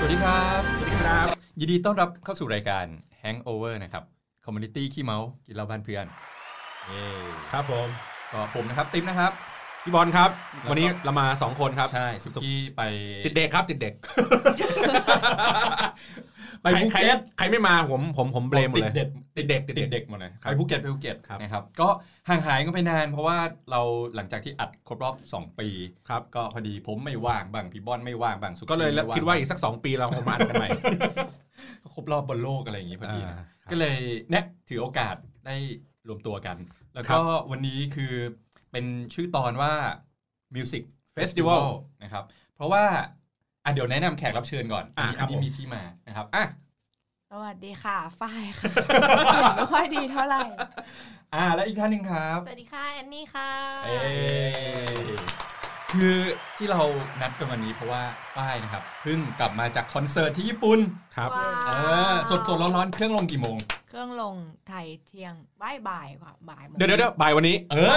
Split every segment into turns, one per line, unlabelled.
สดีครับ
สวัสดีครับ
ยินดีต้อนรับเข้าสู่รายการ Hangover นะครับ คอมมูนิตี้ขี้เมากินเหล้าบ้านเพื่อนเย้
ครับผม
ก็ผมนะครับ ติ๊มนะครับ
พี่บอลครับ
แล้วก็
วันนี้เรามาสองคนครับ
ใช่สุกี้ไป
ติดเด็กครับติดเด็ก
ไปภู
ใคร
เก็ต
ใครไม่มาผมผมผมเบลมหมดเลย
ติดเด็ก
ติดเด็กติด
ติด
เด็ก
เด็กหมดเลย
ครั
ไป
บ
ภูเก็ตไปภูเก็ต
ครับ
นะครับ ก็ห่างหายกันไปนานเพราะว่าเราหลังจากที่อัดครบรอบ 2 ปี
ครับ
ก็พอดีผมไม่ว่างบ้างพี่บอนไม่ว่างบ้างสุ
ก็เลย
ไม่ง
คิดว่าอีกสัก 2 ปีเราคงมาอ่านกันใหม่
ครบรอบบนโลกอะไรอย่างงี้พอดีนะ
อ่าครับ
ก็เลยเนี่ยถือโอกาสได้รวมตัวกัน แล้ว
ครั
ก็
บ
วันนี้คือเป็นชื่อตอนว่า Music
Festival
Festival นะครับ เพราะว่าอ่ะเดี๋ยวแนะนำแขกรับเชิญก่อน
อ่ะ
นี้
ครับ
นี้
ผม
มีที่มานะครับอ่ะ
สวัสดีค่ะ ฝ้าย ค่ะ ไม่ค่อยดีเท่าไหร่
อ่ะแล้วอีกท่านหนึ่งครับ
สวัสดีค่ะ แอนนี่ค่ะ
เอ้ยคือที่เรานัดกันวันนี้เพราะว่าป้ายนะครับเพิ่งกลับมาจากคอนเสิร์ตที่ญี่ปุ่น
ครับ
ว้าว
เออสดสดๆร้อนๆเครื่องลงกี่โมง
เครื่องลงไทยเที่ยงบ่ายบ่ายกว่าบ่ายโมง
เดี๋ยวเดี๋ยวเดี๋ยวบ่ายวันนี้
เออ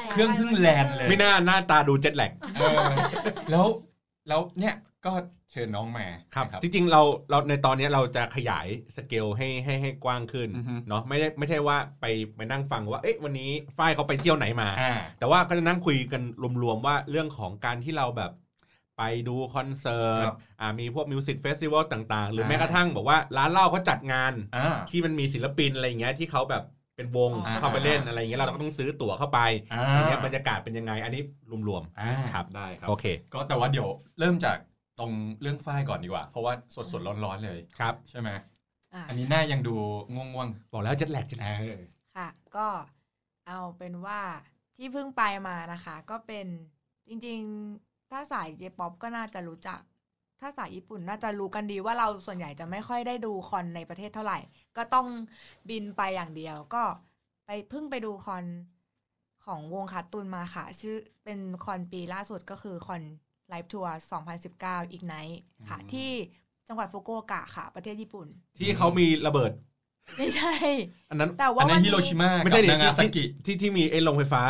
ใช่
เครื่องเพิ่งแลนด์เลย
ไม่น่าหน้าตาดูเจ็ตแลก
เออแล้วแล้วเนี่ยก็เชิญน้องมา
ครับ
นะ
จริงๆเราเราในตอนนี้เราจะขยายสเกลให้ให้ให้กว้างขึ้น
อือฮึ
เนาะไม่ได้ไม่ใช่ว่าไปไปนั่งฟังว่าเอ๊ะวันนี้ฝ้ายเขาไปเที่ยวไหนมา
อ่า
แต่ว่าก็จะนั่งคุยกันรวมๆว่าเรื่องของการที่เราแบบไปดูคอนเสิร์ต
ครับ
อ่ามีพวกมิวสิกเฟสติวัลต่างๆ หรืออา แม้กระทั่งบอกว่าร้านเหล้าเขาจัดงาน
อ่า
ที่มันมีศิลปินอะไรอย่างเงี้ยที่เขาแบบเป็นวง
อ่า
เข้าไปเล่น
อ่า
อะไรอย่างเงี้ยเราก็ต้องซื้อตั๋วเข้าไป
อ่า
อย่างเงี้ยบรรยากาศเป็นยังไง อันนี้รวม
อ่า
ครับ
ได้ครั
ๆ
บ
โอเค
ก็แต่ว่าเดี๋ยวเริ่มจากตรงเรื่องฝ้ายก่อนดีกว่า เพราะว่าสดสดๆร้อนๆเลย
ครับ
ใช่ไหม
อ่ะ
อันนี้หน้ายังดูง่วง
บอกแล้วเจ็ตแลกเจ็ต
ๆ
แล
เอก อ
ค่ะ ก็เอาเป็นว่าที่เพิ่งไปมานะคะ ก็เป็นจริงๆ ถ้าสายเจป๊อปก็น่าจะรู้จัก ถ้าสายญี่ปุ่นน่าจะรู้กันดีว่าเราส่วนใหญ่จะไม่ค่อยได้ดูคอนในประเทศเท่าไหร่ ก็ต้องบินไปอย่างเดียว ก็ไปเพิ่งไปดูคอนของวงคัตตุนมาค่ะ ชื่อเป็นคอนปีล่าสุดก็คือคอนไลฟ์ทัวร์2019 อีกไนท์ค่ะ ที่จังหวัดฟุกุโอกะค่ะ ประเทศญี่ปุ่น
ที่เขามีระเบิด
ไม่ใช่
อันนั้น
แต่
อั
ว่าน
นั้
วัน น
ฮิ
นี้
โรชิมา
ไม่ใช่
กับ
ดิ
นางาซา
ที่
กิ
ที่ที่ที่มีไอ้โรงไฟฟ้า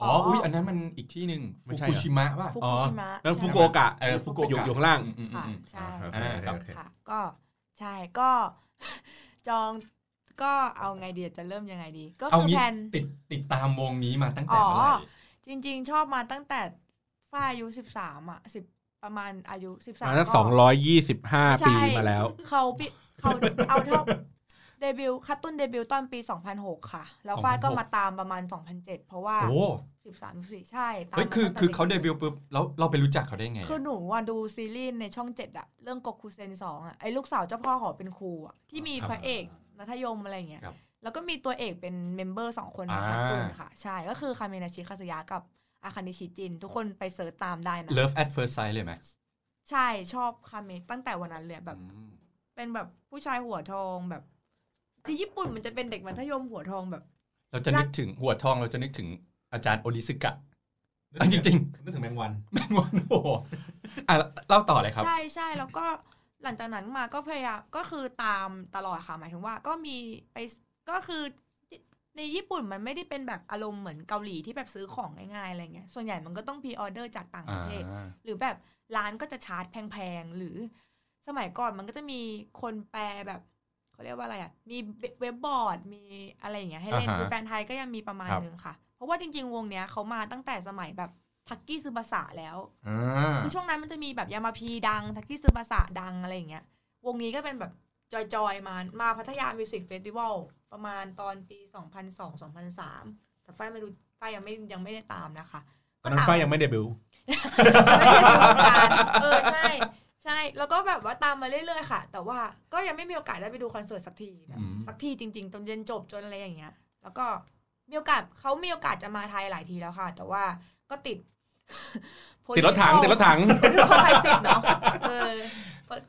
อ๋อ
อ๋ออุ๊
อุ้ยอันนั้นมันอีกที่หนึ่ง
ไม่
ฟุ
ใช่เหร
กุ
อ
ชิมะป่ะ
ฟุกุชิมะ
นั่น
ใช่
ฟุกุโอกะ
เออฟุกุโอกะ
ยู่อยู่ข้างล่าง
อืมอืมอืม
ค่ะ
อืม
ใช่
อ่า
โอเคโอเคโอเค
ค่ะ ก็ใช่ก็ จองก็เอาไงเดียจะเริ่มยังไงดี ก็
เอา
คือ
งี้
แพลน
ติดติดตามวงนี้มาตั้งแต่เมื่อไห
อ๋
ร่
อ จริง ๆ ชอบมาตั้งแต่ฝ้ายอายุสิบสามอ่ะสิบประมาณอายุสิบสาม
มาสักสองร้อยยี่สิบห้า
ใช่
ปีมาแล้ว
เขาปิเขาเอาเท่าเดบิวต์คัตตุนเดบิวต์ตอนปี 2006 ค่ะ แล้วฝ้ายก็
2006
มาตามประมาณ 2007 เพราะว่า
โอ้
13 14ใช่ตาม
เฮ้ย
มา
คือ
ตั้งแต่
คือเขาเด
ด็ก
บิวต์ปุ๊บแล้วเราไปรู้จักเขาได้ไง
คือหนูว่าดูซีรีส์ในช่องเจ็ดอะเรื่องกกคูเซนสองอะไอ้ลูกสาวเจ้าพ่อขอเป็นครูอะที่มี
ครับ
พระเอกนัธยมอะไรอย่างเงี้ย
ครับ
แล้วก็มีตัวเอกเป็นเมมเบอร์สองคนใน
อ่า
คาร์ตูนค่ะ ใช่ก็คือคาเมนาชิคาสยะกับอาคานิชิจิน ทุกคนไปเสิร์ชตามได้นะ
Love at First Sight เลยไหม
ใช่ชอบคาเมตั้งแต่วันนั้นเลยแบบ
อืม
เป็นแบบผู้ชายหัวทองแบบที่ญี่ปุ่นมันจะเป็นเด็กมัธยมหัวทองแบบ
เราจะนึ
รัก
กถึงหัวทองเราจะนึกถึงอาจารย์โอริสึกะอ่ะจริง
นึกถึงแมงวัน
ๆแม่งวันโอ้โหอ่ะเล่าต่อเลยครับ
ใช่ใช่แล้วก็หลังจากนั้นมาก็พยายามก็คือตามตลอดค่ะหมายถึงว่าก็มีไปก็คือในญี่ปุ่นมันไม่ได้เป็นแบบอารมณ์เหมือนเกาหลีที่แบบซื้อของง่ายๆอะไรเงี้ยส่วนใหญ่มันก็ต้องพรีออเดอร์จากต่างป
อ่า
ระเทศ หรือแบบร้านก็จะชาร์จแพงๆ หรือสมัยก่อนมันก็จะมีคนแปลแบบเขาเรียกว่าอะไรอ่ะ มีเว็บบอร์ด มีอะไรอย่างเงี้ยให้เล่น
อ่าฮะ
คือแฟนไทยก็ยังมีประมาณ
ครับ
นึงค่ะ เพราะว่าจริงๆ วงเนี้ยเขามาตั้งแต่สมัยแบบทักกี้ซึบาสะแล้ว
อ่า
คือช่วงนั้นมันจะมีแบบยามาพีดัง ทักกี้ซึบาสะดังอะไรอย่างเงี้ย วงนี้ก็เป็นแบบจอยๆ มา มาพัทยามิวสิกเฟสติวัลประมาณตอนปี 2002-2003 แต่ไฟไม่รู้ไฟยังไม่ยังไม่ได้ตามนะคะ
ตอนนั้น
ตาม
ฝ้ายยังไม่เดบิวต์
ไม่ได้ทำการเออใช่ใช่แล้วก็แบบว่าตามมาเรื่อยๆค่ะ แต่ว่าก็ยังไม่มีโอกาสได้ไปดูคอนเสิร์ตสักทีแบบ
อืม
สักทีจริงๆจนเรียนจบจนอะไรอย่างเงี้ย แล้วก็มีโอกาสเขามีโอกาสจะมาไทยหลายทีแล้วค่ะ แต่ว่าก็ติด
ติดรถถังติดรถถัง
เข้าไทยเสร็จเนาะ เออ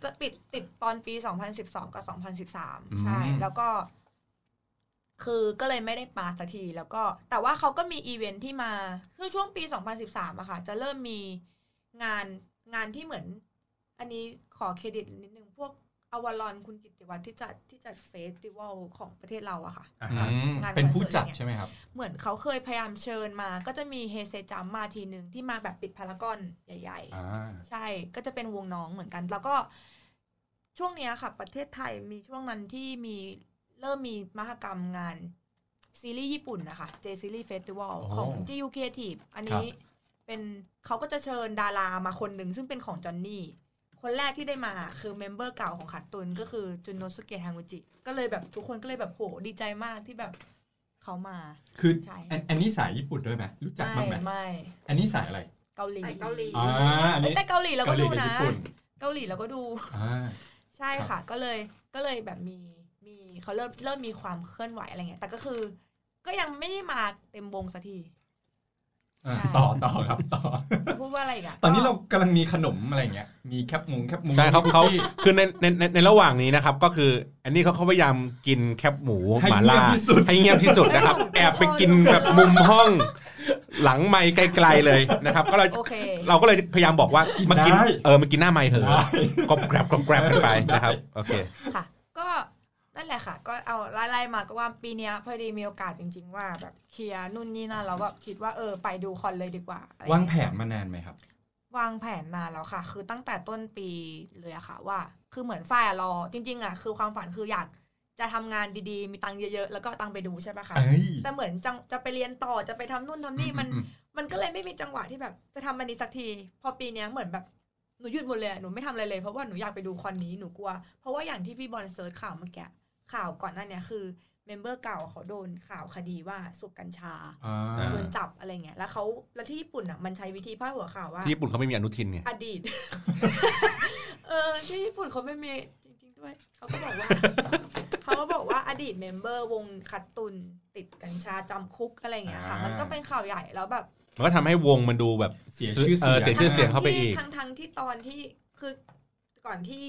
จะปิดติดตอนปี 2012 กับ 2013 ใช่
อืม
แล้วก็ คือก็เลยไม่ได้มาสักทีแล้วก็ แต่ว่าเขาก็มีอีเวนท์ที่มาคือช่วงปี 2013อะค่ะ จะเริ่มมีงานงานที่เหมือน อันนี้ขอเครดิตนิดนึง พวกอวารอนคุณกิตติวัฒน์ที่จัดที่จัดเฟสติวัลของประเทศเราอะค่ะ
อืม
งาน
เป็นผู้จัด
คอนเสิร์ต
ใช่ไหมครับ
เหมือนเขาเคยพยายามเชิญมา ก็จะมีเฮเซจัมมาทีหนึ่งที่มาแบบปิดพารากอนใหญ่ ๆ
อ่า
ใช่ ก็จะเป็นวงน้องเหมือนกัน แล้วก็ ช่วงเนี้ยค่ะ ประเทศไทยมีช่วงนั้นที่มีเริ่มมีมหกรรมงาน ซีรีส์ญี่ปุ่นนะคะ J Series Festival
โอ้
ของ GU Creative อันนี้เป็นเขาก็จะเชิญดารามาคนหนึ่งซึ่งเป็นของจอนนี่ คนแรกที่ได้มาคือเมมเบอร์เก่าของขัดตุนก็คือจุนโนสุเกะฮางูจิ ก็เลยแบบทุกคนก็เลยแบบโหดีใจมากที่แบบเขามา
คือ
ใช่
อันอันนี้สายญี่ปุ่นด้วยไหมรู้จักบ้างไหม
ไม่ไม่
อันนี้สายอะไร
เกาหลี
สายเกาหลี
อ่าอันนี้
แต่เกาหลีเรา
เกา
ก็
หลี
ดู
กับ
นะ
ญี่ปุ่น
เกาหลีเราก็ดู
อ่า
ใช่
ครั
ค่ะ
บ
ก็เลยก็เลยแบบมีมีเขาเริ่มเริ่มมีความเคลื่อนไหวอะไรเงี้ยแต่ก็คือ ก็ยังไม่ได้มาเต็มวงสักที
อ่า
ใช่
ต่อต่อครับ ต่อ
จะพูดว่าอะไรอีกอะ
ตอนนี้เรากำลังมีขนมอะไรเงี้ย มีแคบหมูแคบหมู
ใช่ครับ
คุก
เขา
กี้
คือในในในในระหว่างนี้นะครับก็คือ อันนี้เขาเขาพยายามกินแคบหมู
ให้
หมา
เงี
ล่า
ยบที่สุด
ให้เงียบที่สุด นะครับ แอบไปกินแบบมุมห้อง หลังไมค์ไกลๆเลยนะครับ ก็เรา
โอเค
เราก็เลยพยายามบอกว่ามากิน
ได้
เออมากินหน้าไมค์เถอะกรอบแกรบกรอบแกรบกันไปนะครับโอเค
ค่ะ ก็นั่นแหละค่ะ ก็เอาไล่ๆมาก็ว่าปีเนี้ยพอดีมีโอกาสจริง ๆ ว่าแบบเคลียร์นู่นนี่นั่นเราแบบคิดว่าเออไปดูคอนเลยดีกว่าอะไรเยว
างแผนมานานไหมครับ
วางแผนนานแล้วค่ะ คือตั้งแต่ต้นปีเลยอะค่ะว่า คือเหมือนฝ้ายอะรอ จริง ๆอะคือความฝันคืออยากจะทำงานดีๆ มีตังค์เยอะๆแล้วก็เอาตังค์ไปดูใช่ปะคะ
เอ้ย
แต่เหมือนจังจะไปเรียนต่อจะไปทำนู่นทำนี่มัน
อืม
มันก็เลยไม่มีจังหวะที่แบบจะทำอันนี้สักที พอปีเนี้ยเหมือนแบบหนูหยุดหมดเลยอะหนูไม่ทำอะไรเลยเพราะว่าหนูอยากไปดูคอนนี้หนูกลัว เพราะว่าอย่างที่พี่บอลเซิร์ชข่าวเมื่อกี้ข่าวก่อนหน้าเนี้ยคือเมมเบอร์เก่าเขาโดนข่าวคดีว่าสูบกัญชา
อืม
อ่า
อ่า
โดนจับอะไรเงี้ยแล้วเขาแล้วที่ญี่ปุ่นอ่ะมันใช้วิธีพาดหัวข่าวว่า
ที่ญี่ปุ่นเขาไม่มีอนุทินไง
อดีต เออที่ญี่ปุ่นเขาไม่มีจริงๆด้วย เขาก็ บอกว่า เขาก็บอกว่าอดีตเมมเบอร์วงคัตตุนติดกัญชาจำคุกอะไรอย่างเงี้ยค่ะ
อ่ามั
มันก็เป็นข่าวใหญ่แล้วแบบ
มันก็ทำให้วงมันดูแบบ
เสียชื่อเสียง
เสียชื่อเสียงเข้าไปอีก
ทั้งๆที่ทั้งๆที่ตอนที่คือก่อนที่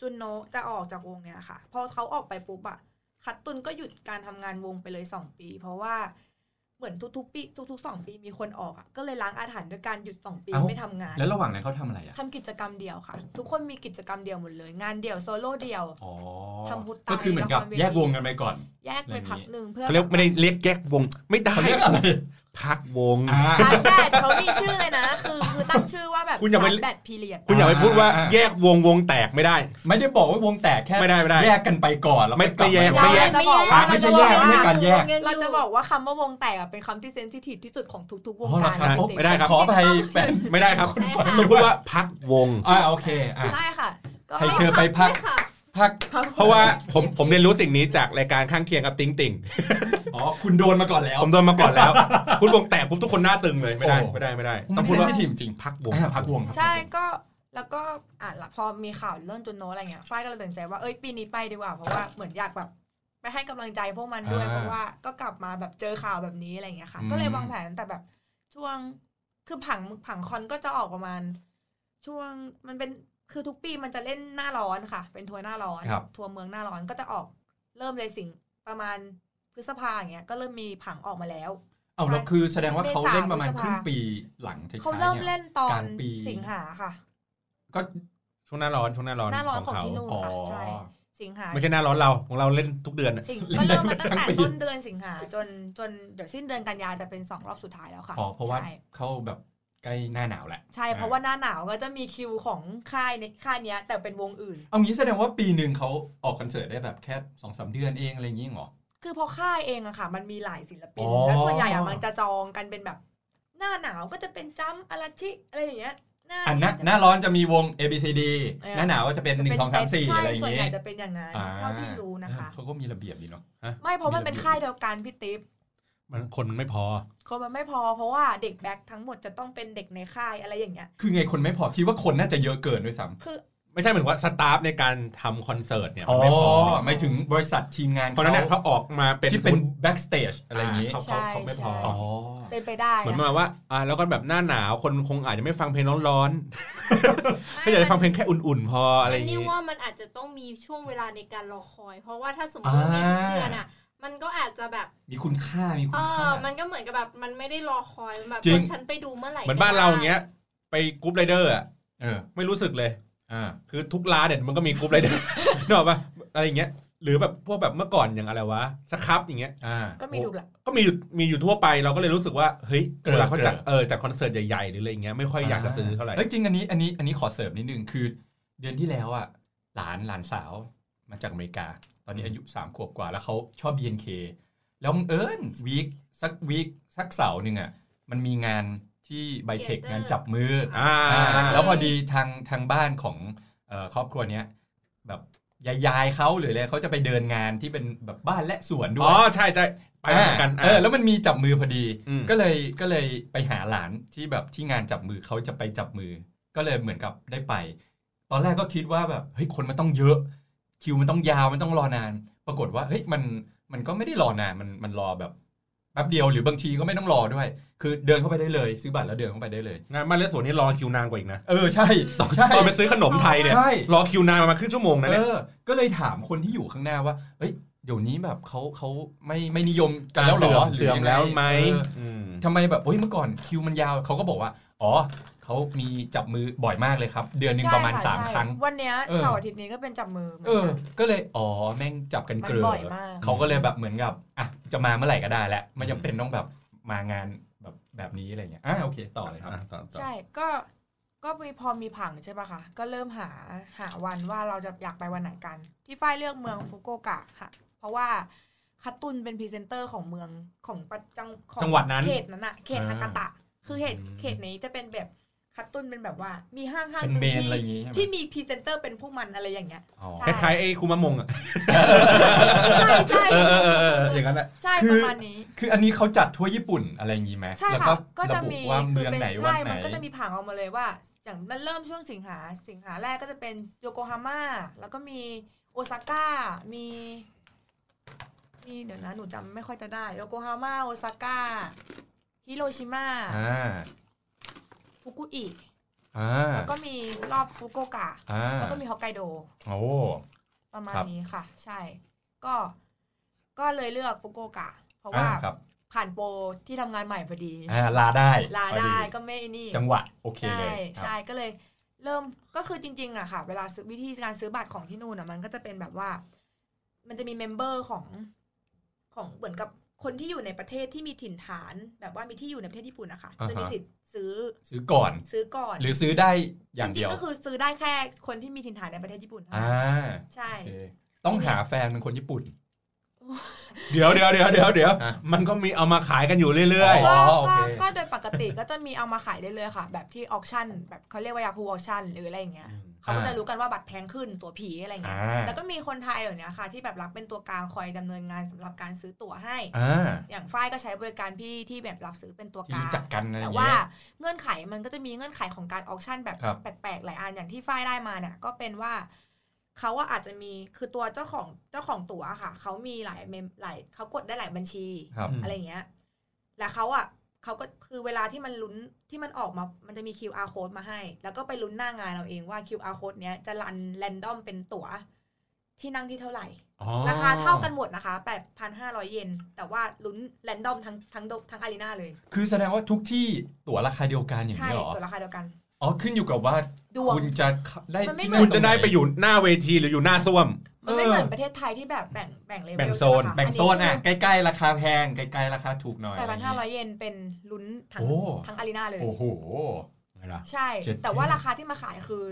จุนโนะจะออกจากวงเนี่ยค่ะ พอเขาออกไปปุ๊บอะคัตตุนก็หยุดการทำงานวงไปเลยสองปี เพราะว่าเหมือนทุกๆปีทุกๆสองปีมีคนออกอะก็เลยล้างอาถรรพ์ด้วยการหยุดสองปี
เอ้า
ไม่ทำงาน
แล้วระหว่างนั้นเขาทำอะไรอ่ะ
ทำกิจกรรมเดียวค่ะ ทุกคนมีกิจกรรมเดียวหมดเลย งานเดี่ยวโซโล่เดี่ยว
อ๋อ
ทำบุตรตาย
ก็คือเหมือนกับแยกวงกันไปก่อน
แยกไปพักหนึ่งเพื่อ
เขาเรียกไม่ได้เรียกแยกวง ไม่ได้
เขาเรียกอะไร
พักวง
อ่า
ชาร์จแบตเขามีชื่อเลยนะ คือคือตั้งชื่อว่าแบบ
คุณอย่าไป
ชร์จแบตพีเรียด
คุณอย่าไปพูดว่า
อ่า
แยกวงวงแตกไม่ได้
ไม่ได้บอกว่าวงแตกแค่
ไม่ได้ไม่ได้
แยกกันไปก่อนแล้ว
ไม่
ค่อ
ไม่แยก
กลับา
แยก
เราจะบอกว่า
ไม่ใช่แยกไม่ใช่การแยก
เราจะบอกว่าคำว่าวงแตกอะเป็นคำที่เซนซิทีฟที่สุดของทุกๆวง
อ๋อเหร
กา
อ
ร
ครับ
จงๆ
ไม่ได้ครับ
ขออภัยแฟน
ไม่ได้ครับ
คุณฟัง
ต้องพูดว่าพักวง
อ่าโอเคอ่ะ
ใช่ค่ะ ก็
ให้เธอไปพักพัก
เพราะว่าผมผมเรียนรู้สิ่งนี้จากรายการข้างเคียงกับติงติง
อ๋อ คุณโดนมาก่อนแล้ว
ผมโดนมาก่อนแล้ว พูดวงแตกปุ๊บทุกคนหน้าตึงเลยไม่ได้
โอ้
ไม่ได้ไม่ได้
ต้
ต้
อ
อง ง
พู
พู
ด
ด
ว่า
ว่า
ทีมจริง
พักวง
อ่าพักวงครับ
ใช่ก็แล้วก็อ่ะละพอมีข่าวเรื่องจุนโนอะไรเงี้ยฝ้ายก็เลยตัดสินใจว่าเอ้ยปีนี้ไปดีกว่า เพราะว่าเหมือนอยากแบบไปให้กำลังใจพวกมันด้วย
อ่า
เพราะว่าก็กลับมาแบบเจอข่าวแบบนี้อะไรเงี้ยค่ะ
อืม
ก็เลยวางแผนแต่แบบช่วงคือผังผังคอนก็จะออกประมาณ ช่วงมันเป็นคือทุกปีมันจะเล่นหน้าร้อนค่ะ เป็นทัวร์หน้าร้อน
ครับ
ทัวร์เมืองหน้าร้อนก็จะออกเริ่มเลยสิงประมาณพฤษภาอย่างเงี้ยก็เริ่มมีผังออกมาแล้ว
เอาแล้วคือแสดงว่า
เมษา
เขาเล่นประมาณ
พฤษ
ค
ภา
รึ่งปีหลังท้ายๆ
เขาเริ่ม
ย
เล่นตอก
ลาน งปี
สิงหาค่ะ
ก็
ช่วงหน้าร้อนช่วงหน้าร้อน
หน้าร้อน
ข
ข
อ
องง
เขา
ที่นู่น
อ๋อ
ค่ะใช่สิงหา
ไม่ใช่หน้าร้อนเราของเราเล่นทุกเดือนอะ
สิงก็เริ่มมาตั้งแต่
ทั้งปี
ต้นเดือนสิงหาจนจนเดี๋ยวสิ้นเดือนกันยาจะเป็นสองรอบสุดท้ายแล้วค่ะ
อ๋อเพราะว่า
ใช่
เขาแบบใกล้หน้าหนาวแหละ
ใช่เพราะว่าหน้าหนาวก็จะมีคิวของค่ายในค่ายเนี้ย แต่เป็นวงอื่น
เอางี้แสดงว่าปีหนึ่งเขาออกคอนเสิร์ตได้แบบแค่สองสามเดือนเองอะไรอย่างงี้เหรอ
คือพอค่ายเองอะค่ะ มันมีหลายศิลปิน
อ๋อ
แล้วส่วนใหญ่อะมันจะจองกันเป็นแบบ หน้าหนาวก็จะเป็นจัมอาราชิอะไรอย่างเงี้ยหน้า
อันห
เย
น้า
จะ
หน้าร้อนจะมีวง A B C D
เออ
หน้าหนาวก็จะเป็นหนึ่งสองสามสี่
ใช่
อะไรอย่าง
ส่วน
งี้
ใหญ่จะเป็นอย่างนั้นเท่าที่รู้นะคะ
เขาก็มีระเบียบดีเนาะ
ไม่เพราะมันเป็นค่ายเดียวกันพี่ติ๊บ
มันคนมันไม่พอ
คนมันไม่พอเพราะว่าเด็กแบ็คทั้งหมดจะต้องเป็นเด็กในค่ายอะไรอย่างเงี้ย
คือไงคนไม่พอคิดว่าคนน่าจะเยอะเกินด้วยซ้
คือ
ไม่ใช่เหมือนว่าสตาฟในการทำคอนเสิร์ตเนี่ย
ำ
มันไม่พออ
หมายถึงบริษัททีมงาน
เพราะฉะนั้นเนี่ยเขาออกมาเป็น
ที่เป็น
ฟุต
แบ็กสเตจอะไรอย่างงี้
เขาเขาเขาไม่พอ
ใช่
อ๋อ
เป็นไปได้
เหมือนป
นะ
ระมาณว่าอ่า แล้วก็แบบหน้าหนาวคนคงอาจจะไม่ฟังเพลงร้อนๆ
ไม่
ก็อยากจะฟังเพลงแค่อุ่นๆ พออะไร
อั
อน ย่าง
นี้
งี้
ว่ามันอาจจะต้องมีช่วงเวลาในการรอคอย เพราะว่าถ้าสมมติว่ามีทุกเดือนอ่ะ มันก็อาจจะแบบ
มีคุณค่ามีคุณค
เอ
่า
อ มันก็เหมือนกับแบบมันไม่ได้รอคอยมันแบบ
จริง
เออฉันไปดูเมื่อไหร่
เหมือนบ้านเราอย่างเงี้ย ไปกรุ๊ปไรเดอร์อ่ะ
เออ
ไม่รู้สึกเลย
อ่า
คือทุกร้านเนี่ยมันก็มีกรุ๊ปไรเดอร์ นึกออกปะอะไรอย่างเงี้ย หรือแบบพวกแบบเมื่อก่อนอย่างอะไรวะสครับอย่างเงี้ย
อ่า
ก็มีถูกแหละ
ก็มีอยู่มีอยู่ทั่วไปเราก็เลยรู้สึกว่าเฮ้ย
เกลือ
เวลาเขาจัด
เกลือ
เออจัดคอนเสิร์ตใหญ่ๆหรืออะไรอย่างเงี้ยไม่ค่อยอยากจะซื้อเท่าไหร่
เอ้ยจริงอันนี้อันนี้อันนี้ขอเสริมนิดนึงคือ เดือนที่แล้วอ่ะ หลานหลานสาวมาจากอเมริกา ตอนนี้อายุ 3 ขวบกว่าแล้วเขาชอบ BNK แล้วบังเอิญวีคสักวีคสักเสาร์หนึ่งอ่ะมันมีงานที่ไบเทค
Theater
งานจับมืออ
อ่า
อ่าแล้วพอดีทางทางบ้านของเอ่อครอบครัวเนี้ยแบบยายๆเขาหรืออะไรเขาจะไปเดินงานที่เป็นแบบบ้านและสวนด้ว
อ๋อย ใช่ใช่ไปเหมือนกัน
เออแล้วมันมีจับมือพอดี
ก็
ก็เลยก็เลยไปหาหลานที่แบบที่งานจับมือเขาจะไปจับมือ ก็เลยเหมือนกับได้ไป ตอนแรกก็คิดว่าแบบเฮ้ยคนมันต้องเยอะ คิวมันต้องยาวมันต้องรอนาน ปรากฏว่าเฮ้ยมันมันก็ไม่ได้รอนานมันมันรอแบบแป๊บเดียวหรือบางทีก็ไม่ต้องรอด้วย คือเดินเข้าไปได้เลย ซื้อบัตรแล้วเดินเข้าไปได้เลย
งานบ้านเลสสวนนี่รอคิวนานกว่าอีกนะ
เออใช่ใช่
ตอนไปซื้อขนมไทยเนี่ย
ใช่
รอคิวนานประมาณครึ่งชั่วโมงนะ
เอ
เนี่ย
อ ก็เลยถามคนที่อยู่ข้างหน้าว่า เอ้ย เดี๋ยวนี้แบบเขาเขาไม่ไม่นิยมกันแล้วเหร
เสื่อ
อห
ม
รื
เสื่อม
ยังไง
แล้วไหม
เออ
ม
ทำไมแบบ โอ้ย เมื่อก่อนคิวมันยาว เขาก็บอกว่า อ๋อ เขามีจับมือบ่อยมากเลยครับ เดือนหนึ่ง
ใช่
ประมาณ
ค่
3
ใช่
ครั้ง
วันเนี้ย
เออ
เสาร์อาทิตย์นี้ก็เป็นจับมือหมืน
เออ
กัน
ก็เลย อ๋อ แม่งจับกันเกลื
มันบ่อยมาก
เขาก็เลยแบบเหมือนกับ อ่ะ จะมาเมื่อไหร่ก็ได้แหละ ไม่จำเป็นต้องแบบมางานแบบแบบนี้อะไรเงี้ย อ่ะโอเค ต่อเลยครับ
อ่ะต่อต่อ
ใช่ก็ก็มีพอมีผังใช่ปะคะก็เริ่มหาหาวันว่าเราจะอยากไปวันไหนกัน ที่ฝ้ายเลือกเมืองฟุกุโอกะค่ะ เพราะว่าคัตตุนเป็นพรีเซนเตอร์ของเมืองของประจังของ
จังหวัดนั้น
เขตนั้นอะเข
อ่าน
ตากาตะ คือเขต
อืม
เขตนี้จะเป็นแบบคัตตุนเป็นแบบว่ามีห้างห้าง
เป็น
ห
เม
นึ่ง
นอะไรอ
ที่
ย่างงี้ใช่ไหม
ที่มีพรีเซนเตอร์เป็นพวกมันอะไรอย่างเงี้ย
อ๋อ
ใช่
คล้ายๆไอ้คุมะมงอ่ะ
ใช่ใช่
เออเออเออเอออย่างนั้นแหละ
ใช่ประมาณนี้
คืออันนี้เขาจัดทั่วญี่ปุ่นอะไรอย่างงี้ไหม
ใช่
แล้ว
ค่ะ ก็จะ
ระบุ
มี
ว่า
คื
เมือง
ป็
ไหนวัน
ใช่
ไหน
มันก็จะมีผังออกมาเลยว่า อย่างมันเริ่มช่วงสิงหา สิงหาแรกก็จะเป็นโยโกฮาม่า แล้วก็มีโอซาก้า มี มีเดี๋ยวนะ หนูจำไม่ค่อยจะได้ โยโกฮาม่า โอซาก้า ฮิโรชิมา
อ่า
ฟุกุอิ
อ่า
แล้วก็มีรอบฟุกุโอกะ
อ่า
แล้วก็มีฮอกไกโด
โอ้
ประมาณ
ครับ
นี้ค่ะ ใช่ ก็ ก็เลยเลือกฟุกุโอกะ เพราะว่า
อ่าครับ
ผ่านโปรที่ทำงานใหม่พอดี
อ่าลาได้
ลาได้
พอ
ก็ไม่นี่
จังหวะ โอเค
ใช่
เลยครับ
ใช่ก็เลยเริ่มก็คือจริงๆอะค่ะ เวลาซื้อวิธีการซื้อบัตรของที่นู่นอะมันก็จะเป็นแบบว่า มันจะมีเมมเบอร์ของของเหมือนกับคนที่อยู่ในประเทศที่มีถิ่นฐาน แบบว่ามีที่อยู่ในประเทศญี่ปุ่นอะค่ะจะมีสิทธิ์ซื้อ
ซื้อก่อน
ซื้อก่อน
หรือซื้อได้อ
จ
ย่าง
ริ
เดี
ง
ยว
ๆก็คือซื้อได้แค่คนที่มีถิ่นฐานในประเทศญี่ปุ่นเท่า
อ่า
นั้นใช่
โอเคต้องหาแฟนเป็นคนญี่ปุ่น
เดี๋ยวเดี๋ยวเดี๋ยวเดี๋ยวเดี๋ยว
อ่ะ
มันก็มีเอามาขายกันอยู่เรื่อย
อ๋
ก็
อโอ
ก็
เค
ก็โดยปกติก็จะมีเอามาขายเรื่อยๆค่ะ แบบที่ออกชั่น แบบเขาเรียกว่ายาคูออกชั่นหรืออะไรอย่างเงี้ย เขาก็จะรู้กันว่าบัตรแพงขึ้นตั๋วผีอะไรอย่างเงี้ย
อ่า
แล้วก็มีคนไทยอยู่เนี้ยค่ะ ที่แบบรับเป็นตัวกลางคอยดำเนินงานสำหรับการซื้อตั๋วให้
อ่า
อย่างฝ้ายก็ใช้บริการพี่ที่แบบรับซื้อเป็นตัว
ที่รู้
กลาง
จักกันอะไรอ
แต่
ย่าง
ว่า
เงี้ย
เงื่อนไขมันก็จะมีเงื่อนไขของการออกชั่นแบบ
ครับ
แปลกๆหลายอันอย่างที่ฝ้ายได้มาเนี่ยก็เป็นว่าเขาว่าอาจจะมีคือตัวเจ้าของเจ้าของตั๋วค่ะเขามีหลายเมมหลายเขากดได้หลายบัญชี
ครับ
อะไรอย่างเงี้ย แล้วเขาอ่ะเขาก็คือเวลาที่มันลุ้นที่มันออกมา มันจะมี QR code มาให้ แล้วก็ไปลุ้นหน้างานเราเองว่า QR code เนี้ยจะรันแรนดอมเป็นตั๋ว ที่นั่งที่เท่าไหร่
อ๋อ
ราคาเท่ากันหมดนะคะ 8,500 เยน แต่ว่าลุ้นแรนดอมทั้งทั้งโดทั้งอารีนาเลย
คือแสดงว่าทุกที่ตั๋วราคาเดียวกันอย่าง
ใช่
นี้ยเหรอ
ตัวราคาเดียวกัน
อ๋อ ขึ้นอยู่กับว่า
ดวง
คุณจะได้
มันไม่
ที่
คุณจะได้
ตรงหน
ไปอยู่หน้าเวทีหรืออยู่หน้าส้วม
มันไม่เหมือนประเทศไทยที่แบบแบ่งแบ่งเลเวล
แบ่งโซน
แบ่งโซนอ่ะ ใกล้ๆ ราคาแพง ใกล้ๆ ราคาถูกหน่อย
8,500 เยนเป็นลุ้นทั้ง
โอ้
ทั้งอารีนาเลย
โอ้โหไงล่ะ
ใช่
เจ็ด
แต่ว่า
เท่า
ราคาที่มาขายคือ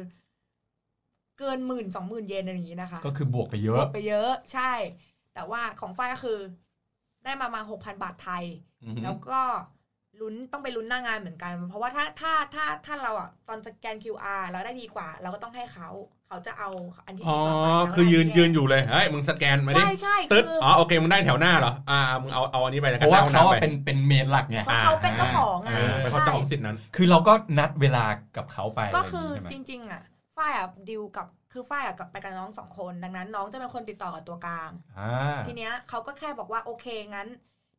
เกินหมื่นสองหมื่นเยนอะไรอย่างนี้นะคะ
ก็คือบวกไปเย
บ
อะ
วกไปเยอะใช่ แต่ว่าของฝ้ายก็คือ ได้มามาหกพันบาทไทย
อือฮึ
แล้วก็ลุ้นต้องไปลุ้นหน้างานเหมือนกัน เพราะว่าถ้าถ้าถ้าถ้าเราอ่ะตอนสแกน QR เราได้ดีกว่า เราก็ต้องให้เขา เขาจะเอาอันที่
อ๋
ดี
อ
กว่าไปแล้ว
คือยืน
เรา
ยื
แก
นอยู่เลย เฮ้ย มึงสแกนมาดิ
ใช่ใช่คื
ตึ๊ด
อ
อ๋อ โอเค มึงได้แถวหน้าเหรอ อ่า มึงเอา เอาอันนี้ไปแล้ว
เพ
กัน
ราะว่า
อห
เขาอะ
ไป
เป็นเป็นเมนหลักไง
เพราะเขาเป็นเจ้าของ
อ่า
อ่ะ
เออเป็นเขา
ใช่
เจ้าของสิทธิ์นั้น
คือเราก็นัดเวลากับเขาไป
ก็คือ
อะไร
จ
ย่างงี้ใช่ไหม
ริง ๆ อ่ะฝ้ายอ่ะดิวกับคือฝ้ายอ่ะกับไปกับน้องสองคน ดังนั้น น้องจะเป็นคนติดต่อกับตัวกลาง
อ่า
ทีเนี้ยเขาก็แค่บอกว่าโอเคงั้น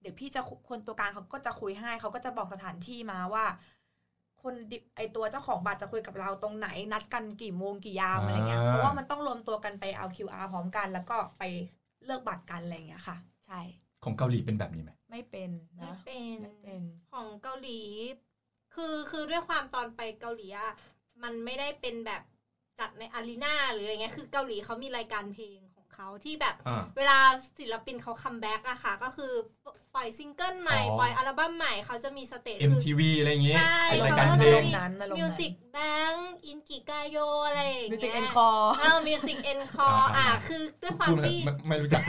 เดี๋ยวพี่จะคุคนตัวกลางเขาก็จะคุยให้ เขาก็จะบอกสถานที่มาว่า คนดิไอตัวเจ้าของบัตรจะคุยกับเราตรงไหน นัดกันกี่โมงกี่ยาม
อ่า
อะไรเงี้ยเพราะว่ามันต้องรวมตัวกันไปเอา QR พร้อมกัน แล้วก็ไปเลือกบัตรกันอะไรเงี้ยค่ะ ใช่
ของเกาหลีเป็นแบบนี้ไหม
ไม่เป็น
ไม่
นะ
เป็
ไม่เป็น
นของเกาหลี คือคือด้วยความตอนไปเกาหลีอะมันไม่ได้เป็นแบบจัดในอารีนาหรืออะไรเงี้ยคือเกาหลีเขามีรายการเพลงของ เขาที่แบบ
อ่า
เวลาศิลปินเขาคัมแบ็กอะค่ะ ก็คือปล่อยซิงเกิลใหม่
อ๋อ
ปล่อยอัลบั้มใหม่เขาจะมีสเตจคือ
MTV อะไรอย่างเงี้ย
ใช่
เป็นราย
อ
การ
มณ์
เพล
อาร
ง
มณ์นั้นอารมณ์
มิว
นั้น
สิกแบงก์อินกิกาโยอะไรอย่าง
มิวสิก
เงี้ย
เอ็นคอร์
เอ้ามิวสิกเอ็นคอร์
อ่า
อ่ะคือด้วยความ
พูดเลย
ที่
ไม่ไม่รู้จัก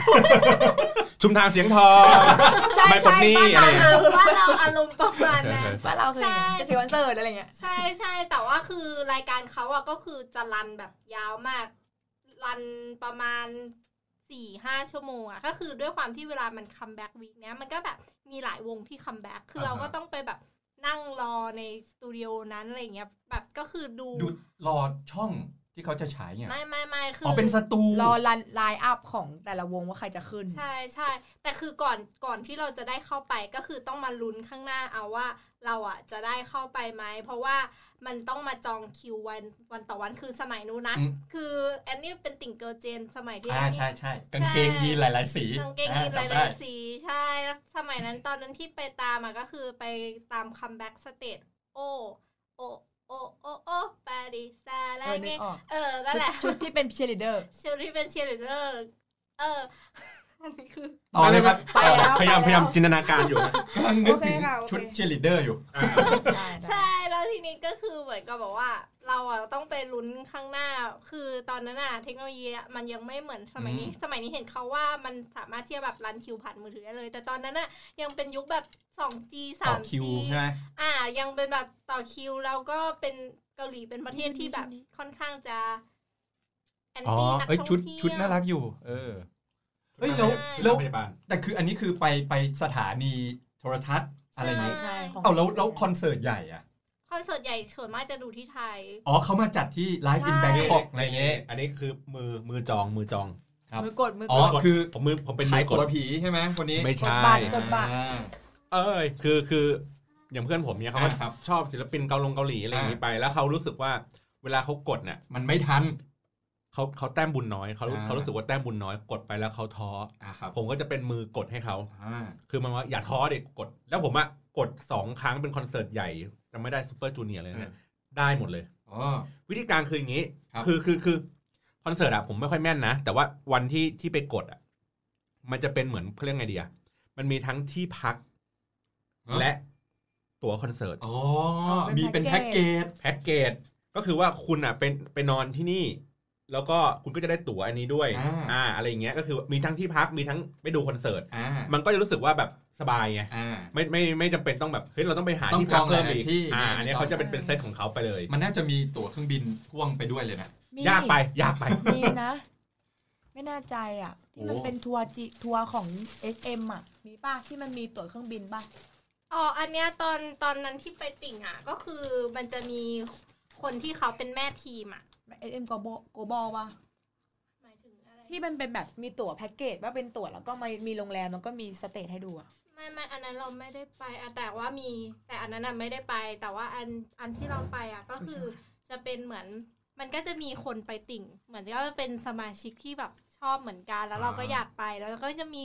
ชุมทางเสียงทอง
ใช่
ไม่กด
ใช่
หนี้
บ้าน
อะ
เรา
ไร
บ้านเราอารมณ์ประมาณนั้น
บ้านเราคืออย่างนั้น
ใช่
จะซื้อคอนเสิร์ตอะไรเงี้ย
ใช่ใช่แต่ว่าคือรายการเขาอะก็คือจะรันแบบยาวมาก รันประมาณสี่ห้าชั่วโมงอะก็คือด้วยความที่เวลามันคัมแบ็กวีคเนี้ยมันก็แบบมีหลายวงที่คัมแบ็กคือเรา
อ่าฮะ
ก็ต้องไปแบบนั่งรอในสตูดิโอนั้นอะไรเงี้ยแบบก็คือดู
ดูรอช่องที่เขาจะฉายเนี่ย
ไม่ไม่ไม่คือ
อ๋อ
อ
เป็นสตู
รอรันไลน์อัพของแต่ละวงว่าใครจะขึ้น
ใช่ใช่แต่คือก่อนก่อนที่เราจะได้เข้าไปก็คือต้องมาลุ้นข้างหน้าเอาว่าเราอะจะได้เข้าไปไหมเพราะว่ามันต้องมาจองคิววันวันต่อวันคือสมัยนู้นนะ
อืม
คือแอนนี่เป็นติ่งเกิร์ลเจนสมัยที่
อ่า
แอนนี่
ใช่ใช่กางเกงยีนหลาย ๆ สี
กางเกงยีนห
อ่จำ
ลา
ได้
ยๆสีใช่แล้วสมัยนั้นตอนนั้นที่ไปตามอ่ะก็คือไปตามคัมแบ็กสเตจโอโอโอโอโอปาดิซาอะ
เอ
ไร
อนึ
เงี้
ก
ย
ออก
เออนั่น
ชุด
แหละ
ชุดที่เป็นเชียร์ลีเดอร์
เชอรี่เป็นเชียร์ลีดเดอร์เออ อันนี้คือ
ต่อเลยครับ
ไปแล้ว
พยายามพยายามจินตนาการอยู่นะ
กำลังนึกถึง
โอเคค่ะโอเค
ชุดเชียร์ลีดเดอร์อยู่
อ่า
ใช่แล้วทีนี้ก็คือเหมือนกับบอกว่า เราอ่ะต้องไปลุ้นข้างหน้า คือตอนนั้นอ่ะเทคโนโลยีอะมันยังไม่เหมือนสมัยนี้
อืม
สมัยนี้เห็นเขาว่ามันสามารถที่จะแบบรันคิวผ่านมือถือได้เลย แต่ตอนนั้นอ่ะยังเป็นยุคแบบ 2G
ต่อ
3G
คิวใช่ไหม
อ่ายังเป็นแบบต่อคิวแล้วก็เป็นเกาหลีเป็นประเทศที่แบบค่อนข้างจะแอน
อ๋อ
ตี้นัก
เอ้ย
ท่อง
ชุด
เที่ยว
ชุดน่ารักอยู่ เออ เฮ้ยแล้ว
แล้ว
พยาบาล
แต่คืออันนี้คือไปไปสถานีโทรทัศน์อะไรอย่าง
ใช่
เงี้ย
ใช่ของ
เอาแล้วแล้วคอนเสิร์ตใหญ่อะ
คอนเสิร์ตใหญ่ส่วนมากจะดูที่ไทย
อ๋อเขามาจัดที่ไลฟ์อิน
ใช่
แบงคอกอะไรเงี้ย
อันนี้คือมือมือจองมือจอง
ครับ
มือกดมือ
อ๋
ก
อ
ด
คือ
ผมมือผมเป็น
ขา
มื
ย
อก
ตั๋
ด
วผีใช่ไหมวันนี้
ไม่ใช่
กดบัตรกด บัตร
อ่า
เอ้ยคือคืออย่างเพื่อนผมเนี่ยเขาก็
อ่าครับ
ชอบศิลปินเกาหลงเกาหลีอะไรอย่างนี้
อ่า
ไป แล้วเขารู้สึกว่าเวลาเขากดเนี่ย
มันไม่ทัน
เขาเขาแต้มบุญน้อยเขารู้
อ่า
เขารู้สึกว่าแต้มบุญน้อยกดไปแล้วเขาท้อ
อ่ะครับ
ผมก็จะเป็นมือกดให้เขา
อ่า
คือมันว่าอย่าท้อเด็กกด แล้วผมอะกดสองครั้งเป็นคอนเสิร์ตใหญ่จะไม่ได้ซูเปอร์จูเนียร์เลยนะได้หมดเลย
อ๋อ
วิธีการคืออย่างนี้
ครับ
คือคือคือคอนเสิร์ตอะผมไม่ค่อยแม่นนะ แต่ว่าวันที่ที่ไปกดอะมันจะเป็นเหมือนเขาเรื่องไงดีอะมันมีทั้งที่พักและตั๋วคอนเสิร์ต
อ๋อ
มี
มี
เป็
เป็น
น
แพ็กเกจ
แพ็กเกจก็คือว่าคุณอ่ะเป็นไปนอนที่นี่ แล้วก็คุณก็จะได้ตั๋วอันนี้ด้วย
อ่า
อะไรอย่างเงี้ยก็คือมีทั้งที่พักมีทั้งไปดูคอนเสิร์ต
อ่า
มันก็จะรู้สึกว่าแบบสบายไง
อ่า
ไม่ไม่ไม่จำเป็นต้องแบบเฮ้ยเราต้องไปหา
ต้อง
ที่พัก
จ
เพิ่ม
องหลาย
อีก
ที่
อ่า
เนี่ย
อันเนี้ยเขาจะเป็นเป็นเซตของเขาไปเลย
มันน่าจะมีตั๋วเครื่องบินพ่วงไปด้วยเลยนะ
มี
ยากไปยากไป
มีนะ ไม่แน่ใจอ่ะ ที่มัน
โอ้
เป็นทัวร์จิทัวร์ของ SM อ่ะ มีป่ะ ที่มันมีตั๋วเครื่องบินป่ะ
อ๋อ อันเนี้ยตอนตอนนั้นที่ไปติ่งอ่ะ ก็คือมันจะมีคนที่เขาเป็นแม่ทีมอ่ะ
SM โกโบโกบอลป่ะ
หมายถึงอะไร
ที่มันเป็นแบบมีตั๋วแพ็กเกจว่าเป็นตั๋วแล้วก็มามีโรงแรมแล้วก็มีสเตจให้ดูอ่ะ
ไม่ไม่อันนั้นเราไม่ได้ไปอะแต่ว่ามีแต่อันนั้นน่ะไม่ได้ไป แต่ว่าอันอันที่เราไปอ่ะก็คือจะเป็นเหมือนมันก็จะมีคนไปติ่ง เหมือนก็เป็นสมาชิกที่แบบชอบเหมือนกันแล้วเราก็
อ่า
อยากไปแล้วก็จะมี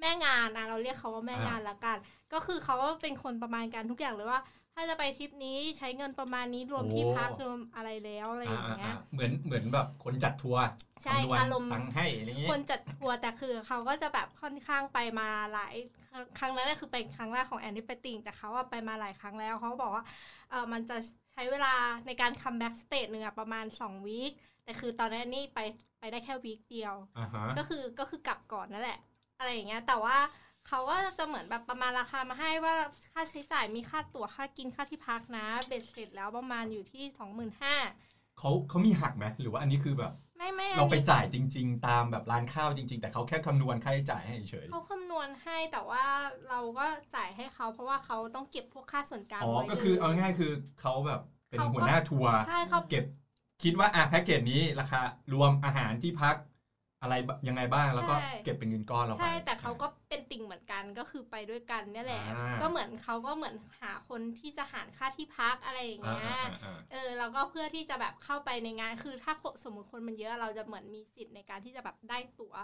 แม่งานอ่ะเราเรียกเขาว่าแม่งานละกัน ก็คือเขาก็เป็นคนประมาณการทุกอย่างเลยว่า ถ้าจะไปทริปนี้ใช้เงินประมาณนี้รวมที่พักรวมอะไรแล้วอะไรอย่างเงี้ย
อ่าๆๆเหมือนเหมือนแบบคนจัดทัวร์
ใช่
คำนวณ
อารมณ์
ตังค์ให้อะไรเงี้ย
คนจัดทัวร์แต่คือเขาก็จะแบบค่อนข้างไปมาหลายครั้งครั้งนั้นน่ะคือเป็นครั้งแรกของแอนนี่ไปติ่งแต่เขาอะไปมาหลายครั้งแล้วเขาก็บอกว่าเออมันจะใช้เวลาในการคัมแบ็กสเตจหนึ่งอะประมาณ2วีคแต่คือตอนนั้นแอนนี่ไปไปได้แค่วีคเดียว
อ่าฮะ
ก็คือก็คือกลับก่อนนั่นแหละ อะไรอย่างเงี้ยแต่ว่าเขาก็จะเหมือนแบบประมาณราคามาให้ว่าค่าใช้จ่ายมีค่าตั๋วค่ากินค่าที่พักนะเบ็ดเสร็จแล้วประมาณอยู่ที่ 25,000
เขาเขามีหักไหมหรือว่าอันนี้คือแบบ
ไม่ไม่อัน
เราไป
นี้
จ่ายจริง ๆ ตามแบบร้านข้าวจริง ๆ แต่เขาแค่คำนวณค่าใช้จ่ายให้เฉย
เขาคำนวณให้แต่ว่าเราก็จ่ายให้เขาเพราะว่าเขาต้องเก็บพวกค่าส่วนกลาง
อ๋อ
ไว้
ก็คือ
เลย
เอาง่ายๆคือเขาแบบเป็น
เขาก็
หัวหน้าทัวร์
ใช่เขา
เก็บคิดว่าอ่ะแพ็กเกจนี้ราคารวมอาหารที่พัก อะไรยังไงบ้างแล้วก็เก็บเป็นเงินก้อนเราไป
ใช่แต่เขาก็เป็นติ่งเหมือนกันก็คือไปด้วยกันเนี่ยแหละ
อ่า
ก็เหมือนเขาก็เหมือนหาคนที่จะหารค่าที่พักอะไรอย่าง
อ่า
เงี้ย
ๆ
เออแล้วก็เพื่อที่จะแบบเข้าไปในงานคือถ้าสมมติคนมันเยอะเราจะเหมือนมีสิทธิ์ในการที่จะแบบได้ตั๋ว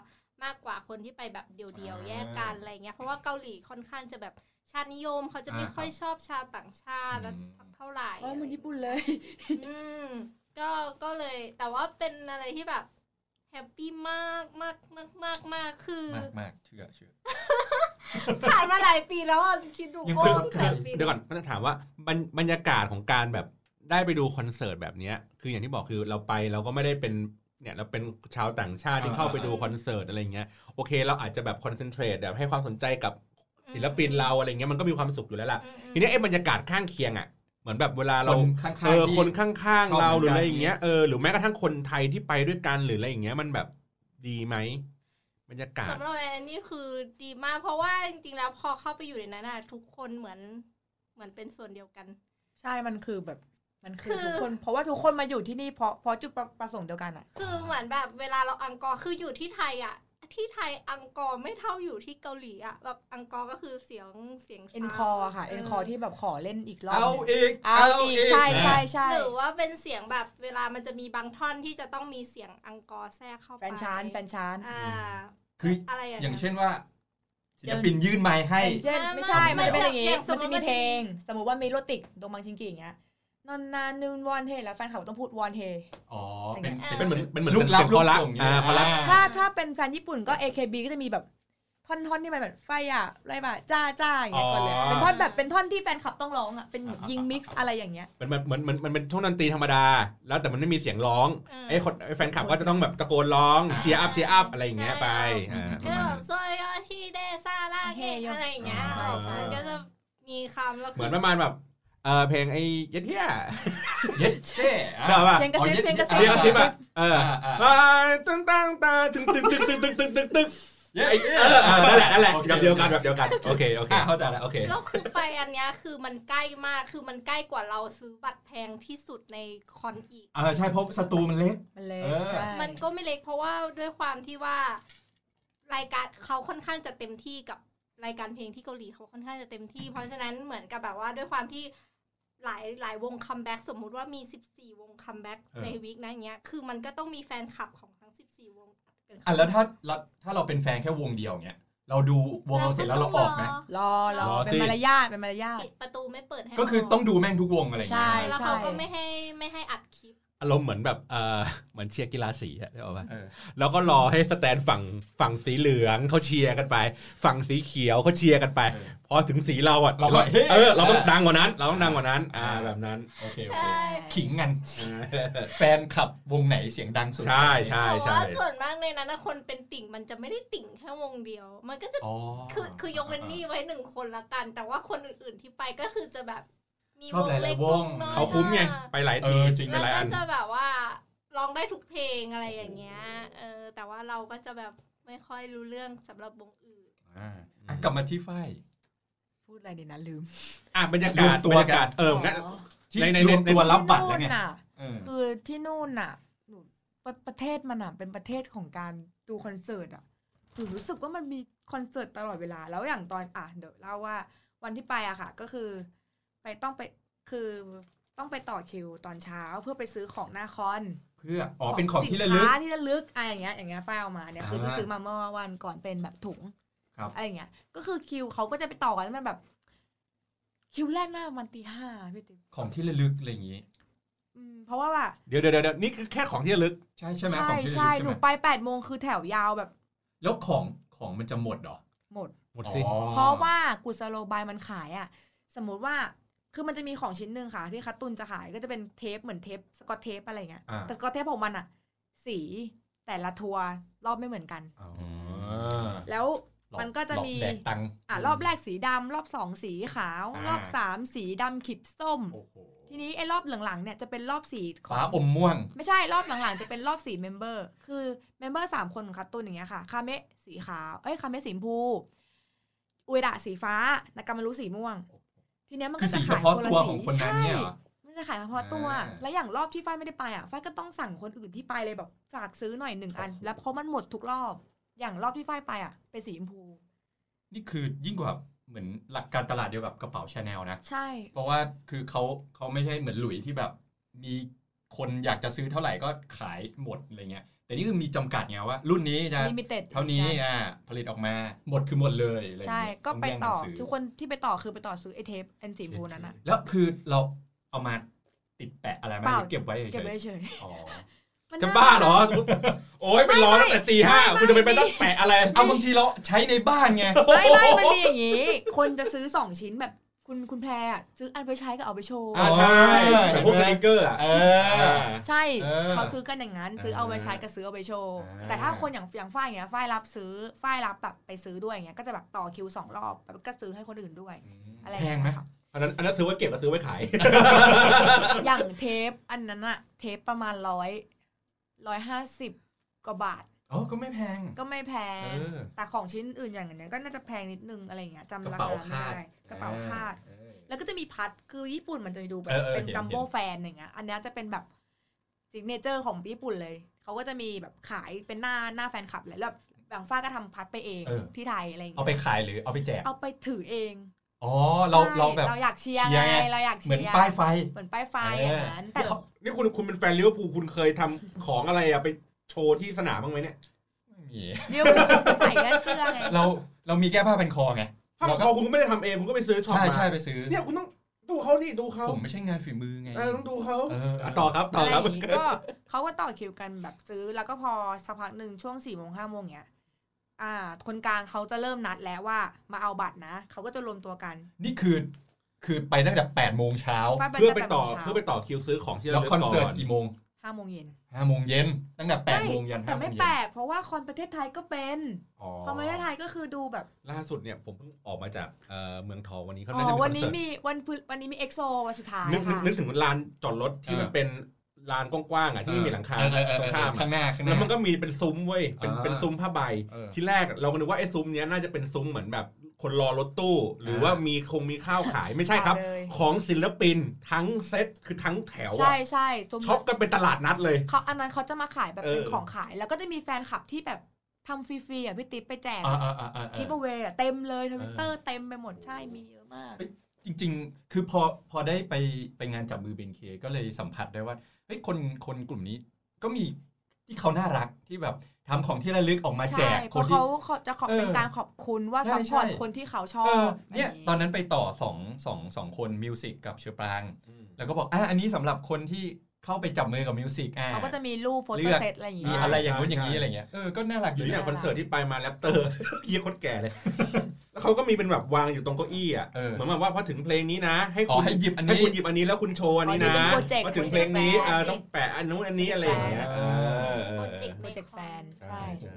มากกว่าคนที่ไปแบบเดียวๆแยกกันอะไรเงี้ยเพราะว่าเกาหลีค่อนข้างจะแบบชาตินิยมเขาจะไม่ค่อยชอบชาวต่างชาติเท่าไหร่
เออเหมือนญี่ปุ่นเลย
อืมก็ก็เลยแต่ว่าเป็นอะไรที่แบบแฮ แฮปปี้มากมากมากมากมากคือ
มากมากเชื่อเชื่อ
ผ่านมาหลายปีแล้วอะคิดดู
ยัง
โอ้
เพิ่ง
หลายปี
เดี๋ยวก่อนก็จะถามว่าบรรบรรยากาศของการแบบได้ไปดูคอนเสิร์ตแบบเนี้ยคืออย่างที่บอกคือเราไปเราก็ไม่ได้เป็นเนี่ยเราเป็นชาวต่างชาติที่
อ่า
เข้าไปดูคอนเสิร์ตอะไรอย่างเงี้ยโอเค เราอาจจะแบบคอนเซนเทรตแบบให้ความสนใจกับศิลปินเราอะไรเงี้ยมันก็มีความสุขอยู่แล้วล่ะ
อืมอืม
ทีนี้ไอ้บรรยากาศข้างเคียงอ่ะเหมือนแบบเวลาเรา
คนข้างๆ
เออ
ที่
คนข้างๆเรา
ชอบ
ห
เหมื
รือ
อนกัน
อะไรอย่างเงี้ยเออหรือแม้กระทั่งคนไทยที่ไปด้วยกันหรืออะไรอย่างเงี้ยมันแบบดีไหมบรรยากาศ
สำหรับแอนนี่คือดีมากเพราะว่าจริงๆแล้วพอเข้าไปอยู่ในนั้นน่ะทุกคนเหมือนเหมือนเป็นส่วนเดียวกัน
ใช่มันคือแบบมันคือ
คือ
ทุกคน เพราะว่าทุกคนมาอยู่ที่นี่เพราะเพราะจุดประประสงค์เดียวกันอ่ะ
คือเหมือนแบบเวลาเราอังกอร์คืออยู่ที่ไทยอ่ะที่ไทยอังกอร์ไม่เท่าอยู่ที่เกาหลีอ่ะแบบอังกอร์ก็คือเสียงเสียง
เอ็นคอร์ค่ะ เอ็นคอร์ที่แบบขอเล่นอีกรอบ
เอา
เนี่ย
อีก
เอาอีกใช่ใช่ใช่
หรือว่าเป็นเสียงแบบเวลามันจะมีบางท่อนที่จะต้องมีเสียงอังกอร์แทรกเข้าไป
แฟนชานแฟนชาน
อ่า
คือ
อะไรอย่าง
อย่าง
เงี้ย
เช่นว่าศิลปินยื่นไม้ให้
อย่างเช่น
ไม่
ไม่ใช่
ไม่
มันจะเป็นอย่าง
อ
นี้
ย่างส
มั
ม
น
มุ
จะ
ติ
มี
มันจะมี
เพลง สมมุติว่ามีโรติกดงบางชิงกิอย่างเงี้ยนอนนานนูนวอนเฮแล้วแฟนเขาต้องพูดวอนเฮ
อ๋อ เป็น
เออ
เป็นเหมือนเป็นเหมือน
ลูกรับ
เสียง
ลู
คอก รัส
ส่ง
อ่าคอรัส
ถ้าถ้าเป็นแฟนญี่ปุ่นก็ AKB ก็จะมีแบบท่อนท่อนที่มันแบบไฟอะไรแบบจ้าจ้าอย่างเงี้ยก่อนเลย
อ๋อ
เป็นท่อนแบบเป็นท่อนที่แฟนคลับต้องร้องอะเป็นแบบยิงมิกซ์อะไรอย่างเงี้ย
มันเหมือนมันมันมันเป็นช่วงดนตรีธรรมดา แล้วแต่มันไม่มีเสียงร้อง
อืม
ไอ้คนไอ้แฟนคลับก็จะต้องแบบตะโกนร้อง
อ่า
เชียร์อัพเชียร์อัพอะไรอย่างเงี้ยไปอ่าป
ก็
ระมาณนั้น
แบบโซยอชิเดซาลาเกะอะไรอย่างเงี้ย
ใช่ใช่
มันก็จะมีคำแล้ว
เห
คื
มือ
อ
นประมาณแบบเออเพลงไอ้เย็ดเที่ย
เย็ดเช่
เดี๋ยวป่ะ
เพลงกระซิบเพลงกระซิบ
เพลงกระซิบ
อ่ะ
อ่ะเออ
อ่า
อ่าตั้งตั้งตาตึงตึงตึงตึงตึงตึงตึงตึง
เย็ดเช่
เออเออนั่นแหละนั่นแหละ
โอค
แบบเดียวกันแบบเดียวกันโอเคโอเค
อ่ะเข้าใจแล้ว
โอเค
แล้วคือไปอันเนี้ยคือมันใกล้มากคือมันใกล้กว่าเราซื้อบัตรแพงที่สุดในคอนอีก
เออใช่เพราะสตูมันเล็ก
มันเลย
เออ
ใช่
มันก็ไม่เล็กเพราะว่าด้วยความที่ว่ารายการเขาค่อนข้างจะเต็มที่กับรายการเพลงที่เกาหลีเขาค่อนข้างจะเต็มที่ เพราะฉะนั้นเหมือนกับแบบว่าด้วยความที่หลายหลายวงคัมแบ็กสมมุติว่ามี 14 วงคัมแบ็ก
เออ
ในวีคนั้นเนี้ยคือมันก็ต้องมีแฟนคลับของทั้ง 14 วงอัดกันเข้า
อ่ะแล้วถ้าเราถ้าเราเป็นแฟนแค่วงเดียวเนี้ย เราดูวงเราเสร็จแล้วเราออกไหม
รอรอ
รอสิ
เป็นมารยาทเป็นมารยาท
ปิดประตูไม่เปิดให้
ก็คือ
เรา
ต้องดูแม่งทุกวงอะไรอย่างเงี้
ใช่
ย
แล้วเขาก็ไม่ให้ไม่ให้อัดคลิป
อารมณ์เหมือนแบบเออเหมือนเชียร์กีฬาสีอะได้ป่ะ
เออ
แล้วก็รอให้สแตนฝั่งฝั่งสีเหลืองเขาเชียร์กันไป ฝั่งสีเขียวเขาเชียร์กันไป
เออ
พอถึงสีเราอ่ะ
เราก็เฮ้
เออเราต้อง
เออ
ดังกว่านั้น เราต้องดังกว่านั้น อ่าแบบนั้น
โอเคโอ
ใช่
เคขิงกันแฟนขับวงไหนเสียงดังสุด
ใช่ใช่
แต่
ใช่
ว่าส่วนมากในนั้นนะคนเป็นติ่งมันจะไม่ได้ติ่งแค่วงเดียว มันก็จะ
อ๋อ
คือคือยกเว้นนี่ไว้หนึ่งคนละกัน แต่ว่าคนอื่นๆที่ไปก็คือจะแบบมี
ชอบหลายๆ
เล็ก
วง
น้อย
เขาคุ้มไง ไปหลาย
เอ
ที
อจริง
ไป
มัน
หลาย
ก็
อัน
จะแบบว่าร้องได้ทุกเพลงอะไรอย่างเงี้ยเออแต่ว่าเราก็จะแบบไม่ค่อยรู้เรื่องสำหรับวงอื่น
อ่ะอ่ะกลับมาที่ฝ้าย
พูดอะไรดีนะลืม
อ่ะบรรยา
ร
กาศ
วมตัว
บรรยากาศ
กัน
เอองั้น
อ๋อ
ที่
ในใน
รวม
ใน
ตัวรับบัตรแล้วไง
ที่นู่นน่ะ
เออ
คือที่นู่นน่ะหนูประประเทศมันน่ะเป็นประเทศของการดูคอนเสิร์ตอ่ะหนูรู้สึกว่ามันมีคอนเสิร์ตตลอดเวลา แล้วอย่างตอนอ่ะเดี๋ยวเล่าว่าวันที่ไปอะค่ะ ก็คือ ไปต้องไปคือต้องไปต่อคิวตอนเช้าเพื่อไปซื้อของหน้าคอน
เพื่ออ๋อเป็นของที่ระลึ
สิ
ก
นค้าที่ระลึกอะไรอย่างเงี้ยอย่างเงี้ยไฟล์เอามาเนี่ยคือที่
อ่า
ซื้อมาเมื่อวันก่อนเป็นแบบถุง
ครับ
อะไรอย่างเงี้ยก็คือคิวเขาก็จะไปต่อกันแล้วมันแบบ คิวแรกหน้ามันตีห้าพี่ติ๊บ
ของที่ระลึกอะไรอย่างงี้
อืมเพราะว่าแบบ
เดี๋ยวเดี๋ยวเดี๋ยวนี่คือแค่ของที่ระลึก
ใช่ใช่ไหม
ใช่
ของที่ระลึกใช่
ใช่ห
ไห
นู
ม
ไป8ปดโมงคือแถวยาวแบบ
แล้วของของมันจะหมดเหรอ
หมด
หมดสิ
อ๋อ
เพราะว่ากุศโลบายมันขายอะสมมุติว่าคือมันจะมีของชิ้นหนึ่งค่ะ ที่คัตตุนจะขายก็จะเป็นเทปเหมือนเทปสกอตเทปอะไรเงี้ย
อ่ะ
แต่สกอตเทปของมันอะสีแต่ละทัวร์รอบไม่เหมือนกัน
อ๋อ
แล้ว
หลอก
มันก็จะ
หลอ
มี
แดกตังค์
อ่ะรอบแรกสีดำรอบสองสีขาว
อ่าร ร
อบสามสีดำขิบส้ม
โอ้โห
ทีนี้ไอ้รอบหลังๆเนี่ยจะเป็นรอบสีขอ
ฟ้าง อมม่วง
ไม่ใช่รอบหลังๆ จะเป็นรอบสีเมมเบอร์ คือเมมเบอร์สามคนของคัตตุนอย่างเงี้ยค่ะ คาเมะสีขาว เอ้ย คาเมะสีชมพู อุเอดะสีฟ้า นากามารุสีม่วง ทีเนี้ยมัน
คื
ก็
อ
จะ
สีเฉ
ขาย
พาะ
คนละ
ตัว
สี
ของคนนั้นเนี่ยเหรอ
มันจะขายเฉพาะตัว
อ่า
แล้วอย่างรอบที่ฝ้ายไม่ได้ไปอ่ะฝ้ายก็ต้องสั่งคนอื่นที่ไปเลยแบบฝากซื้อหน่อยหนึ่งอัน แล้วเพราะมันหมดทุกรอบ อย่างรอบที่ฝ้ายไปอ่ะ เป็นสีชมพู
นี่คือยิ่งกว่าเหมือนหลักการตลาดเดียวกับกระเป๋าชาแนลนะ
ใช่
เพราะว่าคือเขาเขาไม่ใช่เหมือนหลุยที่แบบ มีคนอยากจะซื้อเท่าไหร่ก็ขายหมดอะไรเงี้ย แต่นี่คือมีจำกัดไงว่า รุ่นนี้จะ
limited
เท่านี้
edition
อ่าผลิตออกมาหมดคือหมดเลยอะไรเงี้ย
ใช่ ก็ไปต่อ
งแย่งนซื้
ทุกคนที่ไปต่อคือไปต่อซื้อไอเทปอันสีชมพูนั้นอะ
แล้วคือเราเอามาติดแปะอะไรไหมา
เปล่า
หรือเก็บไว้เฉย
เก็บไว้เฉย
ๆอ๋อ
ม มัน
จะ
น่
บ้าเหรอคุณโอ้ยไปรอตั้งแต่ตีห้า
ไม่ไม่
คุณจะไปไปนั่งแปะอะไร
เอาบางทีเราใช้ในบ้านไง
ไม่ไม่มันมีอย่างนี้ คนจะซื้อสองชิ้นแบบคุณคุณแพรอะซื้ออันไปใช้กับเอาไปโชว์
อ่าใช่
อ๋อ
แบบพวกสติกเกอร์อ่ะ
เออ
ใช่
เออ
เขาซื้อกันอย่างนั้น ซื้อเอาไปใช้กับซื้อเอาไปโชว์
เออ
แต่ถ้าคนอย่างอย่างฝ้ายอย่างเงี้ยฝ้ายรับซื้อฝ้ายรับแบบไปซื้อด้วยอย่างเงี้ยก็จะแบบต่อคิวสองรอบแบบก็ซื้อให้คนอื่นด้วย อะไรอ
แพ
ย่าง ง
ไหม
เงี้ยค่ะ
อันนั้นอันนั้นซื้อไว้เก็บกับซื้อไว้ ขาย
อย่างเทปอันนั้นอะเทปประมาณร้อยร้อยห้าสิบกว่าบาท
เอ๋อก็ไม่แพง
ก็ไม่แพ
เอง อ
แต่ของชิ้นอื่นอย่างเนี้ยก็น่าจะแพงนิดนึงอะไรอย่างเงี้ยจำราก
ระเป๋า
คาไม่
คาด
ได้กระเป๋าคาด
เออ
แล้วก็จะมีพัดคือญี่ปุ่นมันจะดูแบ
เอบ อเออ
เป็น
เห็น
จัมโบ้
เห็น
แฟนอย่างเงี้ย อันเนี้ยจะเป็นแบบซิกเนเจอร์ของญี่ปุ่นเลย เขาก็จะมีแบบขายเป็นหน้าหน้าแฟนคลับเลยแล้วบางฝ้าก็ทำพัดไปเอง
เออ
ที่ไทยอะไรอย่าง
เอา
เงี้ย
ไปขายหรือเอาไปแจก
เอาไปถือเอง
อ๋อ เรา
ใช่
เราแบบ
เราอยากเชียร์
เชีย
ไง
ร์ไง
เราอยาก
เหมือน
เชียร์
ป้ายไฟ
เหมือนป้ายไฟ
เอออ
อย่างนั้นแต่
เขานี่คุณคุณเป็นแฟนลิเวอร์พูลคุณเคยทำของอะไรอะไปโชว์ที่สนามบ้างไหมเนี่ย
ไม่มี
เดี๋ยวมันใส่แค่เสื้อไง
เราเรามีแก้ผ้าเป็นคอไง
ถ้า
เรา
ค
ก็
อคุณก็ไม่ได้ทำเองคุณก็ไปซื้อช็อป
ใช่
มา
ใช่ไปซื้อ
เนี่ยคุณต้องดูเขาที่ดูเขา
ผมไม่ใช่งานฝีมือไง
เออต้องดูเขา
เออเออ
ต่อครับต่
อะ
อ
ไรอ
ครับ
ย่างงี้ก็เขาก็ต่อคิวกันแบบซื้อแล้วก็พอสักพักหนึ่งช่วงสี่โมงห้าโมงเนี้ยอ่า คนกลางเขาจะเริ่มนัดแล้วว่ามาเอาบัตรนะเขาก็จะรวมตัวกัน
นี่คือ คือไปตั้งแต่8โมงเช้า
ฝ้าย
เพื่อไป
แปด
ต่อ
โมงช้า
เพื่อไปต่อคิวซื้อของที่
แล้
เรา
วคอนเสิร์ตกี่โมง
ห้าโมงเย็น
5โมงเย็นตั้งแต่8โมงยัน
แต่
5โม
ไม่
ง
แป
เย็น
ลกเพราะว่าคอนประเทศไทยก็เป็น
อ๋อ
คอนประเทศไทยก็คือดูแบบ
ล่าสุดเนี่ยผมเพิ่งออกมาจากเอ่อเมืองทองวันนี้เขา
อ๋
น่าจะ
อ
มีค
วั
อนน
นี้
เสิร์ต
มีวันพฤวันนี้มีเอ็กโซวันสุดท้าย
นึกนึก
ค่ะ
นึกถึงลานจอดรถที่มันเป็นลานกว้างๆอ่ะที่ไม่มีหลังคา
เออเออเออ
ตรงข้ามอะ
ข้างหน้าข้างห
แล้
น้า
วมันก็มีเป็นซุ้มเว้ยเป็น
อ่า
เป็นซุ้มผ้าใบ
เออ
ที่แรกเราก็นึกว่าไอ้ซุ้มเนี้ยน่าจะเป็นซุ้มเหมือนแบบคนรอรถตู้ หรืออา ว่ามีคงมีข้าวขายไม่ใช่ครับ
เลย
ของศิลปินทั้งเซตคือทั้งแถว
ใช่
อะ
ใช่สมม
ช็อป
ติ
กันเป็นตลาดนัดเลย
เขาอันนั้นเขาจะมาขายแบบ
เออ
เป็นของขาย แล้วก็จะมีแฟนคลับที่แบบทำฟรีๆอ่ะพี่ติ๊บไปแจก
อ่าอ่าอ่าอ่า
กิฟต์เวย์เต็มเลยทวิตเตอ
เออ
ร์เต็มไปหมดใช่มีเยอะมาก
จริงๆ คือพอพอได้ไปไปงานจับมือเบนเคก็เลยสัมผัสได้ว่าเฮ้ยคนคนกลุ่มนี้ก็มีที่เขาน่ารักที่แบบทำของที่ระลึกออกมาแจ
ใช่
ก
เพ
คน
ราะ
ที่
เขาเขาจะขอบ
เออ
เป็นการขอบคุณว่า
ใช่
ซัพพอร์ต
ใช่
คนที่เขาชอ
เออบ เนี่ย
แบบ
ตอนนั้นไปต่อสองสองสองคนมิวสิกกับเชอปราง แล้วก็บอกอ่ะอันนี้สำหรับคนที่เข้าไปจับมือกับมิวสิกอ่ะ
เขาก็จะมีรูปโฟ
เลื
โต้
อก
เซตอะไรอย่าง
มี
เงี้ย
อะไรอย่างนู้น
ใช่
อย่างนี้อะไรเงี้ยเออก็น่ารัก
ห
อ
รื
ยู่
ออย่าง
นะ
คอนเสิร์ตที่ไปมาแรปเตอร์ เยี่ยคนแก่เลย แล้วเขาก็มีเป็นแบบวางอยู่ตรงเก้าอี้อ่ะ
เออ
เหมือนแบบว่าพอถึงเพลงนี้นะ ให้
ขอ
คุณ
ให้หยิบอัน
ให้
นี้
คุณหยิบอันนี้แล้วคุณโชว์อันนี้
อ๋อนี่
นะ
เป็นโปรเจกต์
ว่าถึงเพลงนี้เออต้องแปะอันนู้นอันนี้อะไรอย่างเงี้ย
แปะ
เออเออ
โปรเจกต์
โปรเจกต์แฟน ใช่
ใช่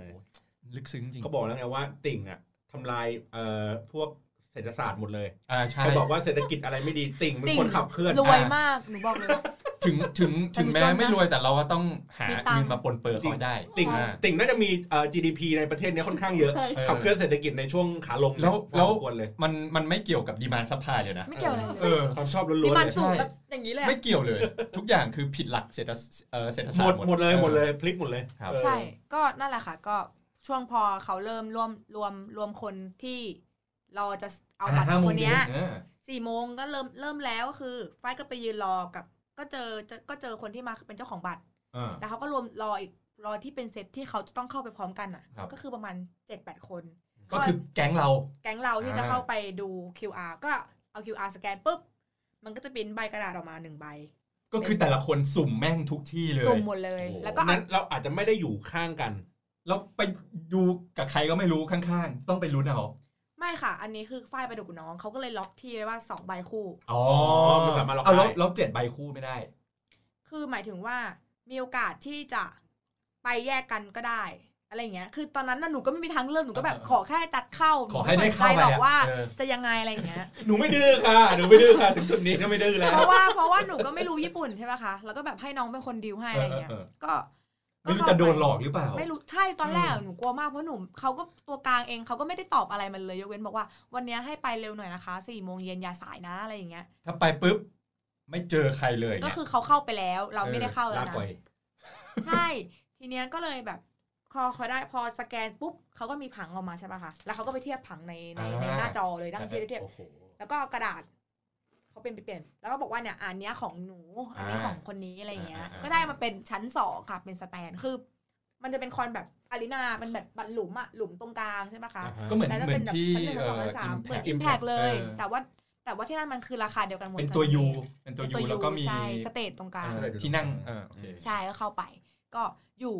ลึกซึ้งจริง
เขาบอกแล้วไงว่าติ่งอ่ะทำลายเอ่อพวกเศรษฐศาสตร์หมดเลย
อ่าใช่
เขาบอกว่าเศรษฐกิจอะไรไม่ดีติ่งเป็น
ติ่ง
คนขับเคลื่อน
รวยมาก หนูบอก เลยว่า
ถึงถึงถึง
แต่
แม้
ดูจนนะ
ไม่รวยแต่เราก็ต้องหา
มีตังค์
เงินมาปนเปื้อนเขาให้ได้
ติ่ง
อ่า
ติ่งน่าจะมีเอ่อ GDP ในประเทศเนี้ยค่อนข้างเยอะ
ใช่
เออ
ขับเคลื่อนเศรษฐกิจในช่วงขาลงเนี่ย
แล้ว
พอ
แล้ว
สมควรเลย
มันมันไม่เกี่ยวกับดีมานซัพพลายเลยนะ
ไม่เกี่ยวอะไรเล
เอย อ
ความชอบล้วนๆ
ดีมัน
เลย
สูง
ใช่
แบบอย่างนี้เลยอะ
ไม่เกี่ยวเลย ทุกอย่างคือผิดหลักเศรษฐศเอ่อเศรษฐศา
ห
ส
ม
ต
ด
ร์
หมดเลย
ออ
หมดเลยพลิกหมดเลย
ครับ
เออ
ใช่ ก็นั่นแหละค่ะ ก็ช่วงพอเขาเริ่มรวมรวมรวมคนที่เราจะเอาบัตร
ห้โม
ค
ง
นเนี้ย
เย็นออ
สี่โมงก็เริ่มเริ่มแล้วก็คือฝ้ายก็ไปยืนรอกับ ก็เจอจะก็เจอคนที่มาเป็นเจ้าของบัตร
อ่า
แล้วเขาก็รวมรออีกรอที่เป็นเซตที่เขาจะต้องเข้าไปพร้อมกันอ่ะ
ครับ
ก็คือประมาณเจ็ดแปดคน
ก็คือแก๊งเรา
แก๊งเราที่จะ
อ่า
เข้าไปดู QR ก็เอา QR สแกนปุ๊บ มันก็จะเป็นใบกระดาษออกมาหนึ่งใบ
ก็คือแต่ละคนสุ่มแม่งทุกที่เลย
สุ่มหมดเลย แล้วก็อั
นั้นนเราอาจจะไม่ได้อยู่ข้างกัน
แล้วไปดูกับใครก็ไม่รู้ข้างๆ ต้องไปรู้นเอา
ไม่ค่ะ อันนี้คือฝ้ายไปดูกับน้อง เขาก็เลยล็อกที่ไว้ว่าสองใบคู่
อ๋อ
มันสามารถล็อก
เอาแล้ว
ได้
แล้วเจ็ดใบคู่ไม่ได้
คือหมายถึงว่ามีโอกาสที่จะไปแยกกันก็ได้ อะไรอย่างเงี้ย คือตอนนั้นน่ะหนูก็ไม่มีทางเลือกหนูก็แบบ
เออ
ขอแค่ตัดเข้า
ขอให้ได้เข้า
ม่สน
ไป
ใจหรอก
อะ
ว่า
เออ
จะยังไงอะไรอย่างเงี้ย
หนูไม่ดื้อค่ะหนูไม่ดื้อค่ะถึงจุดนี้ก็ไม่ดื้อแล้ว
เพราะว่าเพราะว่าหนูก็ไม่รู้ญี่ปุ่นใช่ไหมคะ แล้วก็แบบให้น้องเป็นคนดิวให้อะไรอย่างเงี้ย
เออเออ
ก็
ไม่รู้
เข้า
จะโดน
ไป
หลอกหรือเปล่า
ไม่รู้ใช่ตอนแรกอะหนูกลัวมากเพราะหนูเขาก็ตัวกลางเองเขาก็ไม่ได้ตอบอะไรมันเลยยกเว้นบอกว่าวันเนี้ยให้ไปเร็วหน่อยนะคะสี่โมงเย็นอย่าสายนะอะไรอย่างเงี้ย
ถ้าไปปุ๊บ ไม่เจอใครเลย
ก็
เนี่ย
คือเขาเข้าไปแล้วเราไม่ได้เข้าแล้
ลาว
นะ
ก่อย
ใช่ ทีเนี้ยก็เลยแบบพอเขาได้พอสแกนปุ๊บเขาก็มีผังออกมาใช่ปะคะแล้วเขาก็ไปเทียบผังในในใน
อ่า
หน้าจอเลยนั่งเทียบเทียบ
โอ้โห
แล้วก็เอากระดาษเขาเป็นไปเปลี่ยน แล้วก็บอกว่าเนี่ยอันเนี้ยของหนูอันนี้ของคนนี้อะไรอย่างเงี้ย
อ่าอ่าอ่า
ก็ได้มาเป็นชั้นสองค่ะเป็นสแตนคือ มันจะเป็นคอนแบบอารีนามันแบบบัตรหลุมอะหลุมตรงกลางใช่ปะคะ
ก็เหมือน
แล้วก็
เหมื
เป็
อน
นแบบ
ที่
ชั้นหนึ่ง
เอ่
สอง
อ
สามเหมือน
Impact
Impact เลย
ออ
แต่ว่าแต่ว่าที่นั่นมันคือราคาเดียวกันหมด
เป็นตัว
ทั้ง
ยู
นี้
เป็นตัวยูแล้วก็มี
ใช่สเตจตรงกลาง
เอ่อที่นั่งเออโอเค
ใช่ก็เข้าไป ก็ ก็อยู่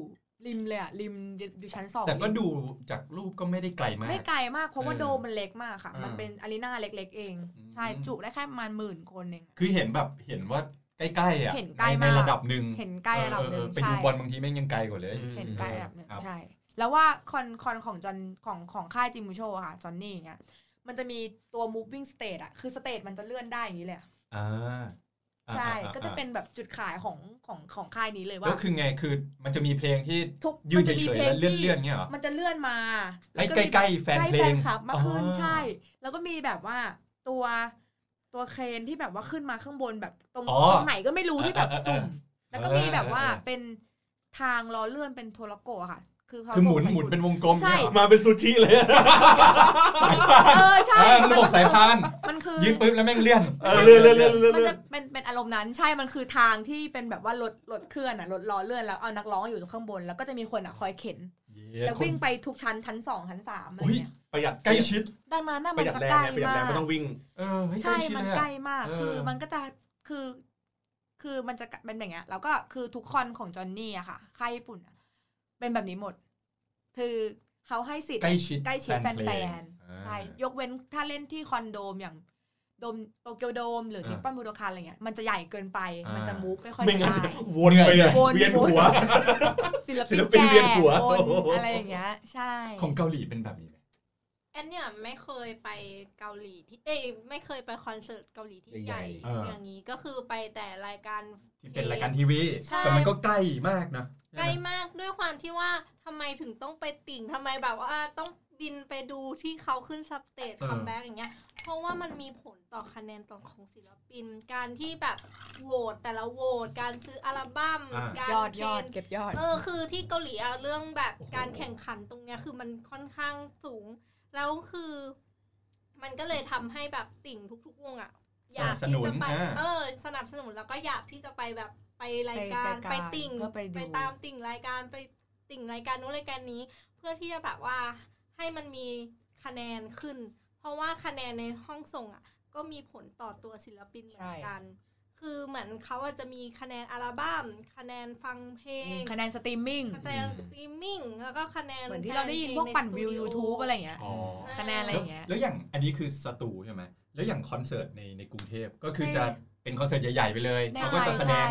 ริมเลยอะริมอยู่ชั้นสอง
แต่ก็
ริม
ดูจากรูปก็ไม่ได้ไกลมาก
ไม่ไกลมากเพราะว่า
เออ
โดมมันเล็กมากค่ะ
อ่ามั
มันเป็นอารีนาเล็ก ๆ เอง
อืม
ใช่จุได้แค่ประมาณหมื่นคนเอง
คือเห็นแบบเห็นว่าใกล้ๆอ่ะ
เห็นใกล้
ใน
มาก
ระดับหนึ่ง
เห็นใกล้ระดับหนึ่ง
เออเออเออไป
ใช่
ดูบอลบางทีแม่งยังไกลกว่าเลย
อืม
เห็นใกล้ระดับหนึ่ง
ครับ
ใช่ แล้วว่าคอนคอนของจอนของของค่ายจิมูโชอะค่ะจอนนี่อย่างเงี้ยมันจะมีตัว moving stage อะคือสเตจมันจะเลื่อนได้อย่างนี้เลยอะ
อ่าอ่า
ใช่
อ่า
ก็จะเป็นแบบจุดขายของของของค่ายนี้เลย
ก็
ว่า
คือไงคือมันจะมีเพลงที่
ทุก
ยื
มัน จะมี
เฉย
เพล
ๆ
ง
แล้วเลื่อน
ที่
เลื่อนๆเงี้ยเหรอ
มันจะเลื่อนมา
ไอ้
แล้วก็
ใก
มี
ล้ๆแฟน
ใกล้
เพล
แฟ
ง
นคลับมากขึ้น
อ๋อ
ใช่ แล้วก็มีแบบว่าตัวตัวเครนที่แบบว่าขึ้นมาข้างบนแบบตรง
อ๋อ
ตรงไหนก็ไม่รู้ที่แบบ
เออเออเออ
สุ่ม แล้วก็มีแบบว่า
เออเออ
เป็นทางล้อเลื่อนเป็นโทรโกะค่ะ คือเขา
คือหมุน
ส่ง
หมุนเป็นวงกลม
ใช่
เนี่ยเหรอ
มาเป็นซูชิเลย
สายพาน
เออใช่
เออระบบสายพาน
มันคือ
ยืนปุ๊บแล้วแม่งเลื่อน
เออเลื่อนเลื่อนเลื่อนเลื่อน
มัน
เลื่อ
จะ
น
เป็นเป็นอารมณ์นั้นใช่มันคือทางที่เป็นแบบว่ารถรถเคลื่อนอ่ะรถล้อเลื่อนแล้วเอานักร้องอยู่ข้างบน แล้วก็จะมีคนอ่ะคอยเข็น แล้ววิ่งไปทุกชั้นชั้นสองชั้นสามอะไร
อุ้ย
เงี้ย
ประหยัด
ใกล้ชิด
ดังนั้นน่ะ
ป
มั
ระ
น
หยัด
จะ
แรง
ใกล้
ไงประหยัดแร
มา
งไม่
ก
ต้องวิ่ง
เออเฮ้ย
ใช่
ชิด
มัน
เลยอะ
ใกล้มาก
เออ
คือมันก็จะ คือ คือมันจะเป็นแบบเนี้ย แล้วก็คือทุกคอนของจอห์นนี่อะค่ะค่ายญี่ปุ่นอะเป็นแบบนี้หมด คือเขาให้สิทธิ์
ใกล้ชิด
ใกล้ชิดแฟน
เพลงอ่า
ๆใช่ ยกเว้นถ้าเล่นที่คอนโดมอย่างโดมโตเกียวโดม หรือ
เออ
นิปปอนบูโดคานอะไรเงี้ย มันจะใหญ่เกินไป
อ่ามั
มันจะมูฟไม่ค่อย
ไม่
จะ
งั้น
ได้
วนไปเลย
วน
เวียนหัว
วน ศิลปิน
ศิลปิน
แก่
เวียนหัว
ค
โอ้
น
โห
อะไรอย่างเงี้ย ใช่
ของเกาหลีเป็นแบบนี้ไหม
แอนเนี่ยไม่เคยไปเกาหลีที่เอ้ยไม่เคยไปคอนเสิร์ตเกาหลีที่
ให
ให
ญ่
ญ่
เอออ
อย่างนี้ก็คือไปแต่รายการ
ที่เป็นรายการทีวี
ใช่
แต่มันก็ใกล้มากนะ
ใกล้มากด้วยความที่ว่าทำไมถึงต้องไปติ่งทำไมแบบว่าต้องบินไปดูที่เขาขึ้นสเตจคัมแบ็กอย่างเงี้ย เพราะว่ามันมีผลต่อคะแนนต่อของศิลปิน การที่แบบโหวตแต่ละโหวตการซื้ออัลบั้ม
อ่า
การ
ยอด
เท
ย
ร
อด
น
เก็บยอด
เออคือที่เกาหลีอะเรื่องแบบการแข่งขันตรงเนี้ยคือมันค่อนข้างสูง แล้วคือ มันก็เลยทำให้แบบติ่งทุกๆวงอ่ะอยากที่จะไปเออ สนับสนุนแล้วก็อยากที่จะไปแบบไปรายการ
ไป
ไป
รายการ
ติ่ง
เพื่อไปดู
ไปตามติ่งรายการไปติ่งรายการนู้นรายการนี้ เพื่อที่จะแบบว่าให้มันมีคะแนนขึ้น เพราะว่าคะแนนในห้องส่งอ่ะ ก็มีผลต่อตัวศิลปินเหมือนกัน คือเหมือนเขาอาจจะมีคะแนนอัลบั้มคะแนนฟังเพลง
คะแนนสตรีมมิ่ง
คะแนนสตรีมมิ่งแล้วก็คะแนน
เหมือนที่เราได้ยินพวกปั่นวิว YouTube อะไรเงี้ย
อ๋อ
คะแนนอะไร
แล้ว
เงี้ย
แล้วอย่างอันนี้คือสตูใช่ไหมแล้วอย่างคอนเสิร์ตในในกรุงเทพก็คือ
ใน
จะเป็นคอนเสิร์ตใหญ่ๆไปเลย
ใน
เขาก็จะแสดง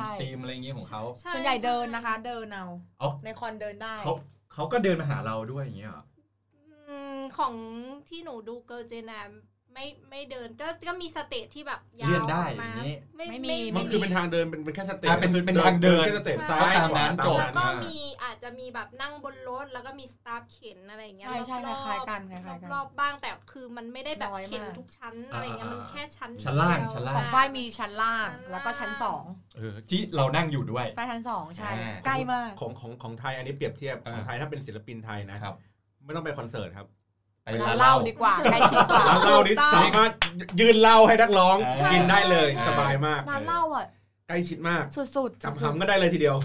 เต็ม
่ใช่
สตรีมอะไรอย่างเงี้ยของเขา
ช่
ส่วนใหญ่เดินนะคะ เดินเอา
เอ๋อ
ในคอนเดินได้
เขาเขาก็เดินมาหาเราด้วยอย่างเงี้ยเหรอ
อืมของที่หนูดูเกิร์ลเจนามไม่ไม่เดินก็ก็มีสเตจที่แบบยาว
เลื่อนได้
มา
อย่างงี้
ไม่
ไม่มี
ไม่
มันคือเป็นทางเดินเป็นเป็นแค่สเตจ
อ่ะเป็นเป็นทางเดิน
แค่สเตจซ้า
ก็
ย
ตาม
ขวา
นั้น
ตาม
จบ
แล้วก็
อ่ามี
มีอาจจะมีแบบนั่งบนรถแล้วก็มีสตาฟเข็นอะไรอย่างเงี้ย
ใช่ใช่
รอบๆ
คล้ายๆกันคล้ายๆกัน
รอบๆบ้างแต่คือมันไม่ได้แบบ
น้อยมาก
เข็นทุกชั้นอะไรเงี้ยมันแค่ชั้น
ชั้นล่าง
เดียว
ชั้นล่
ของฝ้ายมีชั้นล่าง
ชั้นล่าง
แล้วก็ชั้นสอง
เออที่เรานั่งอยู่ด้วย
ฝ้ายชั้นสองใช่
อ่า
ใกล้มาก
ของของของไทยอันนี้เปรียบเทียบ
อ่า
ของไทยถ้าเป็นศิลปินไทยนะ
นะครับ
ไม่ต้องไปคอนเสิร์ตครับ
ไป
ร้านเหล้าดีกว่า ใกล้ชิดกว่า
ร้านเหล้านี่
ถูกต้อง
สามารถยื่นเหล้าให้นักร้อง
ใช่
กินได้เลย
ใช่
สบายมาก
ร้านเหล้าอ่ะ
ใกล้ชิดมาก
สุดๆสุด
จำคำก็ได้เลยทีเดียว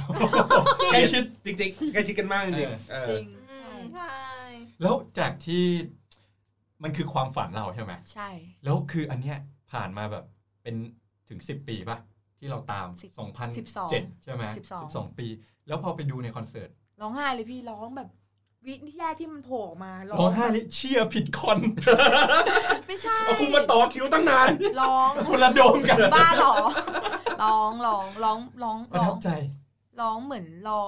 ใกล้ชิด
จริงๆใกล้ชิดกันมากจริงๆเออ
จริง
อืมใช่
แล้วจากที่มันคือความฝันเราใช่ไหม
ใช่
แล้วคืออันเนี้ยผ่านมาแบบเป็นถึง 10 ปีป่ะ ที่เราตาม
สิบ
2007 ใช่ไหม
สิบสอง
บสองปี แล้วพอไปดูในคอนเสิร์ต
ร้องไห้เลยพี่ร้องแบบ วิที่แรกที่มันโผล่ออกมาร้
ร้องไห้เลยเชียร์ผิดคอน
ไม่ใช่
เอาคุณมาต่อคิวตั้งนาน
ร้อง
คนละโดมกัน
บ้าเหรอร้องร้องร้องร้อง
ประ
ร้อ
ทับ
ง
ใจ
ร้องเหมือนรอ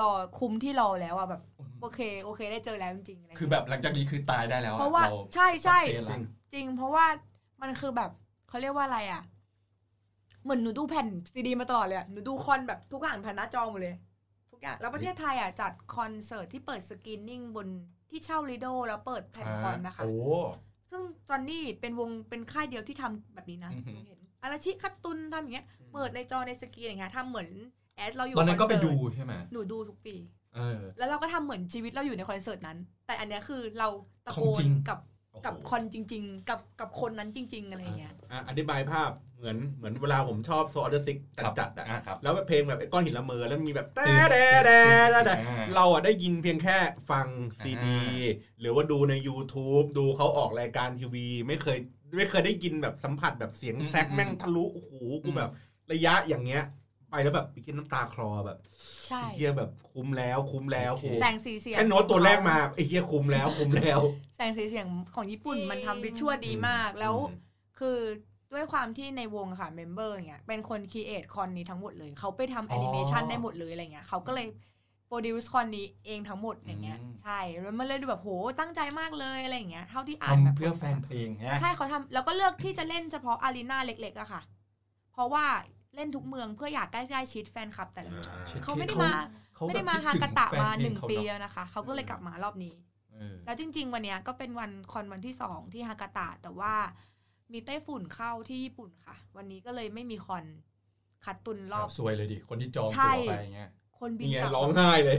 รอคุมที่รอแล้วอ่ะแบบ โอเคโอเคได้เจอแล้วจริงๆะไรย่างเงี้ย
คือแบบหลังจากนี้คือตายได้แล้วอ
เพราะว่า
เ
ใช่ใช่
สักเซนละ
จริง เพราะว่ามันคือแบบเขาเรียกว่าอะไรอ่ะ เหมือนหนูดูแผ่นซีดีมาตลอดเลยอะหนูดูคอนแบบทุกอย่างผ่านหน้าจอหมดเลย ทุกอย่างแล้วประเทศไทยอ่ะจัดคอนเสิร์ตที่เปิดสกรีนนิ่งบนที่เช่าลิโดแล้วเปิดแผ่นคอนนะคะ
โอ้
ซึ่งจอนนี่เป็นวงเป็นค่ายเดียวที่ทำแบบนี้นะ
อือหือ
หนูเห็นอาราชิคัตตุนทำอย่างเงี้ยเปิดในจอในสกรีนอย่างเงี้ยทำเหมือนแอดเราอยู่
ตอนนั้นก็ไป
คเสิ
ดู
ร์ต
ใช่ไหม
หนูดูทุกปี
เออ
แล้วเราก็ทำเหมือนชีวิตเราอยู่ในคอนเสิร์ตนั้น แต่อันเนี้ยคือเราตะโก
ของจริ
น
ง
กับ
โอ้โห
กับคนจริง ๆ กับกับคนนั้นจริง ๆ อะไรเงี้ย
อ่ะอธิบายภาพเหมือนเหมือนเวลาผมชอบโซอเดอร์ซิก
ครับ
จัดๆอ่ะ
อ่ะครับ
แล้วเพลงแบบไอ้ก้อนหินละเมอแล้วมีแบบแต่
ตื่น
แต่แต่แต่
อ่า
เราอ่ะได้ยินเพียงแค่ฟังซีดี
อ่
หรือว่าดูใน YouTube ดูเขาออกรายการทีวี ไม่เคยไม่เคยได้ยินแบบสัมผัสแบบเสียงแซกแม่งทะลุโอ้โหกูแบบระยะอย่างเงี้ย ไปแล้วแบบไปกินน้ำตาคลอแบบ
ใช่
ไอ้เฮียแบบคุ้มแล้วคุ้มแล้วโอ้โห
แสงสีเสียง
แค่โน้ตตัวแรกมาไอ้เฮียคุ้มแล้วคุ้มแล้ว
แสงสีเสียงของญี่ปุ่น
จริง
มันทำวิชวลดีมากแล้ว คือด้วยความที่ในวงอะค่ะเมมเบอร์อย่างเงี้ยเป็นคนค r ีเอทคอนนี้ทั้งหมดเลย เขาไปทำ
อ๋
แอ
อ
นิเมชันได้หมดเลยอะไรเงี้ยเขาก็เลยโปรดิวซ์คอนนี้เองทั้งหมดอย่างเงี้ย
อืม
ใช่แล้วมันเลยดูแบบโหตั้งใจมากเลยอะไรอย่างเงี้ยเท่าที่อ่านแบ
ทำ
บ
เพื่อแฟนเพลงนะ
ใช่เขาทำแล้วก็เลือกที่จะเล่นเฉพาะอารีนาเล็กๆอะค่ะ เพราะว่าเล่นทุกเมืองเพื่ออยากใกล้ๆชิดแฟนคลับแต่ละเมือง
อ่า
เขาไม่ได้มา
เขแบบ
ไม่ได้มาฮา
คิถึ
กาตะ
แฟ
มา
เพล
หนึ่ง
เข
ปี
เอะ
แล้วนะคะเขาก็เลยกลับมารอบนี้
เออ
แล้วจริง ๆ วันเนี้ยก็เป็นวันคอนวันที่สองที่ฮากาตะแต่ว่ามีไต้ฝุ่นเข้าที่ญี่ปุ่นค่ะ วันนี้ก็เลยไม่มีคอนคัดตุนรอบ
สวยเลยดิคนที่จอง
ใช่
ตั๋วไปอย่างเงี้ย
คนบิน
เนี่ย
กลับ
ร้องไห้เลย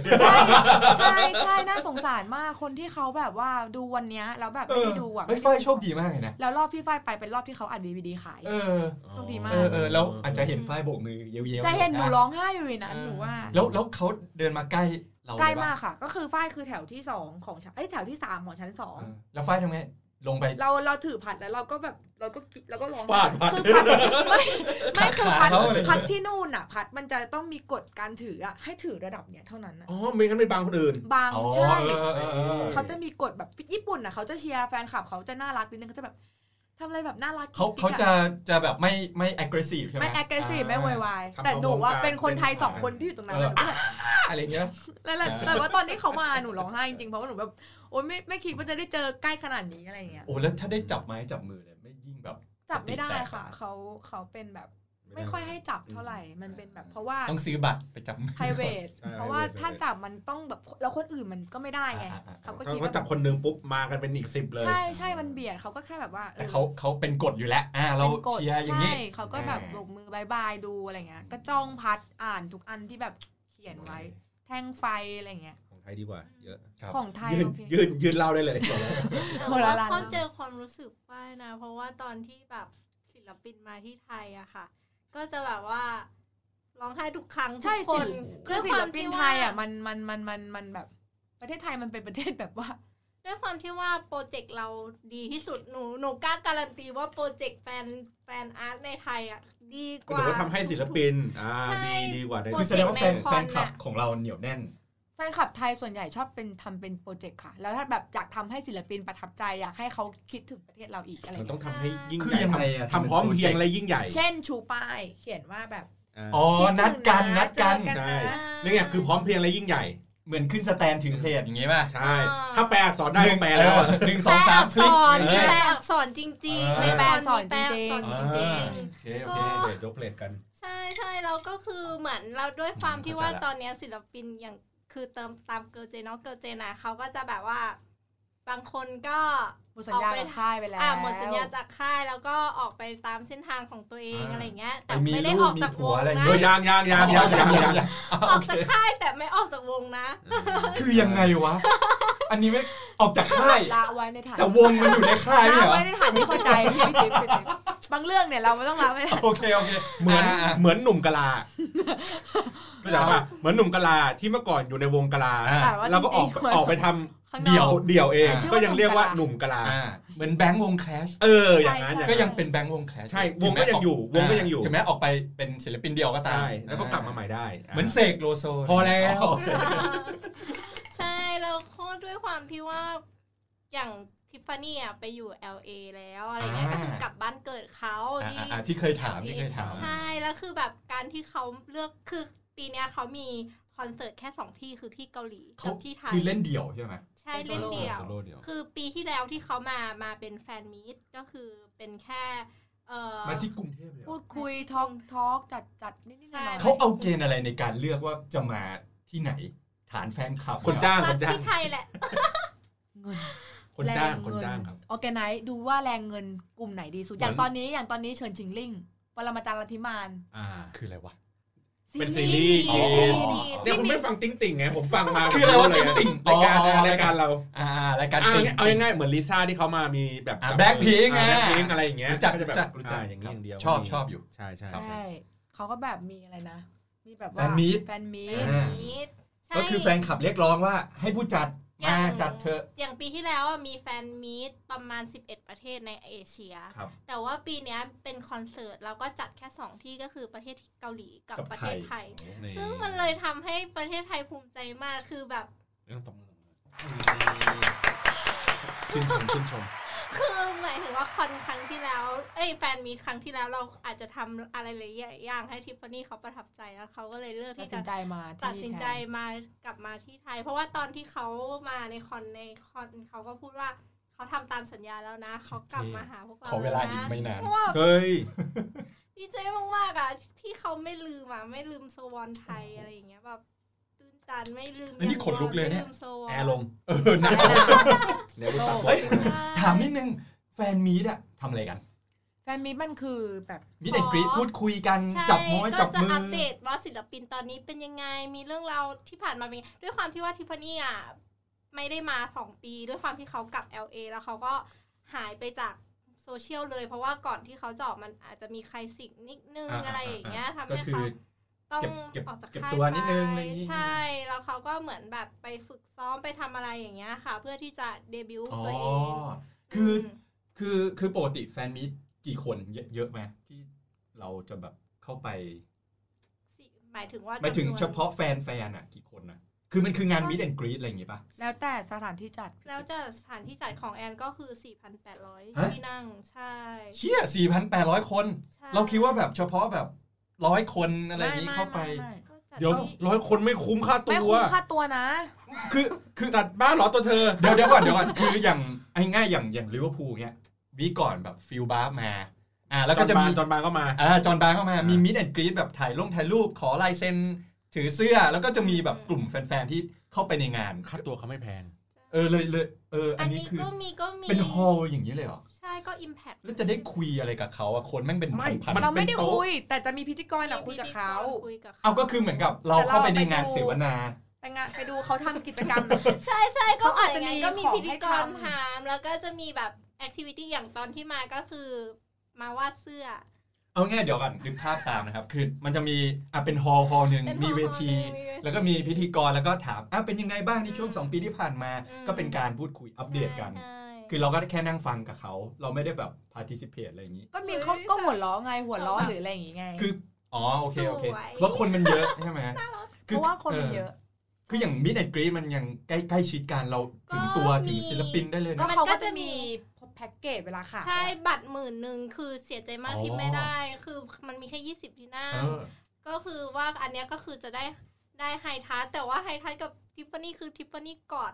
ใช่ใช่น่าสงสารมากคนที่เขาแบบว่าดูวันเนี้ยแล้วแบบไม่ได้ดูอ่ะ
เฮ้ยไฟโชคดีมากเลยนะ
แล้วรอบที่ไฟไปเป็นรอบที่เขาอัดบีบีดีขาย
เออ
โชคดีมาก
เออเออแล้วอาจจะเห็นไฟโบกมือเย้ยวๆ
จะเห็นหนู
ะ
ร้องไห้อยู่ในนั้นหนูว่า
แล้วแล้วเขาเดินมาใกล้เรา
ใกล้
เยปะ
มากค่ะ ก็คือไฟคือแถวที่สองของชั้นเอ้ยแถวที่สามของชั้นสอง
เออแล้วไฟทำไง ลงไป
เราเราถือผัดแล้วเราก็แบบเราก็กิเราก็ร้อง
ฟาดผัด
คือผัดไม่ไม่คือ
ขา
ผัด
เขาอะไรอย่างเงี้ย
ผัดที่นู่นอ่ะ ผัดมันจะต้องมีกฎการถืออ่ะให้ถือระดับเนี้ยเท่านั้นนะ
อ๋อไม่งั้นไปบางคนอื่น
บาง
อ๋อ
ใช่
เออเออเออ
เขาจะมีกฎแบบญี่ปุ่นอ่ะเขาจะเชียร์แฟนคลับเขาจะน่ารักนิดนึงเขาจะแบบทำอะไรแบบน่ารัก
เขา
กิ๊กๆ
เขาจะจะแบบไม่ไม่ aggressive ใช่ไหม
ไม่ aggressive ไม่โวยวาย
ทำ
แต่หนูว่า
พร้อมๆกัน
เป็นคนไทยสองคนที่อยู่ตรงนั้นนะหนูก็แบบ
อะไรเงี้ย
แล้วแล้วแต่ว่าตอนที่เขามาหนูร้องไห้จริงๆเพราะว่าหนูแบบโอ๊ยไม่ไม่คิดว่าจะได้เจอใกล้ขนาดนี้อะไรอย่างเงี้ย
โอ้แล้วถ้าได้จับไม้จับมือเนี่ยไม่ยิ่งแบบ
จับไม่ได้ค่ะเขาเขาเป็นแบบ ไม่ค่อยให้จับเท่าไหร่ มันเป็นแบบเพราะว่า
ต้องซื้อบัตรไปจับมือ
p r i v a t
ใช่
เพราะว่า
private
ถ้าจับมันต้องแบบแล้วคนอื่นมันก็ไม่ได้ไง
อ่าอ่าอ่า
เขาก็
ถ้า
คิด
เขา
ว่า
จับคนหนึงปุ๊บมากันเป็นอีกสิบเลย
ใช่ใช่มันเบียดเขาก็แค่แบบว่าอ
แต่
อ
เขาเขาเป็นกฎอยู่แล้ว อ่า เรา
ป็นกฎ
เชียร์อย่างนี้
ใช่เขาก็แบบ
อ่า
โบกมือบายบายดูอะไรเงี้ยก็จ้องพัดอ่านทุกอันที่แบบเขียนไว้ แท่งไฟอะไรเงี้ย
ของไทยดีกว่า เยอะ
ครับ
ของไทย
ยืน
โอเค
ยืนยืนเล่าได้เลย
แต่
คนละ
ว่า
ร้าน
เขาเจอความรู้สึกป้ายนะ เพราะว่าตอนที่แบบศิลปินมาที่ไทยอะค่ะ ก็จะแบบว่าร้องไห้ทุกครั้งทุ
ใช่
กค
สิ
น
คือศิล
ด้ววาม
ปิน
ที่
ไท
ว่าย
อ่ะมันมันมันมันมันแบบ ประเทศไทยมันเป็นประเทศ แบบว่า
ด้วยความที่ว่าโปรเจกต์เราดีที่สุดหนูหนูกล้าการันตีว่าโปรเจกต์แฟนแฟนอาร์ตในไทยอะดีก
หรื
ว่า
อว่าทำให้ศิลปิน อ่า
ใช่
ดีดีกว่าใน
คือแสดงว่าแฟน
ในคอน
แฟนคลับ
น่ะ
ของเราเหนียวแน่น
แฟนคลับไทยส่วนใหญ่ชอบเป็นทำเป็นโปรเจกต์ค่ะ แล้วถ้าแบบอยากทำให้ศิลปินประทับใจอยากให้เขาคิดถึงประเทศเราอีกอะไร
มัน
เงี้ย
ต้องทำให้ยิ่ง
คือ
ใหญ่
ยังไงอะ
ทำทำพร้อมเพรีย
ทำ
ง
เป็นโปรเจกต์
และยิ่งใหญ่
เช่นชูป้าย เขียนว่าแบบ
า
อ๋อ นัดกัน
คิถึงะ
นัดกัน
เจอนะ
อ่า
นี่ไงคือพร้อมเพรียงและยิ่งใหญ่
เหมือนขึ้นสแตนถือเพลงอย่างงี้ป่ะ
ใช่
อ่า
ถ้าแปลอักษรได้ก็แปลแล้วอะ
เออหนึ่งสองสาม
แปลอัก
พ
ษร
ลิก
มีแปลอักษรจริงๆ
เออ
มีมีแปลอักษร
อ่า
จริง
โอเคโอ
ก็
เค
เดี๋ยวยกเลทกัน
ๆ ใช่ใช่เราก็คือเหมือนเราด้วยความที่ว่า
เข้าใจละ
ตอนเนี้ยศิลปินอย่างคือเติมตามเกิร์ลเจนเนาะเกิร์ลเจนนะเขาก็จะแบบว่า บางคนก็
หมดสัญญากับค่ายไปแล้ว
อ่าหมดสัญญาจากค่ายแล้วก็ออกไปตามเส้นทางของตัวเอง
อ่า
อะไรเงี้ย แต่
ไปมี
ไม่ได้
ลู
อก อกจาก
มีผั
ว
ว
ง
อะไรอย่าง
นะ
เงี้
เฮ้ยยางยางยางยางยางยาง
ออกจากค่ายแต่ไม่ออกจากวงนะ
คือยังไงวะ อันนี้ไม่ออกจากค่าย
ละไว้ในฐาน
แต่วงมันอยู่ในค่ายไม่
ละ
เหรอ
ไว้ในฐานที่เข้าใจพี่ไม่จิ๊บ ไปเลยบางเรื่องเนี่ยเราไม่ต้องละไว้ในฐาน
โอเคโอเค
เหมือน
อ่า
เหมือนหนุ่มกะลาเข้าใจป่ะเหมือนหนุ่มกะลาที่เมื่อก่อนอยู่ในวงกะลา
อ่า
แต่ว่า
แล้วก็ออก
จริงๆ
ออกไปทำ
ข้างนอก
เดี่ยวเดี่ยวเอง
ชื่อ
ก็
ว่า
ยังเรียกว่าห
หนุ่
นุ่ม
ม
กะลา
อ่าเหมือนแบงค์วงแคลช
เอออย่างนั้นอา
ใช่
นั้น
ก็ยังเป็นแบงค์วงแคลช
ใช่
ถึ
วงก็ยังอยู่วงก็ยังอยู่
ถึงแม้ออกไปเป็นศิลปินเดียวก็ตาม
ใช่ แล้วก็กลับมาใหม่ได้
เหมือนเสกโลโซ
พอแล้ว
โอเค
ใช่แล้วก็ด้วยความที่ว่าอย่างทิฟฟานี่อ่ะไปอยู่ LA แล้วอะไรเงี้ย
อ่า
ก็คือกลับบ้านเกิดเขาที่
อ่าอ่าที่เคยถาม
LA
ที่เคยถาม
ใช่แล้วคือแบบการที่เขาเลือกคือปีเนี้ยเขามีคอนเสิร์ตแค่สองที่คือที่เกาหลี
เขา
กับที่ไทย
คือเล่นเดี่ยวใช่ไหม
ใช่เล่นเดี่ยว
โซโล่เดี่ยว
คือปีที่แล้วที่เขามามาเป็นแฟนมีตก็คือเป็นแค่เอ่อ
มาที่กรุงเทพเลยเหร
พู
อ
ดคุยทอกทอกจัดจัดนิดนิดหน่อย
ใช่
ๆ
เขาเอาเกณฑ์อะไรในการเลือกว่าจะมาที่ไหน ฐานแฟนคลับ
คนจ้าง
รั
ค
ก
นจ้าง
ที่ไทยแหละ
เงิน
คนจ้าง
แเ
คนจ้างครับ
ออแกไนซ์ดูว่าแรงเงินกลุ่มไหนดีสุด อย่าง
เหมือน
ตอนนี้อย่างตอนนี้เชิญชิงลิงปรมาจารย์ลัทธิมาน
อ่า
คืออะไรวะ
เป็นซี
ซี
รี
รี
ส์
ส์จีน
อ๋อ
ซีรีส์จีน
เนี่ยคุณไม่ฟังติ๊งติ่งไงผมฟังมา
คืออะไรวะ
ผม
ติ๊งติ่ง
รายการ
อ๋อ
รายการเรา
อ่ารายการ
อ่ะเอา
ติ่ง
ง่ายเอาง่ายๆเหมือนลิซ่าที่เขามามีแบบ
อ่ะ Blackpink
อ่ะ
ไง
Blackpink อะไรอย่างเงี้ย
รู้จัก
ก็จะ
รู้
แบบ
จักรู้จัก
อ่ะอย่างนี้อย่างเดียว
ชอบ
มี
ชอบอยู่
ใช่ใช่
ครับ
ใช่
ใช่เขาก็แบบมีอะไรนะ มีแบบว่า
แฟนมีต
แฟนมีต
แฟนมีตใช่
ก็คือแฟนคลับเรียกร้องว่าให้ผู้จัด มา จัดเถอะ
อย่างปีที่แล้วอะมีแฟนมีตประมาณ 11 ประเทศในเอเชีย
ครับ
แต่ว่าปีเนี้ยเป็นคอนเสิร์ตเราก็จัดแค่ 2 ที่ก็คือประเทศเกาหลีกับ
กับ
ประเทศ
ไท
ไท
ย
ย
นี่
ซึ่งมันเลยทำให้ประเทศไทยภูมิใจมากคือแบบ
เรื่องตบมือตบมือชื่นชมชื่นชม
คือหมายถึงว่าคอนครั้งที่แล้ว เอ้ยแฟนมีตครั้งที่แล้วเราอาจจะทำอะไรหลายๆอย่างให้ทิฟฟานี่เขาประทับใจแล้วเขาก็เลยเลือก
ตัด
ที่
สิ
จะ
นใจมาที่
ตัดสินใจ
แท
มากลับมาที่ไทย เพราะว่าตอนที่เขามาในคอนในคอนเขาก็พูดว่าเขาทำตามสัญญาแล้วนะ เขากลับมาหาพวกเรา
ขอเวลา
แนะ
อีกไม่นาน
ว้าว
เฮ้ย
ดีใจมากๆอ่ะที่เขาไม่ลืมอ่ะไม่ลืมสวอนไทยอะไรอย่างเงี้ยแบบตื้นตันไม่ลืม
อันนี้ขนลุกเลยเนี่ย
ไม่มสวอน
แอร์ลง
เออนะ
เดี๋ยวกูตัดบ
เฮ้
ท
ย ถามนิดนึง แฟนมีดอะทำอะไรกัน
แฟนมีตมันคือแบบ
มิดแอนกรีดพูดคุยกัน
ใช่
จับม้อย
ก็
จับ
จะ
มืออ
อัปเดตว่าศิลปินตอนนี้เป็นยังไงมีเรื่องราวที่ผ่านมาเป็นยังไงด้วยความที่ว่าทิฟฟานี่อ่ะไม่ได้มาสองปี ด้วยความที่เขากลับ LA แล้วเขาก็หายไปจากโซเชียลเลย เพราะว่าก่อนที่เขาจะออกมันอาจจะมีใครสิกนิดนึงอะไรอย่างเงี้ยทำ
ก็
ให้
คือ
เขาต้อง
เก็บ
ออกจาก
เก็บ
ค่าย
ตัวนิดนึงอะไรอย่างงี้
ใช่ แล้วเขาก็เหมือนแบบไปฝึกซ้อมไปทำอะไรอย่างเงี้ยค่ะ เพื่อที่จะเดบิวต์
อ๋อ
ตัวเอง
คือ
ม
คือคือปกติแฟนมีดกี่คนเยอะเยอะไหมที่เราจะแบบเข้าไป
สิหมายถึงว่า
ไปถึง
จำนวน
เฉพาะแฟนแฟนอะกี่คนนะคือมันคืองานมิดแอนกรีดอะไรอย่างงี้ปะ
แล้วแต่สถานที่จัด
แล้วจะสถานที่จัดของแอนก็คือ
ฮะ
4,800 ที่นั่ง ใช่
เชี่ย4,800 คน
ใช่
เราคิดว่าแบบเฉพาะแบบร้อยคนอะไรอย่างนี้เข้าไป
ก็จั
เดี๋ยว
ที่
ร้อยคนไม่คุ้มค่าตั
ไม่
ว
คุ้มค่าตัวนะ
คือคือ
จัดบ้านเหรอตัวเธอ
เดี๋ยวเดี๋ยวก่อนเดี๋ยวก่อนคืออย่างไอ้ง่ายอย่างอย่างลิเวอร์พูลเนี้ยวีคก่อนแบบฟิลบาร์มา อ่าแล้วก็จะมี
จอนบานก็มา
อ่าจอห์นบาร์เข้ามา
อ่ามี
มีมิดแอนกรีดแบบถ่ายลงถ่ายรูปขอลายเซ็นถือเสื้อ แล้วก็จะมีแบบกลุ่มแฟนๆ ที่เข้าไปในงาน
ค่าตัวเขาไม่แพง
เออเลยเลยเอออั
อั
น
น
นี้
นี้
คือ
ก็มีก็มี
เป็นฮอลล์อย่างนี้เลยเหรอ
ใช่ก็ Impact
แล้วจะได้คุยอะไรกับเขาอะคนแม่งเป็น
ไม่
พันพัน
มั
เราไม่
เป็
ได้
นโต๊ะ
คุย แต่จะมีพิธีกรอะคุยกับเขา
มีพิธีรคุยกับ
เอาก็คือเหมือนกับเราเข้าไปในงานเสวนา
ไปงานไปดูเขาทำกิจกรรม
ใช่ใช่ก็
เขาอาจจะมี
ก็มี
ของ
พิธีกร
ให้ทำ
ถามแล้วก็จะมีแบบแอคทิวิตี้อย่างตอนที่มาก็คือมาวาดเสื้อ
เอาง่ายเดี๋ยวก่อนนึกภาพตามนะครับ คือมันจะมีอ่ะเป็นฮอลล์ฮอลล์หนึ่ง
เป็น
มี
hall
เวที
hall หนึ่งมีเวที
แล้วก็มีพิธีกรแล้วก็ถามอ่ะเป็นยังไงบ้างในช่วง
อืม
2 ปีที่ผ่านมา
อืม
ก็เป็นการพูดคุยอัปเดตกัน
ใช่
คือเราก็แค่นั่งฟังกับเขา เราไม่ได้แบบ participate อะไรอย่างนี้
ก็มีเขาก็หัวล้อไงหัวล้อหรืออะไรอย่างงี้ไง
คือ อ๋อ โอเค โอเคเพราะคนมันเยอะใช่ไหม
เพราะว่าคนมันเยอะ
คืออย่างมิดแอนกรีมันยังใกล้ใกล้ชิดกันเราถึงตัวถึงศิลปินได้เลย
ก็
นะ
เขาก็จะมีแพ็กเกจเวลาขาย
ใช่บัตรหมื่นหนึ่งคือเสียใจมาก
อ๋อ
ที่ไม่ได้ คือมันมีแค่ 20 ที่นั่
เอง อ
ก็คือว่าอันเนี้ยก็คือจะได้ได้ไฮทัชแต่ว่าไฮทัชกับทิฟฟานี่คือทิฟฟานี่กอด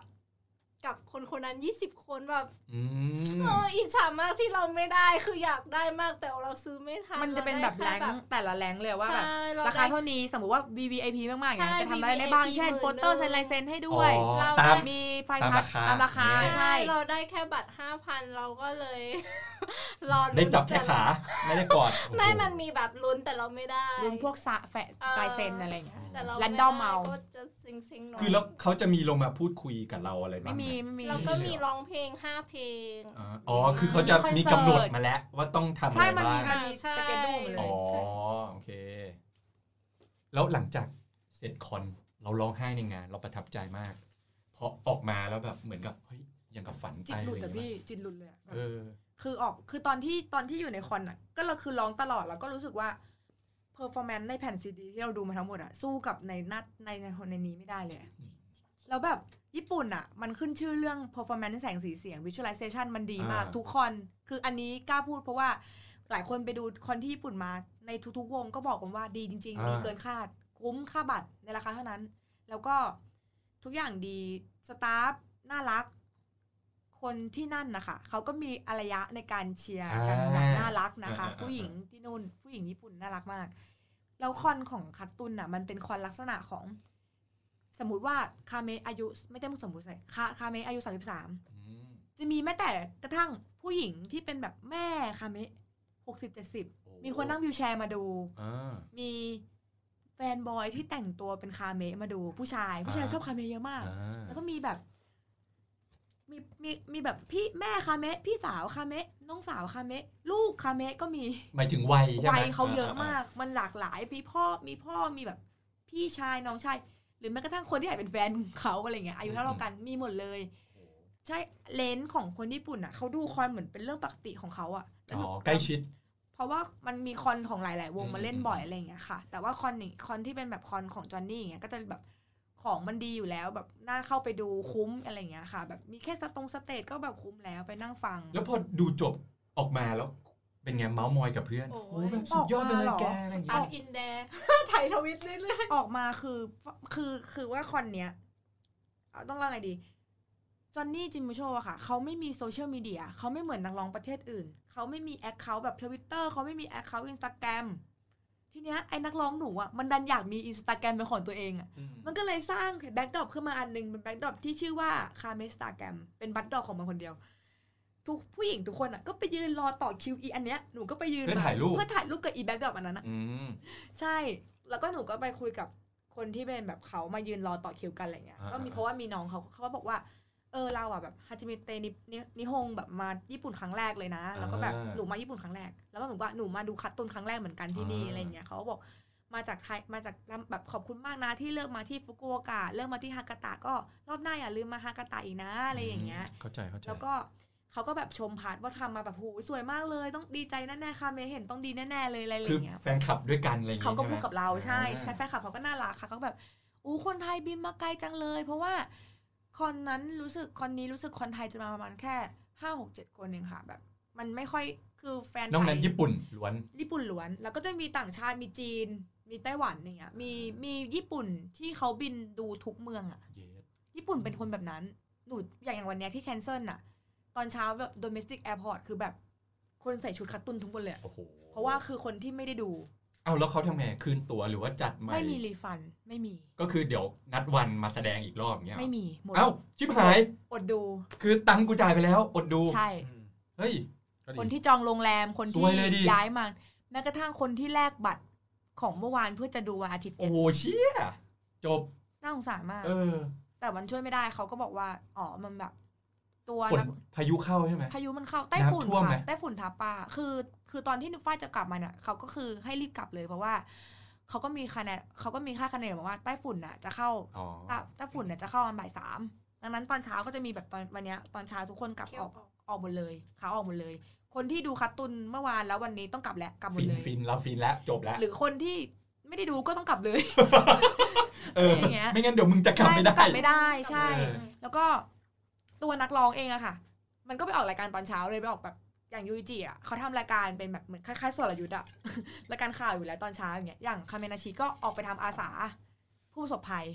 กับคนคนนั้น 20 คนแบบ
อืม
เอออิจฉามากที่เราไม่ได้คืออยากได้มากแต่เราซื้อไม่ทัน
มันจะเป็นแบบแร
ราง ได้ค่
ค์แต่ละแรงค์เลยว่าแบบ
ใช่เรา
ราคา
ได้
เท่านี้สมมติว่า VVIP มากๆอย่างเงี้ย
ใช่
จะทำอะไรได้บ้าง
VVIP
เช่นโปสเตอร์เซ็นลายเซ็นให้ด้วย
อ๋อ
เรา
ตาม
ได้
มีไฟ
ตาม
พั
รา
ด
คา
ตามราคา
ใช่
ใช่
เราได้แค่บัตร 5,000 เราก็เลย รอลุ้น
ได้จับแค่
ต่
ขา ไม่ได้กอดโอ้โห
ไม่มันมีแบบลุ้นแต่เราไม่ได้
รวมพวกสะแฟะลายเซ็นอะไรอย่างเงี้ย
แต่เรา
แรนดอมเอา
ก็จะซิงๆหน่อย
คือแล้วเขาจะมีลงมาพูดคุยกับเราอะไรบ้า
ไม่
ง
มี
ห
ไม่มี
เราก็มีร้องเพลง 5 เพลง
อ่าอ๋อ คือเขาจะมีกำหนดมาแล้วว่าต้องทำอะไร
ใช่มันมี
บ้าง
มันมี
ใช่
สเกจดูหมดเล
อ๋อย โอเค แล้วหลังจากเสร็จคอนเราร้องไห้ในงาน เราประทับใจมากเพราะออกมาแล้วแบบเหมือนกับเฮ้ยยังกับฝัน
จิ
ใจ
ตหลุด
เล
อะ
ย
พี่จิตหลุดเลยอะแบบ
เออ
คือออกคือตอนที่ตอนที่อยู่ในคอนอะก็เราคือร้องตลอดแล้วก็รู้สึกว่าเพอร์ฟอร์แมนซ์ในแผ่นซีดีที่เราดูมาทั้งหมดอะสู้กับในหนัดในในในนี้ไม่ได้เลยอะ
อืม
แล้วแบบญี่ปุ่นอะมันขึ้นชื่อเรื่อง performance แสงสีเสียง visualization มันดีมาก
อ่า
ทุกคอน คืออันนี้กล้าพูดเพราะว่าหลายคนไปดูคอนที่ญี่ปุ่นมาในทุกๆวงก็บอกผมว่าดีจริงๆดีเกินคาด คุ้มค่าบัตรในราคาเท่านั้น แล้วก็ทุกอย่างดีสตาฟน่ารัก คนที่นั่นนะคะเขาก็มีอารยะในการเชียร์
อ่า
กันแบบน่ารักนะ
อ่า
คะ
อ่าอ่า
ผู้หญิงที่นู่น ผู้หญิงญี่ปุ่นน่ารักมาก แล้วคอนของคัตตุนน่ะ มันเป็นคอนลักษณะของ สมมุติว่าคาเมะอายุ ไม่ได้สมมติใส่คาคาเมะอายุสามสิบสาม
อืม
จะมีแม้แต่กระทั่งผู้หญิงที่เป็นแบบแม่คาเมะหกสิบเจ็ดสิบ
โอ้
มีคนนั่งวิวแชร์มาดู
อ่า
มีแฟนบอยที่แต่งตัวเป็นคาเมะมาดูผู้ชาย ผู้ชาย
อ่า
ชอบคาเมะเยอะมาก
อ่า
แล้วก็มีแบบมีมีมีแบบพี่แม่คาเมะพี่สาวคาเมะน้องสาวคาเมะลูกคาเมะก็มี
หมายถึงวัยใช่ไหม
วัยเขาเยอะมาก มันหลากหลายมีพ่อมีพ่อมีแบบ พี่ชายน้องชาย หรือแม้กระทั่งคนที่อาจเป็นแฟนเขาอะไรเงี้ยอายุเท่าเรากันมีหมดเลย ใช่เลนส์ของคนญี่ปุ่นอ่ะเขาดูคอนเหมือนเป็นเรื่องปกติของเขาอ่ะแล้วห
อ๋
นู
อใกล้ชิด
เพราะว่ามันมีคอนของหลาย ๆ วง
อืม
มาเล่นบ่อยอะไรอย่างเงี้ยค่ะ แต่ว่าคอนนี่คอนที่เป็นแบบคอนของจอห์นนี่อย่างเงี้ยก็จะแบบของมันดีอยู่แล้วแบบน่าเข้าไปดูคุ้มอะไรอย่างเงี้ยค่ะ แบบมีแค่สตรงสเตจก็แบบคุ้มแล้วไปนั่งฟัง
แล้วพอดูจบออกมาแล้ว เป็นไงเมาส์มอยกับเพื่อน
โอ้ย
แบบสุดยอดไปเลย
ออกมาเหรอ
แกอะไรอย่าง
ตา
เงี้ย
มอินแดร์ ถ่ายทวิตเรื่อย
ออกมาคือคือคือว่าคอนเนี้ยเอาต้องเล่าไงดีจอห์นนี่จิมมูโชอะค่ะ เขาไม่มีโซเชียลมีเดียเขาไม่เหมือนนักร้องประเทศอื่น เขาไม่มีแอคเคาท์แบบทวิตเตอร์เขาไม่มีแอคเคาท์อินสตาแกรมทีเนี้ยไอ้นักร้องหนูอะมันดันอยากมีอินสตาแกรมเป็นของตัวเองอะ
อืม
มันก็เลยสร้างแบ็กดรอปขึ้นมาอันหนึงเป็นแบ็กดรอปที่ชื่อว่าคาเมสตาแกรมเป็นบัตดรอปของมันคนเดียว ทุกผู้หญิงทุกคนอ่ะก็ไปยืนรอต่อคิวอีอันเนี้ยหนูก็ไปยืน
เพื่อ
ม
ถ่ายรูป
เพื่อถ่ายรูปกับอีแบ็กดรอปอันนั้นอะ
อืม
ใช่ แล้วก็หนูก็ไปคุยกับคนที่เป็นแบบเขามายืนรอต่อคิวกันอะไรเงี้ยก็มีเพราะว่ามีน้องเขาเขาก็บอกว่า เออเราอ่ะแบบฮาจิมิเตะนินินิฮงแบบมาญี่ปุ่นครั้งแรกเลยนะ แล้วก็แบบหนูมาญี่ปุ่นครั้งแรก แล้วก็เหมือนว่าหนูมาดูคัดตุนครั้งแรกเหมือนกันที่นี่อะไรเงี้ยเขาก็บอก มาจากไทยมาจากลำแบบขอบคุณมากนะที่เลือกมาที่ฟุกุโอกะเลือกมาที่ฮากาตะก็รอบหน้าอย่าลืมมาฮากาตะอีกนะอะไรอย่างเงี้ย
เข้าใจเข้าใจ
แล้วก็เขาก็แบบชมพาร์ทว่าทำมาแบบหูสวยมากเลย ต้องดีใจแน่ๆค่ะเมย์เห็นต้องดีแน่ๆเลยอะไรอ
คือย่าง
เงี้ย
แฟนคลับด้วยกันอะไรอย่างเงี้ย
เขาก็พูดกับเราใช่
อ่า
ใช่แฟนคลับเขาก็น่ารักค่ะเขาก็แบบอู้คนไทยบินมาไกลจังเลย เพราะว่าคอนนั้นรู้สึกคอนนี้รู้สึกคนไทยจะมาประมาณแค่ห้าหกเจ็ดคนเองค่ะแบบ มันไม่ค่อยคือแฟนไทย
นอกนั้นญี่ปุ่นล้วน
ญี่ปุ่นล้วน แล้วก็จะมีต่างชาติ มีจีน มีไต้หวันอย่างเงี้ย มี มีญี่ปุ่นที่เขาบินดูทุกเมืองอะ ญี่ปุ่นเป็นคนแบบนั้น หนูอย่างอย่างวันเนี้ยที่แคนเซิลน่ะ ตอนเช้าแบบ domestic airport คือแบบ คนใส่ชุดคัตตุนทุกคนเลยอะ
โอ้โห
เพราะว่าคือคนที่ไม่ได้ดู
เอาแล้วเขาทำไงคืนตัวหรือว่าจัดใหม่
ไม่มีรีฟัน ไม่มี
ก็คือเดี๋ยวนัดวันมาแสดงอีกรอบเงี้ย
ไม่มี หมด
เอ้าชิบหาย
อดดู
คือตังค์กูจ่ายไปแล้วอดดู
ใช่
เฮ้ย
ก็ดี
คนที่จองโรงแรม คนที่
ซวยเลยดิ
ย้ายมา แม้กระทั่งคนที่แลกบัตรของเมื่อวานเพื่อจะดูวันอาทิตย์
โอ้
เนี่ย
โหเชี่ยจบ
น่าสงสารมาก
เออ
แต่มันช่วยไม่ได้เขาก็บอกว่า อ๋อ มันแบบ ตัว
ฝน
นัก
พายุเข้าใช่ไหม
พายุมันเข้า ใต้ฝุ่น
น้ำท่วมไหม
ค่ะ ใต้ฝุ่นทาปาคือ คือตอนที่นุกฟ้ายจะกลับมาเนี่ยเขาก็คือให้รีบกลับเลยเพราะว่า เขาก็มีคะแนนเขาก็มีค่าคะแนนบอกว่าใต้ฝุ่นน่ะจะเข้า
อ๋อ
ใต้ใต้ฝุ่นน่ะจะเข้าประมาณบ่ายสามดังนั้นตอนเช้าก็จะมีแบบตอนวันเนี้ยตอนเช้าทุกคนกลับ
ๆเที่ย
อ
ว
อก
ออก
ออกหมดเลยขาออกหมดเลย คนที่ดูคัตตุนเมื่อวานแล้ววันนี้ต้องกลับแล้วกลับหม
ฟิ
ด
น
เลย
ฟินเราฟินแล้วจบแล้ว
หรือคนที่ไม่ได้ดูก็ต้องกลับเลย
เออ
อย่างเงี้ย
ไม่งั้นเดี๋ยวมึงจะกลับไม่ได้
ใช่กลับไม่ได้ใช่
เออ
แล้วก็ตัวนักร้องเองอะค่ะ มันก็ไปออกรายการตอนเช้าเลยไปออกแบบอย่างยูจิอะเขาทำรายการเป็นแบบเหมือนคล้ายๆสรยุทธ์อะ รายการข่าวอยู่แล้วตอนเช้าอย่างเงี้ยอย่างคาเมนาชิก็ออกไปทำอาสา ผู้ประสบภัย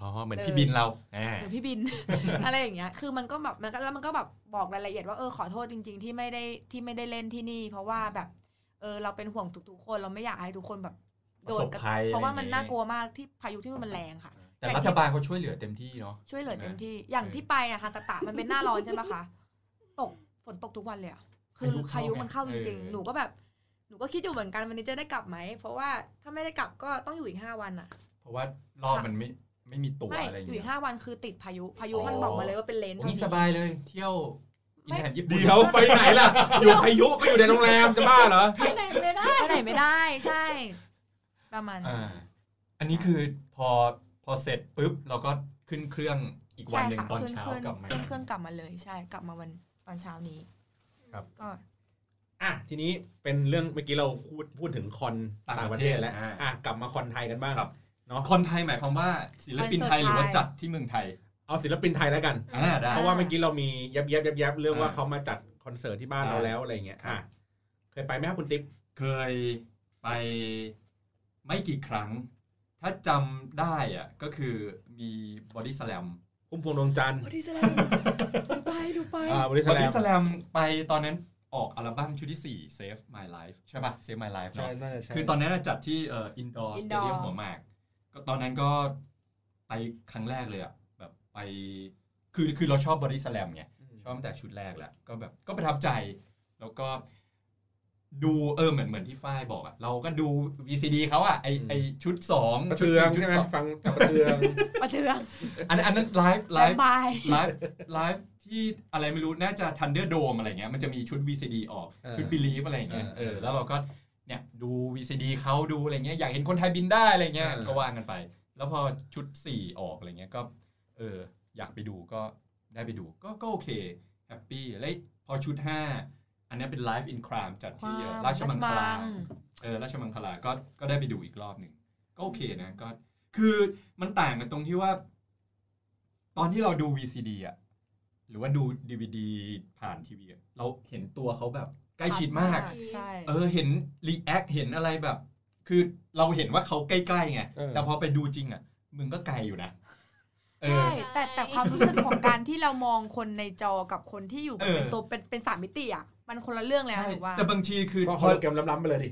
อ๋อเหมือน
เออ
พี่บินเราอ่า
หรือพี่บิน อะไรอย่างเงี้ยคือมันก็แบบมันก็แล้วมันก็แบบบอกรายละเอียดว่าเออขอโทษจริง ๆ ที่ไม่ได้ที่ไม่ได้เล่นที่นี่ เพราะว่าแบบเออเราเป็นห่วงทุกๆคนเราไม่อยากให้ทุกคนแบบ
ป
โด
ระส
น
บ
กระทบ
ภัย
เพราะว่ามัน
อไอย่งงี้ย
น่ากลัวมากที่พายุที่นู่นมันแรงค่ะ
แต่รัฐบาลเขาช่วยเหลือเต็มที่เนาะ
ช่วยเหลือเต็ม
ใช่ไหม
ที่ อย่าง
เออ
ที่ไปอะฮากาตะมันเป็นหน้าร้อนใช่ไหมคะ ตกฝนตกทุกวันเลยอะคือพา
พายุ
ยุ
เข้า
มันเข้า
ไง
จริง
เออ
ๆ หนูก็แบบ หนูก็คิดอยู่เหมือนกันวันนี้จะได้กลับไหม เพราะว่าถ้าไม่ได้กลับก็ต้องอยู่อีกห้าวันอะ
เพราะว่ารอบมันไม่ไม่มีตั๋ว
ไม่
อะไรอย่าง
อยู่
เงี้ย
อีกห้าวันคือติดพายุ พายุ
อ๋อ
มันบอกมาเลยว่าเป็นเลนส์
โอ้ยส
เท่านี้
บายเลยเที่ยวกินอาหารญี่ปุ่น
เดี๋ยวไปไหนล่ะ อยู่พายุก็อยู่ในโรงแรมจะบ้าเหรอ
ไปไหนไม่ได้
ไปไหนไม่ได้ใช่ ประมาณนั้น
อ่าอันนี้คือพอพอเสร็จปุ๊บเราก็ขึ้นเครื่องอีกวันหนึ่งตอนเช้า
ขึ้น
กลับมา
ขึ้นเครื่องกลับมาเลยใช่ กลับมาวันตอนเช้านี้
ครับ
ก็
อ่ะทีนี้เป็นเรื่องเมื่อกี้เราพูดพูดถึงคอน
ต่าง
ต่าง
ป
ประ ระ
เท
เท
ศ
ศแล้ว
อ่ะ
อ่ะกลับมาคอนไทยกันบ้าง
ครับ
เนาะ
คนไทยหมายความว่าศิลปินไทยหรือว่า
คอนเสิร์ตไทย
จัดที่เมืองไทย
เอาศิลปินไทยแล้วกัน
อ่าได้
เพราะว่าเมื่อกี้เรามียับยับยับยับเรื่องว่า
อ่า
เขามาจัดคอนเสิร์ตที่บ้าน
อ่า
เราแล้วอะไรเงี้ย
ครับ
อ่ะเคยไปไหมครับคุณติ๊บ
เคยไปไม่กี่ครั้ง ถ้าจำได้อะก็คือมีบอดี้สแลม
พุ่มพวงดวงจันทร์
บอดี้สแลมดูไปดูไป
อ่าบริษั
บอ
ทแล
ดี้
ม
สแลมไปตอนนั้นออกอัลบั้มชุดที่ 4 Save My Life ใช่ปะ Save My Life
ใช่
เนาะ
น่าจะใช่
คือตอนนั้นจัดที่เอ่ออินดอร์สเต
Indoor
เดียมหัวหมาก ก็ตอนนั้นก็ไปครั้งแรกเลยอะแบบไปคือคือเราชอบบอดี้สแลมไง ชอบตั้งแต่ชุดแรกแหละก็แบบก็ประทับใจ แล้วก็ดูเออเหมือนเหมือนที่ฝ้ายบอกอะเราก็ดู VCD เขาอะไอไอชุดสอง
กระเทือง
ชุด
ใช่ไหม
สอง
ฟังจากกระเทือง
ประเทือง
อันนั้นอันนั้นไลฟ์ไล
บาย
ฟ์
บาย
ไลฟ์ไลฟ์ที่อะไรไม่รู้น่าจะ Thunder Dome อะไรเงี้ยมันจะมีชุด VCD ออก
เออ
ชุด Belief อะไรเงี้ย
เออ
เออแล้วเราก็เนี่ยดู VCD เขาดูอะไรเงี้ยอยากเห็นคนไทยบินได้อะไรเงี้ย
เออ
ก็ว่างกันไป แล้วพอชุด 4 ออกอะไรเงี้ยก็ เออ อยากไปดูก็ได้ไปดูก็ก็โอเคแฮปปี้แล้วพอชุด 5 อันนี้เป็น Life in Crime จัดที่
ความ
ราชมังค
ราชมั
ลาง เออราชมังคลาก็ก็ได้ไปดูอีกรอบหนึ่งก็โอเคนะก็คือมันต่างกันตรงที่ว่า ตอนที่เราดู VCD อ่ะ หรือว่าดู DVD ผ่านทีวีอะเราเห็นตัวเขาแบบใกล้ชิดมาก
ใช่
เออเห็นรีแอคเห็นอะไรแบบ คือเราเห็นว่าเขาใกล้ๆไง
เออ
แต่พอไปดูจริงอ่ะ มึงก็ไกลอยู่นะเออ
ใช่ แต่แต่ความรู้สึกของการที่เรามองคนในจอกับคนที่อยู่
เออ
เป็นตัวเป็นเป็นสามมิติอ่ะ มันคนละเรื่องเลย
ใช่
อะหนูว่า
แต่บางทีคือ
ก็
พ
ค
อ
อลแกรมล้ำๆไปเลยดิ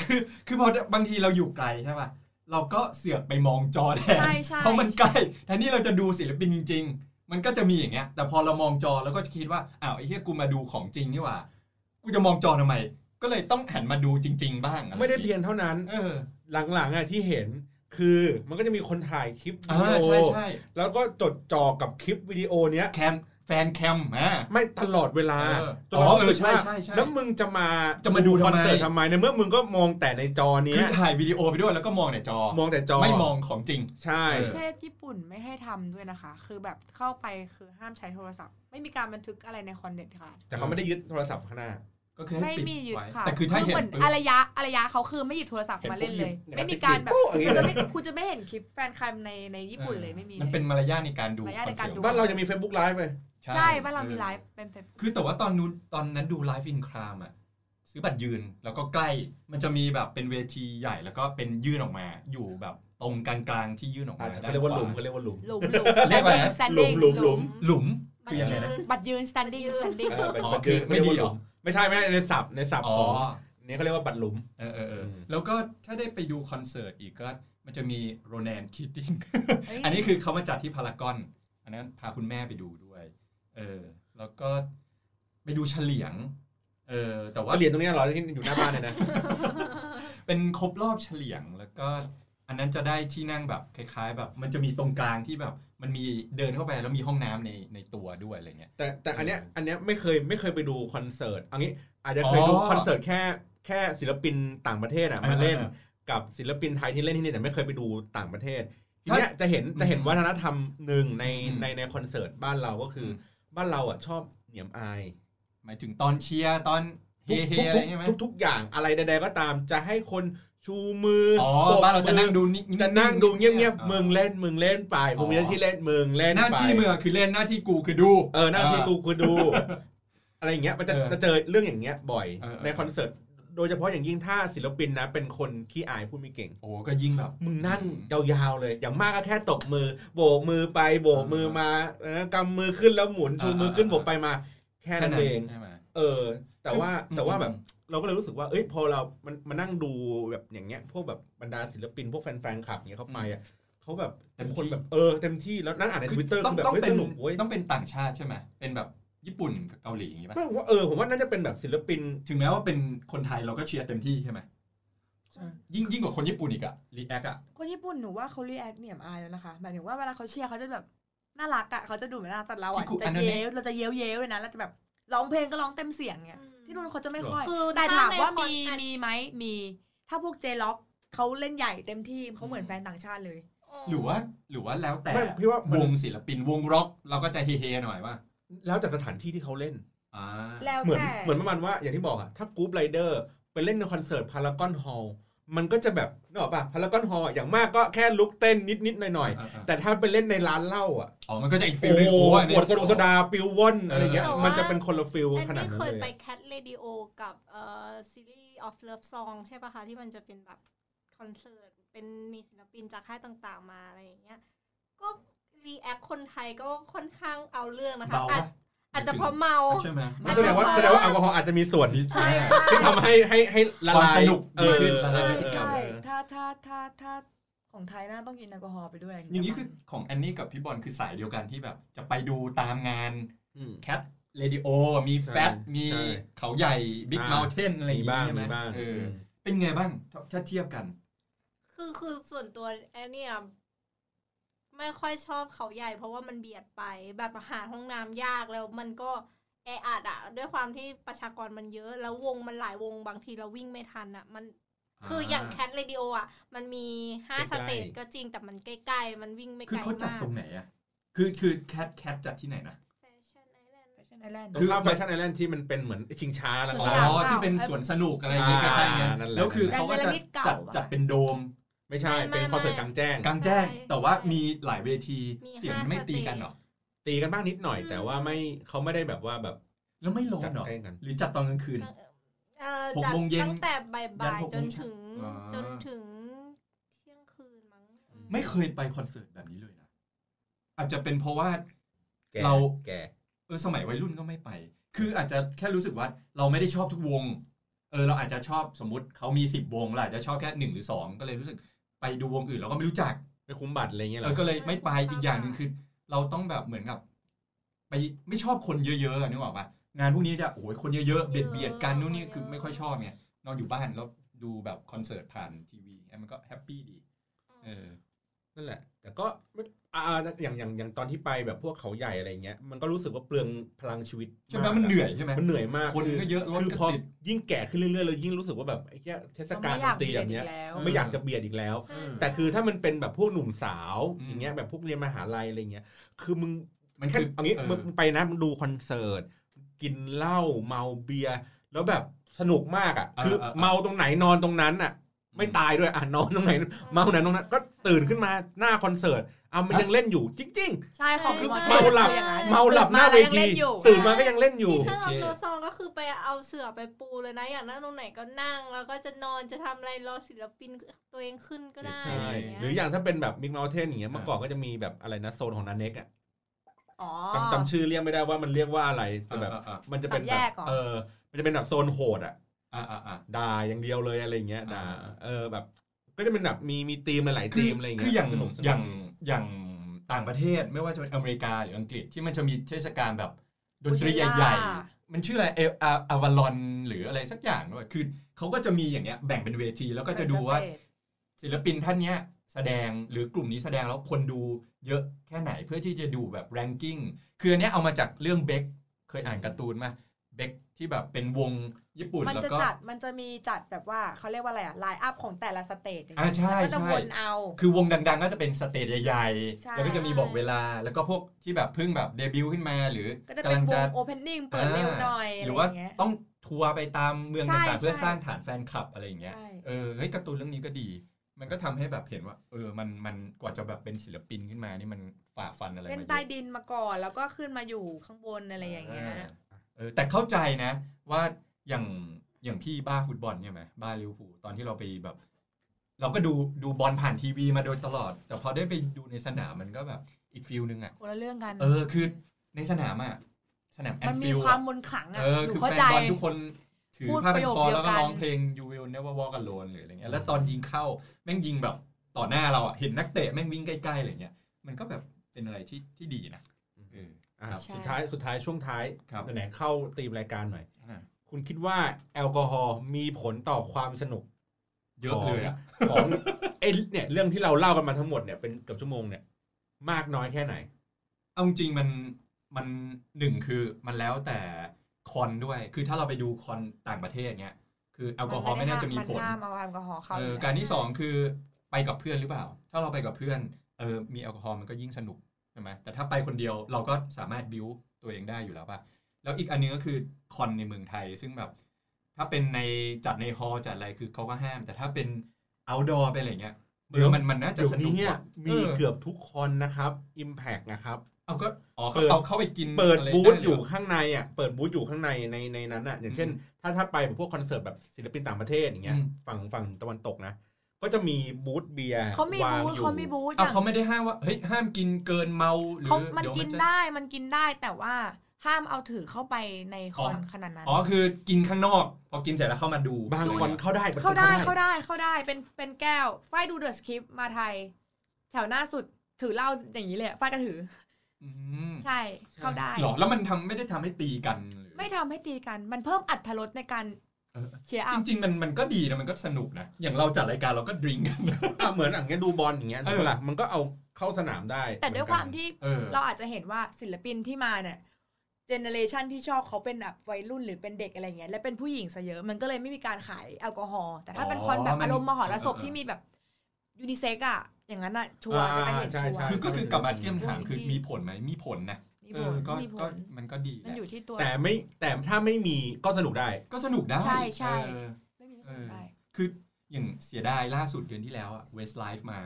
คือคือพอบางทีเราอยู่ไกลใช่ป่ะเราก็เสือกไปมองจอแทน
ใช่ใช่
เพราะมันใกล้แทนที่เราจะดูศิลปินจริง ๆ มันก็จะมีอย่างเงี้ย แต่พอเรามองจอแล้วก็จะคิดว่าอ้าวไอ้เหี้ยกูมาดูของจริงนี่หว่า กูจะมองจอทำไม ก็เลยต้องหันมาดูจริง ๆ บ้างอะร
ไม่ได้เพียงเท่านั้น
เออ
หลังๆอ่ะที่เห็นคือมันก็จะมีคนถ่ายคลิปวิ
อ่า
ดีโอ
ใช่ใช่
แล้วก็จดจ่อกับคลิปวิดีโอเนี้ย
แคมแฟนแคมอ่า
ไม่ตลอดเวลา
เออ
จนเรา
อ๋อเออ
รู้สึกว่า
ใช่ใช่ใช่
แล้วมึงจะมา
จะมาดูทำไม
คอนเสิร์ตทำไมในเมื่อมึงก็มองแต่ในจอเนี้
คือย ถ่ายวิดีโอไปด้วยแล้วก็มองแต่จอ
มองแต่จอ
ไม่มองของจริง
ใช่
เอ
ป
อ
ระเทศญี่ปุ่นไม่ให้ทำด้วยนะคะ คือแบบเข้าไปคือห้ามใช้โทรศัพท์ ไม่มีการบันทึกอะไรในคอนเน็ตค่ะ
แต่เขาไม่ได้ยึดโทรศัพท์ข้างหน้า
ก็คือให้
ไม่
ปิด
มีหยุด
ไว้
ค่ะ
แต่คือถ้าเห็น
มือน
ปุ๊บ
อารยะอารยะเขาคือไม่หยิบโทรศัพท์
เห็น
มาเล่น
ปุ๊บ
เลย
หยิบ
ไม่มีการแบบ
อย่างเงี้
คุ
ย
ณจะไม่คุณจะไม่เห็นคลิปแฟนคลับในในญี่ปุ่นเลยไม่มี
มันเป็น
ลย
มารยาทในการดู
มารยาทในการดู
คอ
บ้าน
เสิ
เราจะมี Facebook Live ไป
ต
ใช่บ้านเรามีไลฟ์เป็นเฟซ
คือแต่ว่าตอนนู้นตอนนั้นดูไลฟ์อินครามอ่ะ ซื้อบัตรยืนแล้วก็ใกล้ มันจะมีแบบเป็นเวทีใหญ่แล้วก็เป็นยื่นออกมา อยู่แบบตรงกลางๆที่ยื่นออกมา
อ่ะ
ด้
แต่เขา
น
เรียกว่า
ข
หลุมเขาเรียกว่าหลุม
หลุมหลุม
เรียกว่าอะไรนะ
standing
หลุมหลุม
หลุม
มั
คือยังไง
ยื
นะ
น
บัตรยืน standing
บัตรยื
standing
น
เออเป็น
อ๋อ
เป็น
คือไม่ดี
ขา
เหร
ยกว่า
อ
ลุไม่ใช่ไม่ใช่ในศัพท์ในศัพท์
อ๋อ
ของนี่เขาเรียกว่าบัตรหลุม
เออเออเออ
อืม
แล้วก็ถ้าได้ไปดูคอนเสิร์ตอีกก็มันจะมีโรแน นคีติ้ง
เฮ้ย
อันนี้คือเขามาจัดที่พารากอน อันนั้นพาคุณแม่ไปดูด้วย เออ แล้วก็ไปดูเฉลียง เออ แต่ว่า
ว่าเหรียญตรงเนี้ยเหรอที่อยู่หน้าบ้านเนี่ยนะ
เป็นครบรอบเฉลียง แล้วก็อันนั้นจะได้ที่นั่งแบบคล้าย ๆ แบบ มันจะมีตรงกลางที่แบบ มันมีเดินเข้าไปแล้วมีห้องน้ำในในตัวด้วยอะไรเงี้ย
แต่แต่อันเนี้ยอันเนี้ยไม่เคยไม่เคยไปดูคอนเสิร์ตเอันนี้อาจจะเคย
อ๋อ
ดูคอนเสิร์ตแค่แค่ศิลปินต่างประเทศอ่ะมาเล่น กับศิลปินไทยที่เล่นที่นี่แต่ไม่เคยไปดูต่างประเทศทีเนี้ยจะเห็นจะเห็นวัฒนธรรมหนึ่งใน
อืม
ในในคอนเสิร์ตบ้านเราก็คืออ
ม
บ้านเราอ่ะชอบเหนียมอาย
หมายถึงตอนเชียร์ตอนเฮ
ทุก
เฮอะไร
ทุก
ใช่ไหม
ทุกทุกอย่างอะไรใดๆก็ตามจะให้คนชูมือ
อ๋อ
ป
บ้านเราจะนั่ง
มือ
ดูนิ่งๆ
จะนั่งดูเงียบ
อ๋อ
ๆมึงเล่นมึงเล่นไปมึงมีห
อ๋อ
น้าที่เล่นมึงเล่น
หน้า
ไป
ที่เมืองคือเล่นหน้าที่กูคือดู
เออหน้าที่กูคือ ดู อะไรอย่างเงี้ยมันจะ
เออ
จะเจอเรื่องอย่างเงี้ยบ่อย
เออเออ
ในคอนเสิร์ตโดยเฉพาะอย่างยิ่งถ้าศิลปินนะ เป็นคนขี้อายพูดไม่เก่ง
โอ้โหก็ยิ่งแบบ
มึงนั่งยาวๆเลย อย่างมากก็แค่ตบมือ โบกมือไปโบกมือมาเออกำมือขึ้นแล้วหมุนชูมือขึ้น
อ่า
โบกไปมา แค่นั้นเอง
ใช่ไหม
เออ แต่ว่าแต่ว่าแบบเราก็เลยรู้สึกว่า เอ้ยพอเรามันมานั่งดูแบบอย่างเงี้ย พวกแบบบรรดาศิลปินพวกแฟนๆคลับเงี้ยเข้าไปอ่ะเขาแบบทุกคนแบบเออเต็มที่แล้วนั่งอ่านในทวิตเตอร์
ต้อง
แบบ
ต้อง
เฮ้ย
เป็
ส
น
นุกเว้ย
ต้องเป็นต่างชาติใช่ไหมเป็นแบบญี่ปุ่นกับเกาหลีอย่างงี้ป่ะ
ไม่ผมว่าเออผมว่าน่าจะเป็นแบบศิลปิน
ถึงแม้ว่าเป็นคนไทยเราก็เชียร์เต็มที่ใช่ไหม
ใช่
ยิ่งยิ่งกว่าคนญี่ปุ่นอีกอะรีแอคอะ
คนญี่ปุ่นหนูว่าเขา react เหนียมอายแล้วนะคะหมายถึงว่าเวลาเขาเชียร์เขาจะแบบน่ารักอ่ะเขาจะดูเหมือนน่ารักแต่เราอ่ะจะเย้วเราจะเย้วเย้วเลยนะเราจะแบบร้องเพลงก็ร้องเต็มเสียงเนี่ย ที่นู่นเขาจะไม่ค่อย
คือ
แต่ถามว่า
ถ้า
มี
ในคอน
มีไหมมี ถ้าพวกเจล็อกเขาเล่นใหญ่เต็มที่เขาเหมือนแฟนต่างชาติเลย
หรือว่าหรือว่าแล้วแต่
ไม่พี่ว่ามัน
วงศิลปินวงร็อก เราก็จะเฮๆหน่อยว่า
แล้วจากสถานที่ที่เขาเล่น
อ่า
แล้ว
เหมือน
แต่
เหมือนประมาณว่าอย่างที่บอกอะถ้ากรุ๊ปไรเดอร์ไปเล่นในคอนเสิร์ตพารากอนฮอลมันก็จะแบบนึกออกปะพารากอนฮอลอย่างมากก็แค่ลุกเต้นนิดนิดๆหน่อยหน่อย
อ่า
ๆแต่ถ้าไปเล่นในร้านเหล้าอะ
อ๋อมันก็จะอีกฟิลนึ
โอ้
ง
โห
อัน
ข
นี้
วดสะดุกสะดาปิวว่อนอะไรเงี้ย
แต่ว่ามั
มันจะเป็นคนละฟิล
แอน
ขนาด
นี่
นั้น
เคย
เล
ไป
ย
แคทเรดิโอกับเอ่อซีรีส์ of love song ใช่ป่ะคะที่มันจะเป็นแบบคอนเสิร์ต เป็นมีศิลปินจากค่ายต่างๆมาอะไรอย่างเงี้ยก็รีแอคคนไทยก็ค่อนข้างเอาเรื่องนะคะ
เบาปะ
อาจอาจจะเพราะเมา
ใช่ไหม
อ่ะ
แสดงว่าแสดงว่าแอลกอฮอล์อาจจะมีส่วน
ใช่
ที่ทำให้ให้ให้ละ
ความ
ลาย
สนุก
เออ
ดีขึ้นละลาย
ใช่
เออ
ใช่ถ้าถ้าถ้าถ้าของไทยน่าต้องกินแอลกอฮอล์ไปด้วย
อย่างนี้คือของแอนนี่กับพี่บอลคือสายเดียวกันที่แบบ จะไปดูตามงาน
อืม
แคทเรดิโอมีแฟต
ใช่
มี
ใช่
เขาใหญ่บิ๊ก
อ่า
เม t เทนอะไรอ
มี
ย่างงี้
บ้าง
ใช่ไหม
มีบ้าง
เออ
ม
เป็นไงบ้างถ้าถ้าเทียบกัน
คือคือส่วนตัวแอนเนี่ยไม่ค่อยชอบเขาใหญ่ เพราะว่ามันเบียดไปแบบหาห้องน้ำยากแล้วมันก็แออัดอะด้วยความที่ประชากรมันเยอะ แล้ววงมันหลายวงบางทีเราวิ่งไม่ทันอะมัน คืออย่างแคทเรดิโออ่ะ มันมีห้า
ใก
ส
ล้ๆ
เตจก็จริงแต่มันใกล้ๆ มันวิ่งไม่
คื
ไก
อ
ล
เขาจัด
มาก
ตรงไหนอะคือคือแคทแคทจัดที่ไหนนะ
แฟชั่นไอแลนด์
แฟชั่นไอแลนด์
คือแฟชั่นไอแลนด์ที่มันเป็นเหมือนชิงช้าแล้ว
อ๋
ก็
อ
สวนสนามเปล่า
ที่เป็นสวนสนุกอะไรอย่างเงี้ย
อ่า
ใช่ไง
นั่นแหละ
แล้วคือเขาก็
แดนเด
จะ
ลมิดเก่า
จัด
อะ
จัดเป็นโดม
ไม่ใช่
ไม่
เป็น
ไม่
คอนเสิร์ต
ไม่
กลางแจ้ง
กลางแจ้ง
ใช่
แต่ว่า
ใช่
มีหลายเวที
มี
เสียง
ห้า
ไม่
สเตจ
ตีกันเหรอ
ตีกันบ้างนิดหน่อย แต่ว่าไม่เขาไม่ได้แบบว่าแบบ
แล้วไม่ร้อ
จั
น
ด
เหรอ
ใกล้กัน
หรือจัดตอนกลางคืน
เอ่อ
หก
จัด
โมงเย็น
ตั้งแต่บ่าย
ยันหกโม
ๆจน
งเช้า
ถึง
อ่า
จนถึงเที่ยงคืนมั้งอืม
ไม่เคยไปคอนเสิร์ตแบบนี้เลยนะ อาจจะเป็นเพราะว่า
แก่
เรา
แก่
เออสมัยวัยรุ่นก็ไม่ไป คืออาจจะแค่รู้สึกว่าเราไม่ได้ชอบทุกวง เออเราอาจจะชอบสมมติเขามี 10 วงเราอาจจะชอบแค่หนึ่งหรือ 2 ก็เลยรู้สึกไปดูวงอื่นเราก็ไม่รู้จัก
ไม่คุ้มบัตรอะไรเงี้ยเหร
เอ
อ
อก็เลยไม่ไปอีกอย่างหนึ่งคือ เราต้องแบบเหมือนกับ ไปไม่ชอบคนเยอะๆอะนึกออกปะงานพวกนี้จะโอ้ยคนเยอะๆเบียดเบียดกันนู่นนี่คือไม่ค่อยชอบไงนอนอยู่บ้านแล้วดูแบบคอนเสิร์ตผ่านทีวีเอ้ยมันก็แฮปปี้ดีเออ
นั่นแหละ แต่ก็ไม่อ่าอย่างอย่างอย่างตอนที่ไปแบบพวกเขาใหญ่อะไรเงี้ยมันก็รู้สึกว่าเปลืองพลังชีวิต
ใช่ไหม
าก
มันเหนื่อยใช่ไหม
มันเหนื่อยมาก
คนก็เยอะรถ
คือ
ก็
พอ
ติด
ยิ่งแก่ขึ้นเรื่อยๆเรายิ่งรู้สึกว่าแบบไอ้เหี้ยเทศ
เขา
กาล
ไม่
ด
อยาก
นตรีแบบ
เบียดอี
เนี้ย
กแล้ว
ไม่อยากจะเบียดอีกแล้ว
ใช่
เออ
ใช่
แต่คือถ้ามันเป็นแบบพวกหนุ่มสาว
อืม
อย่างเงี้ยแบบพวกเรียนมหาลัยอะไรเงี้ยคือมึง
มัน
แค่
คือ
เอางี้
เออ
มึงไปนะมึงดูคอนเสิร์ตกินเหล้าเมาเบียร์แล้วแบบสนุกมากอ่ะ
เออ
คือ
เออ
เมาตรงไหนนอนตรงนั้นอ่ะ ไม่ตายด้วยอ่ะนอนตรงไหนเมาตรงไหนตรงนั้น ก็ตื่นขึ้นมาหน้าคอนเสิร์ตอ่ะมันยังเล่นอยู่จริง
ใช่ของ
คือ
One
เมา
Direction
หลับ
คืออย่างนั้น
ๆ เมาหลับหน้าเว
ตื่นมาแล้วยัง
ที
เล่นอยู่
ตื่นมาก็ยังเล่นอยู่
ซีซันออ
โอ
ฟ
เค
โรซองก็คือไปเอาเสือไปปูเลยนะ อย่างนั่งตรงไหนก็นั่ง แล้วก็จะนอนจะทำอะไรรอศิลปินตัวเองขึ้นก็ได้
ใช่
ะไรย่างเงี้ย
หรืออย่างถ้าเป็นแบบมิกเมาเทนอย่างเงี้ย
อ่า
เมื่อก่อนก็จะมีแบบอะไรนะโซนของนาเน็กอ่ะ
อ๋อ
จำจำชื่อเรียกไม่ได้ว่ามันเรียกว่าอะไรแต่แบบ
อ่ะอ่ะ
มันจะเป็นแบบ
สามแยกเหรอ
เออ มันจะเป็นแบบโซนโหดอ่ะ
อ่ะอ่ะอ่ะ
ด่าอย่างเดียวเลยอะไรอย่างเงี้ย ด่า
อ่า
เออแบบ ก็จะเป็นแบบมีมีธีมหลายๆธีมอะไรอย่าง
คื
เงี้
อย อย่าง
สนุกสนุก
อย่างอย่างต่างประเทศไม่ว่าจะเป็นอเมริกาหรืออังกฤษที่มันจะมีเทศกาลแบบดนตรีใหญ่ ๆ มันชื่ออะไรเออาวาลอนหรืออะไรสักอย่างด้วยคือเขาก็จะมีอย่างเงี้ยแบ่งเป็นเวที แล้วก็จะดูว่า ศิลปินท่านเนี้ยแสดงหรือกลุ่มนี้แสดงแล้วคนดูเยอะแค่ไหนเพื่อที่จะดูแบบแรงกิ้งคืออันเนี้ยเอามาจากเรื่องเบคเคยอ่านการ์ตูนมาเบคที่แบบเป็นวงญี่ปุ่น
มัน
แล้ว
จะ
ก็
จัดมันจะมีจัดแบบว่าเขาเรียกว่าอะไรอะไลน์อัพของแต่ละสเตจอย่าง
อ่า
เงี้ย
ใช่
ก็จะ
ใช่
วนเอา
คือวงดังๆ ก็จะเป็นสเตจใหญ่
ใช่
ๆ แล้วก็จะมีบอกเวลาแล้วก็พวกที่แบบเพิ่งแบบเดบิวต์ขึ้นมาหรือ
ก็จะ
กำ
เป็น
ลัง
ว
จะ
งโอเพนนิ่งเปิดเร็วหน่อย
ห
อะไร
รือ
อ
ว่า
ย่างเงี้ย
ต้องทัวร์ไปตามเมือง
ใช่
ต่างๆเพื่อ
ใช่
สร้างฐานแฟนคลับอะไรอย่างเงี้ย
ใช่
เออเฮ้ยการ์ตูนเรื่องนี้ก็ดี มันก็ทำให้แบบเห็นว่า เออมันมันกว่าจะแบบเป็นศิลปินขึ้นมานี่มันฝ่าฟันอะไร
เป็
มา
น
เยอะ
ใต้ดินมาก่อนแล้วก็ขึ้นมาอยู่ข้างบนอะไรอย่างเงี้ย
เออแต่เข้าใจนะ ว่าอย่างอย่างพี่บ้าฟุตบอลใช่ไหมบ้าลิเวอร์พูลตอนที่เราไปแบบ เราก็ดูดูบอลผ่านทีวีมาโดยตลอด แต่พอได้ไปดูในสนามมันก็แบบอีกฟิลนึงอ่ะ
คนละเรื่องกัน
เออคือในสนามอ่ะสนามแอน
มันมี
ฟิล
ความมนต์ขลังอะ
เออ
หนู
คือ
เข้า
แฟน
ใจ
บอลทุกคนถือ
พูด
ผ้า
ป
พัน
ระโยค
คอ
เดียวกัน
แล้วก็ร้องเพลง you will never walk alone หรืออะไรเงี้ยแล้วตอนยิงเข้าแม่งยิงแบบต่อหน้าเราอ่ะเห็นนักเตะแม่งวิ่งใกล้ๆอะไรเงี้ยมันก็แบบเป็นอะไรที่ที่ดีนะเออ
อ่ะ
ครับ
สุดท้ายสุดท้ายช่วงท้าย
ครับ
ไหนๆเข้าธีมรายการหน่อย
อ่ะ
คุณคิดว่าแอลกอฮอล์มีผลต่อความสนุก
เยอะเลยอ่ะ
ของ ไอ้เนี่ยเรื่องที่เราเล่ากันมาทั้งหมดเนี่ยเป็นเกือบชั่วโมงเนี่ย มากน้อยแค่ไหน
เอาจริงๆมันมันหนึ่งคือมันแล้วแต่คอนด้วย คือถ้าเราไปดูคอนต่างประเทศเงี้ยคือแอลกอฮอล์ไม่น่าจะมีผล
นห้ามเอาแอลกอฮอล์เข้า
เออ
อยู่แล้ว
การที่สองคือไปกับเพื่อนหรือเปล่า ถ้าเราไปกับเพื่อนเออมีแอลกอฮอล์มันก็ยิ่งสนุกใช่ไหมแต่ถ้าไปคนเดียวเราก็สามารถบิวตัวเองได้อยู่แล้วป่ะ แล้วอีกอันหนึงก็คือคอนในเมืองไทย ซึ่งแบบ ถ้าเป็นในจัดในฮอลล์จัดอะไรคือเขาก็ห้าม แต่ถ้าเป็น outdoor ไปอะไรเงี้ยเอ
เดี๋ย
อ
ว
มันมันน่าจะ
เดี๋ยว
สนุ
นี้
ก
เนี่ย
กว่า
มี
เออ
เกือบทุกคนนะครับ Impact นะครับ
เอาก็อ๋อ
เปิ
เขา
ด
เอาเข้าไปกิน
เปิด
ะไร
บูธ
ไเล
อยู่ข้างในอ่ะ เปิดบูธอยู่ข้างในในในนั้นอ่ะ อย่างเช่น
อืม
ถ้าถ้าไปแบบพวกคอนเสิร์ตแบบศิลปินต่างประเทศอย่างเงี้ย
อืม
ฝั่งฝั่งตะวันตกนะ ก็จะมีบูธเบียร์
เขามี
วาง
บูธ
อยู่
เขามีบูธอ
เอา
ย่าง
เขาไม่ได้ห้ามว่าเฮ้ยห้ามกินเกินเมาหรือ
เขามัน
เดี๋ยว
กิน
จะ
ได้มันกินได้แต่ว่าห้ามเอาถือเข้าไปในคอน
อ๋อ
ขนาดนั้น
อ๋อคือกินข้างนอก พอกินเสร็จแล้วเข้ามาดู
บาง
อะไร
คน
เงี้ย
เข้าได้บงคน
เข้าได้เข้าได้เข้าได้เป็นเป็นแก้วฝ้ายดูเดอะสคริปมาไทย แถวหน้าสุดถือเหล้าอย่างนี้เลยฝ้ายก็ถือ
อืม
ใช่เข้าได้
หรอแล้วมันทำไม่ได้ทำให้ตีกันหรือ
ไม่ทำให้ตีกันมันเพิ่มอัตรถรสในการ
เออ
เชียร์อั
จ
พ
ริงๆมันมันก็ดีนะ มันก็สนุกนะ อย่างเราจัดรายการเราก็ดริงกัน
อ่ะเหมือนอย่างเงี้ยดูบอลอย่างเงี้ย
เออ
ถูกปะล่ะมันก็เอาเข้าสนามได้
แต่ด้วยความที่
เออ
เราอาจจะเห็นว่าศิลปินที่มาเนี่ย เจ เจเนอเรชันที่ชอบเขาเป็นแบบวัยรุ่นหรือเป็นเด็กอะไรเงี้ยและเป็นผู้หญิงซะเยอะมันก็เลยไม่มีการขายแอลกอฮอล์แต่ถ้าเป็นคอนแบบอารมณ์มหรสพที่มีแบบยูนิเซ็กอะอย่างนั้นอะชัวร์จะไปเห็นชัวร์
คือก็คือกลับมาเทียมถามคือ
มี
มีผลไหมมีผลนะ
มี
เอ
ผ
อ
ล
ก็
มีผ
ก็
ล
มันก็ดีแห
มัน
ละ
อยู่ที่ตัว
แต่ไม่แต่ถ้าไม่มีก็สนุกได้
ก็สนุกได้
ใช่ใช่
เออ
ไม่มีที่สุดได้
คืออย่างเสียดายล่าสุดเดือนที่แล้วอะเวสไลฟ์มา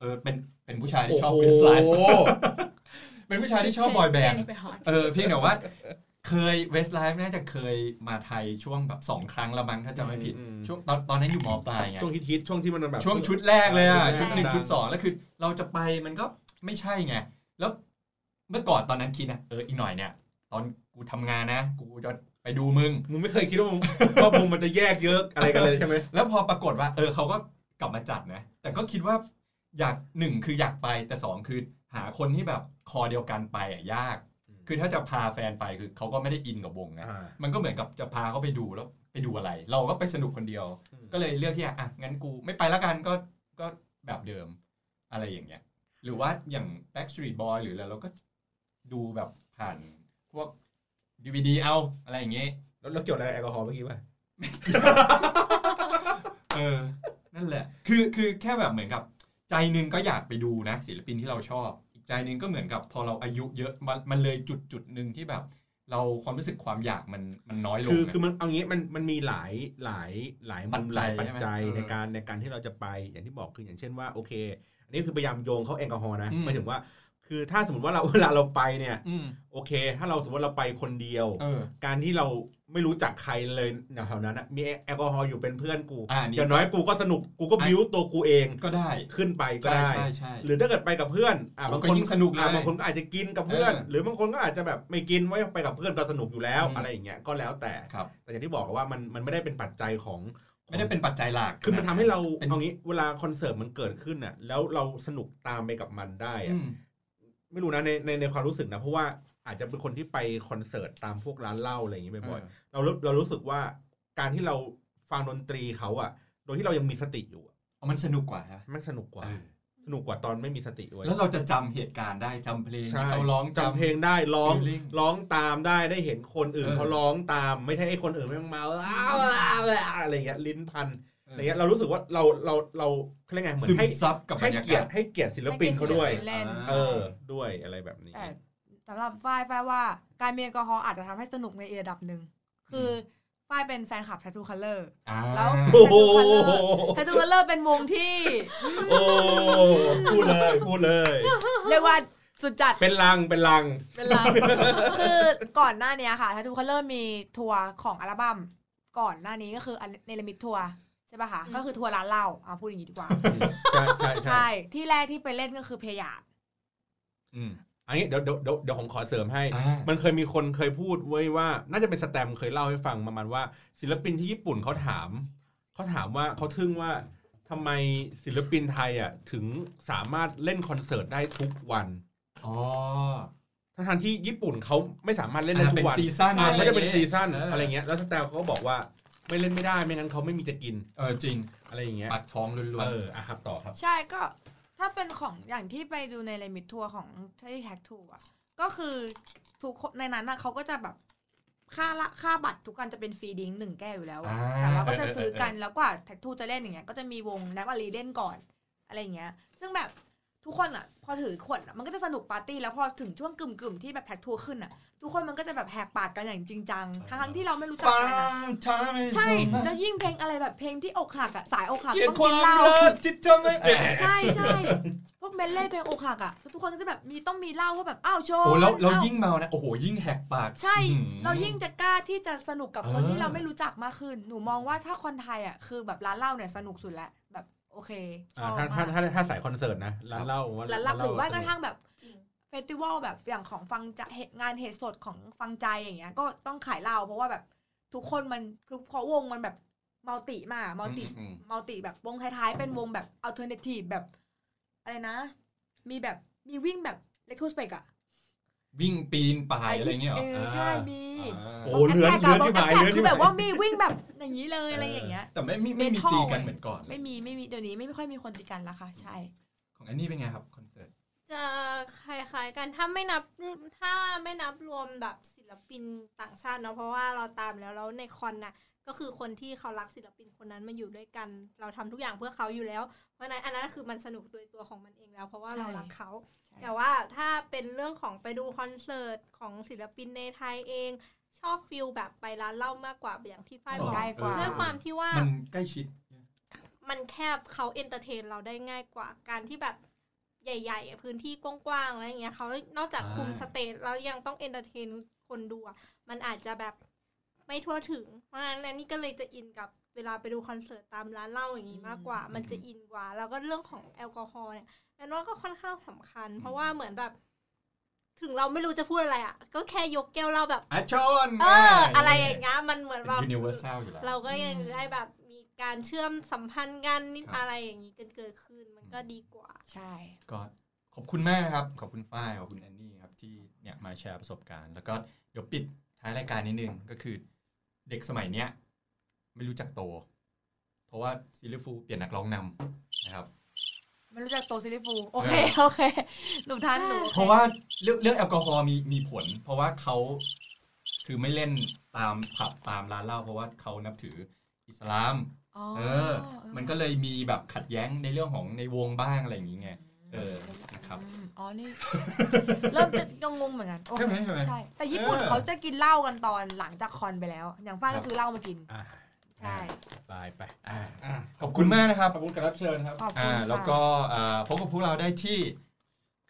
เออเป็นเป็นผู้ชายที่ชอบเวสไลฟ์ เป็นผู้ชายที่ชอบบอยแบนด์
ไปฮอต
เออเพียงแต่ว่า เคยเวสไลฟ์น่าจะเคยมาไทยช่วงแบบสองครั้งละมั้งถ้าจำไม่ผิด
อืมอืม
ช่วงตอนตอนนั้นอยู่มปลายไง
ช่วงฮิตๆช่วงที่มันแบบ
ช่วงชุดแรกเลยอะ
ใช่
ชุดหนึ่งชุดสองแล้วคือ เราจะไปมันก็ไม่ใช่ไงแล้วเมื่อก่อนตอนนั้นคิดนะเอออีกหน่อยเนี่ย ตอนกูทำงานนะ กูจะไปดูมึง
มึงไม่เคยคิดว่ามึง ว่ามึงมันจะแยกเยอะอะไรกันเลยใช่ไหม
แล้วพอปรากฏว่า เออเขาก็กลับมาจัดนะ แต่ก็คิดว่าอยากหนึ่งคืออยากไปแต่สองคือหาคนที่แบบคอเดียวกันไปอ่ะยาก
อืม
คือถ้าจะพาแฟนไปคือเขาก็ไม่ได้อินกับวงนะ
อ่า
มันก็เหมือนกับจะพาเขาไปดูแล้วไปดูอะไร เราก็ไปสนุกคนเดียว
อืม
ก็เลยเลือกที่จะอ่ะงั้นกูไม่ไปละกันก็ก็แบบเดิมอะไรอย่างเงี้ย หรือว่าอย่าง Backstreet Boy หรืออะไรเราก็ดูแบบผ่านพวก DVD เอาอะไรอย่างเงี้ย
แล้วแล้วเกี่ยวอะไรกับแอลกอฮอล์เมื่อกี้ป่ะ
เออ นั่นแหละ คือ คือแค่แบบเหมือนกับ ใจหนึงก็อยากไปดูนะ ศิลปินที่เราชอบ อีกใจหนึงก็เหมือนกับพอเราอายุเยอะ มันมันเลยจุดจุดหนึ่งที่แบบ เราความรู้สึกความอยากมันมันน้อยลง
คือ
นะ
คือมันเอางี้มันมันมีหลายหลายหลายมุม
ปัจ
ห
จั
ลาย ยปัจจัย
ใช่ไหม
ในการในการที่เราจะไปอย่างที่บอกคืออย่างเช่นว่าโอเค อันนี้คือพยายามโยงเขาแอลกอฮอล์นะ
อืม
หมายถึงว่า คือถ้าสมมติว่าเรา เวลาเราไปเนี่ย
อืม
โอเค ถ้าเราสมมติเราไปคนเดียว
เออ
การที่เราไม่รู้จักใครเลยแถวๆนั้นอะมีแอลกอฮอล์อยู่เป็นเพื่อนกู
อ่านี่
อย่างน้อยกูก็สนุกกูก็บิ้วตัวกูเอง
ก็ได้
ขึ้นไปก็
ใช่
ได้
ใช่ใช่
หรือถ้าเกิดไปกับเพื่อนอ่ะ
โอ้
บาง
ก็
คน
ยิ่งสนุกเล
อ่ะ
ย
บางคนก็อาจจะกินกับเพื่อน
เออ
หรือบางคนก็อาจจะแบบไม่กินไว้ไปกับเพื่อนก็สนุกอยู่แล้ว
อืม
อะไรอย่างเงี้ยก็แล้วแต่
ครับ
แต่อย่างที่บอกว่ามันมันไม่ได้เป็นปัจจัยของ
ไม่ได้เป็นปัจจัยหลัก
คือมันทำให้เรา
เป็น
เอางี้เวลาคอนเสิร์ตมันเกิดขึ้นน่ะแล้วเราสนุกตามไปกับมันได้อะ
อืม
ไม่รู้นะในในในความรู้สึกนะ เพราะว่าอาจจะเป็นคนที่ไปคอนเสิร์ตตามพวกร้านเหล้าอะไรอย่างงี้บ่อยๆเรารู้เรารู้สึกว่าการที่เราฟังดนตรีเขาอ่ะ โดยที่เรายังมีสติอยู่อะ
เอามันสนุกกว่าฮะ
มันสนุกกว่า
เออ
สนุกกว่าตอนไม่มีสติเว้ย
แล้วเราจะจำเหตุการณ์ได้จำเพลง
ใช่
ที่เขาร้อง
จำเพลงได้ร้อง
ฟีลลิ่
ร้องตามได้ได้เห็นคนอื่น
เออ
เขาร้องตามไม่ใช่ไอ้คนอื่นไม่งมาอ้าวอ้าวอ้าวอะไรอย่างเงี้ยลิ้นพัน
เออ
อะไรเงี้ยเรารู้สึกว่าเราเราเราเขาเรียกไงเหมือ
ซึ
น
ม
ให้
ซับกับบร
ให้
รยา
เกีย
การ ศ
ติให้เกียรติศิลปินเขาด้วย
ให้เล่น
อ่า
เออด้วยอะไรแบบนี้
แต่สำหรับฝ้ายฝ้ายว่าการมีแอลกอฮอล์อาจจะทำให้สนุกในระดับหนึ่ง คือฝ้ายเป็นแฟนคลับ Tattoo Color
อ่า
แล้ว
โอ้โห
Tattoo Color เป็นวงที่
โอ้พูดเลยพูดเลย
เรียกว่าสุดจัด
เป็นลังเป็นลัง
เป็นไร คือก่อนหน้าเนี้ยค่ะท t ทูเขาเริ่มมีทัวร์ของอัลบั้มก่อนหน้านี้ก็คือเนลมิตทัวร์ใช่ป่ะคะ
อืม
ก็คือทัวร์ร้านเหล้าเอาพูดอย่างนี้ดีกว่า
ใช่ใช่ใช่
ใช่ ที่แรกที่ไปเล่นก็คือเพยาด
อืม
อันนี้เดี๋ยวเดี๋ยวเดี๋ยวเดี๋ยวผมขอเสริมให้
อ่า
มันเคยมีคนเคยพูดไว้ว่า น่าจะเป็นสแตมเคยเล่าให้ฟังประมาณว่า ศิลปินที่ญี่ปุ่นเขาถามเขาถามว่าเขาทึ่งว่าทำไมศิลปินไทยอ่ะถึงสามารถเล่นคอนเสิร์ตได้ทุกวัน
อ๋อ
ทั้งๆที่ญี่ปุ่นเขาไม่สามารถเล่นได้ทุกวัน
เป็นซีซั่น
ใช่
อะไร
เขาจะเป็นซีซั่น
เอออ
อะไรเงี้ย แล้วสแตลเขาก็บอกว่าไม่เล่นไม่ได้ ไม่งั้นเขาไม่มีจะกิน
เออจริง
อะไรอย่างเงี้ย
ปากท้องล้วน
เอออ่ะครับต่อครับ
ใช่ก็ถ้าเป็นของอย่างที่ไปดูในเลมิตทัวร์ของที่แท็กทูอ่ะ ก็คือทุกคนในนั้นน่ะเขาก็จะแบบค่าละค่าบัตรทุกกันจะเป็นฟรีดริงก์หนึ่งแก้วอยู่แล้ว
ๆ
อะ
อ่
แต่ว่าก็จะ
เเ
ซื้อกันแล้วก็แท็กทูจะเล่นอย่างเงี้ยก็จะมีวงนักวารีเล่นก่อนอะไรอย่างเงี้ย ซึ่งแบบทุกคนอ่ะ พอถือขวดอะมันก็จะสนุกปาร์ตี้แล้วพอถึงช่วงกึ่มๆที่แบบแท็กทูขึ้นอ่ะ ทุกคนมันก็จะแบบแหกปากกันอย่างจริงจังทั้งๆที่เราไม่รู้จัก
ฟัง
กันอะ
ทำห้
ใช่
สม
แล้วยิ่งเพลงอะไรแบบเพลงที่อกหักอ่ะสายอกหัก
เกลียด
ต้อง
ค
กิ
วาม
นเหล้า
รักจิตจังเลย
เออ
ใช่ใช่พวกเมลเล่เพลงอกหักอ่ะทุกคนก็จะแบบมีต้องมีเหล้าว่าแบบอ้าวโช
โอ้
ว์
โหแล้วเรา
อ้
ยิ่งเมานะ โอ้โห ยิ่งแหกปาก
ใช่
อื้อหือ
เรายิ่งจะกล้าที่จะสนุกกับคน
เออ
ที่เราไม่รู้จักมากขึ้นหนูมองว่าถ้าคนไทยอ่ะคือแบบร้านเหล้าเนี่ยสนุกสุดละแบบโอเคช
อ่า
อ
ถ้าม
บาก
ถ้าถ้าถ้าสายคอนเสิร์ตนะร้านเหล้าผมว่า
หลักหรือว่ากระทั่งแบบ
จริง
เฟสติวัลแบบอย่างของฟังจะเหตุงานเหตุสดของฟังใจอย่างเงี้ย ก็ต้องขายเหล้าเพราะว่าแบบทุกคนมันคือเพราะวงมันแบบมัลติมากมัลติ
อืมอืม
มัลติแบบวงท้ายๆ เป็นวงแบบอัลเทอร์เนทีฟแบบอะไรนะ มีแบบมีวิ่งแบบเลคทูสเปกอะ
วิ่งปีนป่ายอะไรเงี้ยเหร
เอ
อ
อใช่
อ่า
มี
โอ้โหเลื้อนเลื้อนที่หมายเลื้อน
คื
ที่
อ
ห
แบ
มาย
บว่ามีวิ่งแบบอย่างนี้เลยอะไรอย่างเงี้ย
แต่ไม่ไม่ไม่มี
Metal
ตีกันเหมือนก่อน
ไม่มีไม่มีเดี๋ยวนี้ไม่ค่อยมีคนตีกันละค่ะใช่
ของอันนี้เป็นไงครับคอนเสิร์ต
จะคล้ายๆกันถ้าไม่นับถ้าไม่นับรวมแบบศิลปินต่างชาติเนาะเพราะว่าเราตามแล้วแล้วในคอนน่ะก็คือคนที่เขารักศิลปินคนนั้นมาอยู่ด้วยกัน เราทำทุกอย่างเพื่อเขาอยู่แล้ว เพราะฉะนั้นอันนั้นคือมันสนุกโดยตัวของมันเองแล้ว เพราะว่า
ใช่
เรารักเขา
ใช่
แต่ว่าถ้าเป็นเรื่องของไปดูคอนเสิร์ตของศิลปินในไทยเอง ชอบฟิลแบบไปร้านเหล้ามากกว่าอย่างที่ฝ้ายบอก
ใกล้กว่า
ด้วยความที่ว่า
มันใกล้ชิด
มันแคบเขาเอนเตอร์เทนเราได้ง่ายกว่าการที่แบบใหญ่ๆอะพื้นที่กว้างๆอะไรอย่างเงี้ยเขานอกจากคุม
อ่า
สเตจแล้วยังต้องเอนเตอร์เทนคนดูอะมันอาจจะแบบไม่ทั่วถึง เพราะฉะนั้นอันนี่ก็เลยจะอินกับเวลาไปดูคอนเสิร์ตตามร้านเหล้าอย่างงี้มากกว่า มันจะอินกว่า แล้วก็เรื่องของแอลกอฮอล์เนี่ยแอนว่าก็ค่อนข้างสำคัญ เพราะว่าเหมือนแบบ ถึงเราไม่รู้จะพูดอะไรอะก็แค่ยกแก้วเหล้าแบบ
อ่ะชอน
เออ อะไรอย่างเงี้ยมันเหมือนแบบ
ยูนิเวอร์แซลอยู่แล้ว
เราก็ยัง
อืม
ได้แบบมีการเชื่อมสัมพันธ์กันนิด
ครับ
อะไรอย่างนี้เกิดเกิดขึ้นมันก็ดีกว่า
ใช่
ก็ขอบคุณมากนะครับ ขอบคุณฝ้ายขอบคุณแอนนี่ครับที่เนี่ยมาแชร์ประสบการณ์ แล้วก็เดี๋ยวปิดท้ายรายการนิดนึงก็คือ เด็กสมัยเนี้ยไม่รู้จักโต เพราะว่าซิลลิฟูเปลี่ยนนักร้องนำนะครับ
ไม่รู้จักโตซิลิฟู โอเค โอเค หนูทันหนู
เพราะว่าเรื่องเรื่องแอลกอฮอล์มีมีผล เพราะว่าเขาคือไม่เล่นตามผับตามร้านเหล้าเพราะว่าเขานับถืออิสลาม
อ๋อ
เออ มันก็เลยมีแบบขัดแย้งในเรื่องของในวงบ้างอะไรอย่างเงี้ย เออนะครับ
อืมอ๋อ นี่ เริ่มจะงงเหมือนกันโอเค
ใช่ไหมใช่ไหม
ใช่ แต่ญี่ปุ่น
เออ
เขาจะกินเหล้ากันตอนหลังจากคอนไปแล้ว อย่างฝ้าย
ครั
ก็
บ
ซื้อเหล้ามากิน
อ่ะ
ใช่
บายไป
อ่า
อ่ะ
ขอบคุณมากนะครับ
ขอบคุณการรับเชิญครับ
ขอบคุณ
อ่า
ค่ะ
แล้วก็อ่าพบกับพวกเราได้ที่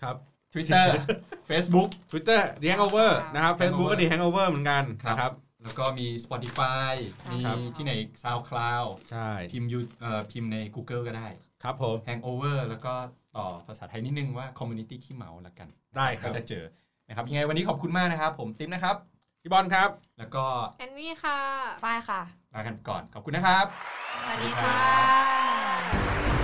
ครับ
Twitter Facebook
Twitter The Hangover นะครับ Facebook ก็ The
Hangover
Hangover เหมือนกันนะครับ
แล้วก็มี Spotify มี
ครับ
ที่ไหนอีก SoundCloud
ใช่
พิมพ์ยูเอ่อพิมพ์ใน Google ก็ได้
ครับผม
Hangover แล้วก็ต่อภาษาไทยนิดนึงว่า Community ขี้เมาละกัน
ได้ครับ
ก็จะเจอนะครับยังไงวันนี้ขอบคุณมากนะครับ ผมติ๊มนะครับ
พี่บอลครับ
แล้วก็
แอนนี่ค่ะ
ฝ้ายค่ะ
ลากันก่อน ขอบคุณนะครับ
สวัสดีค่ะ
ะ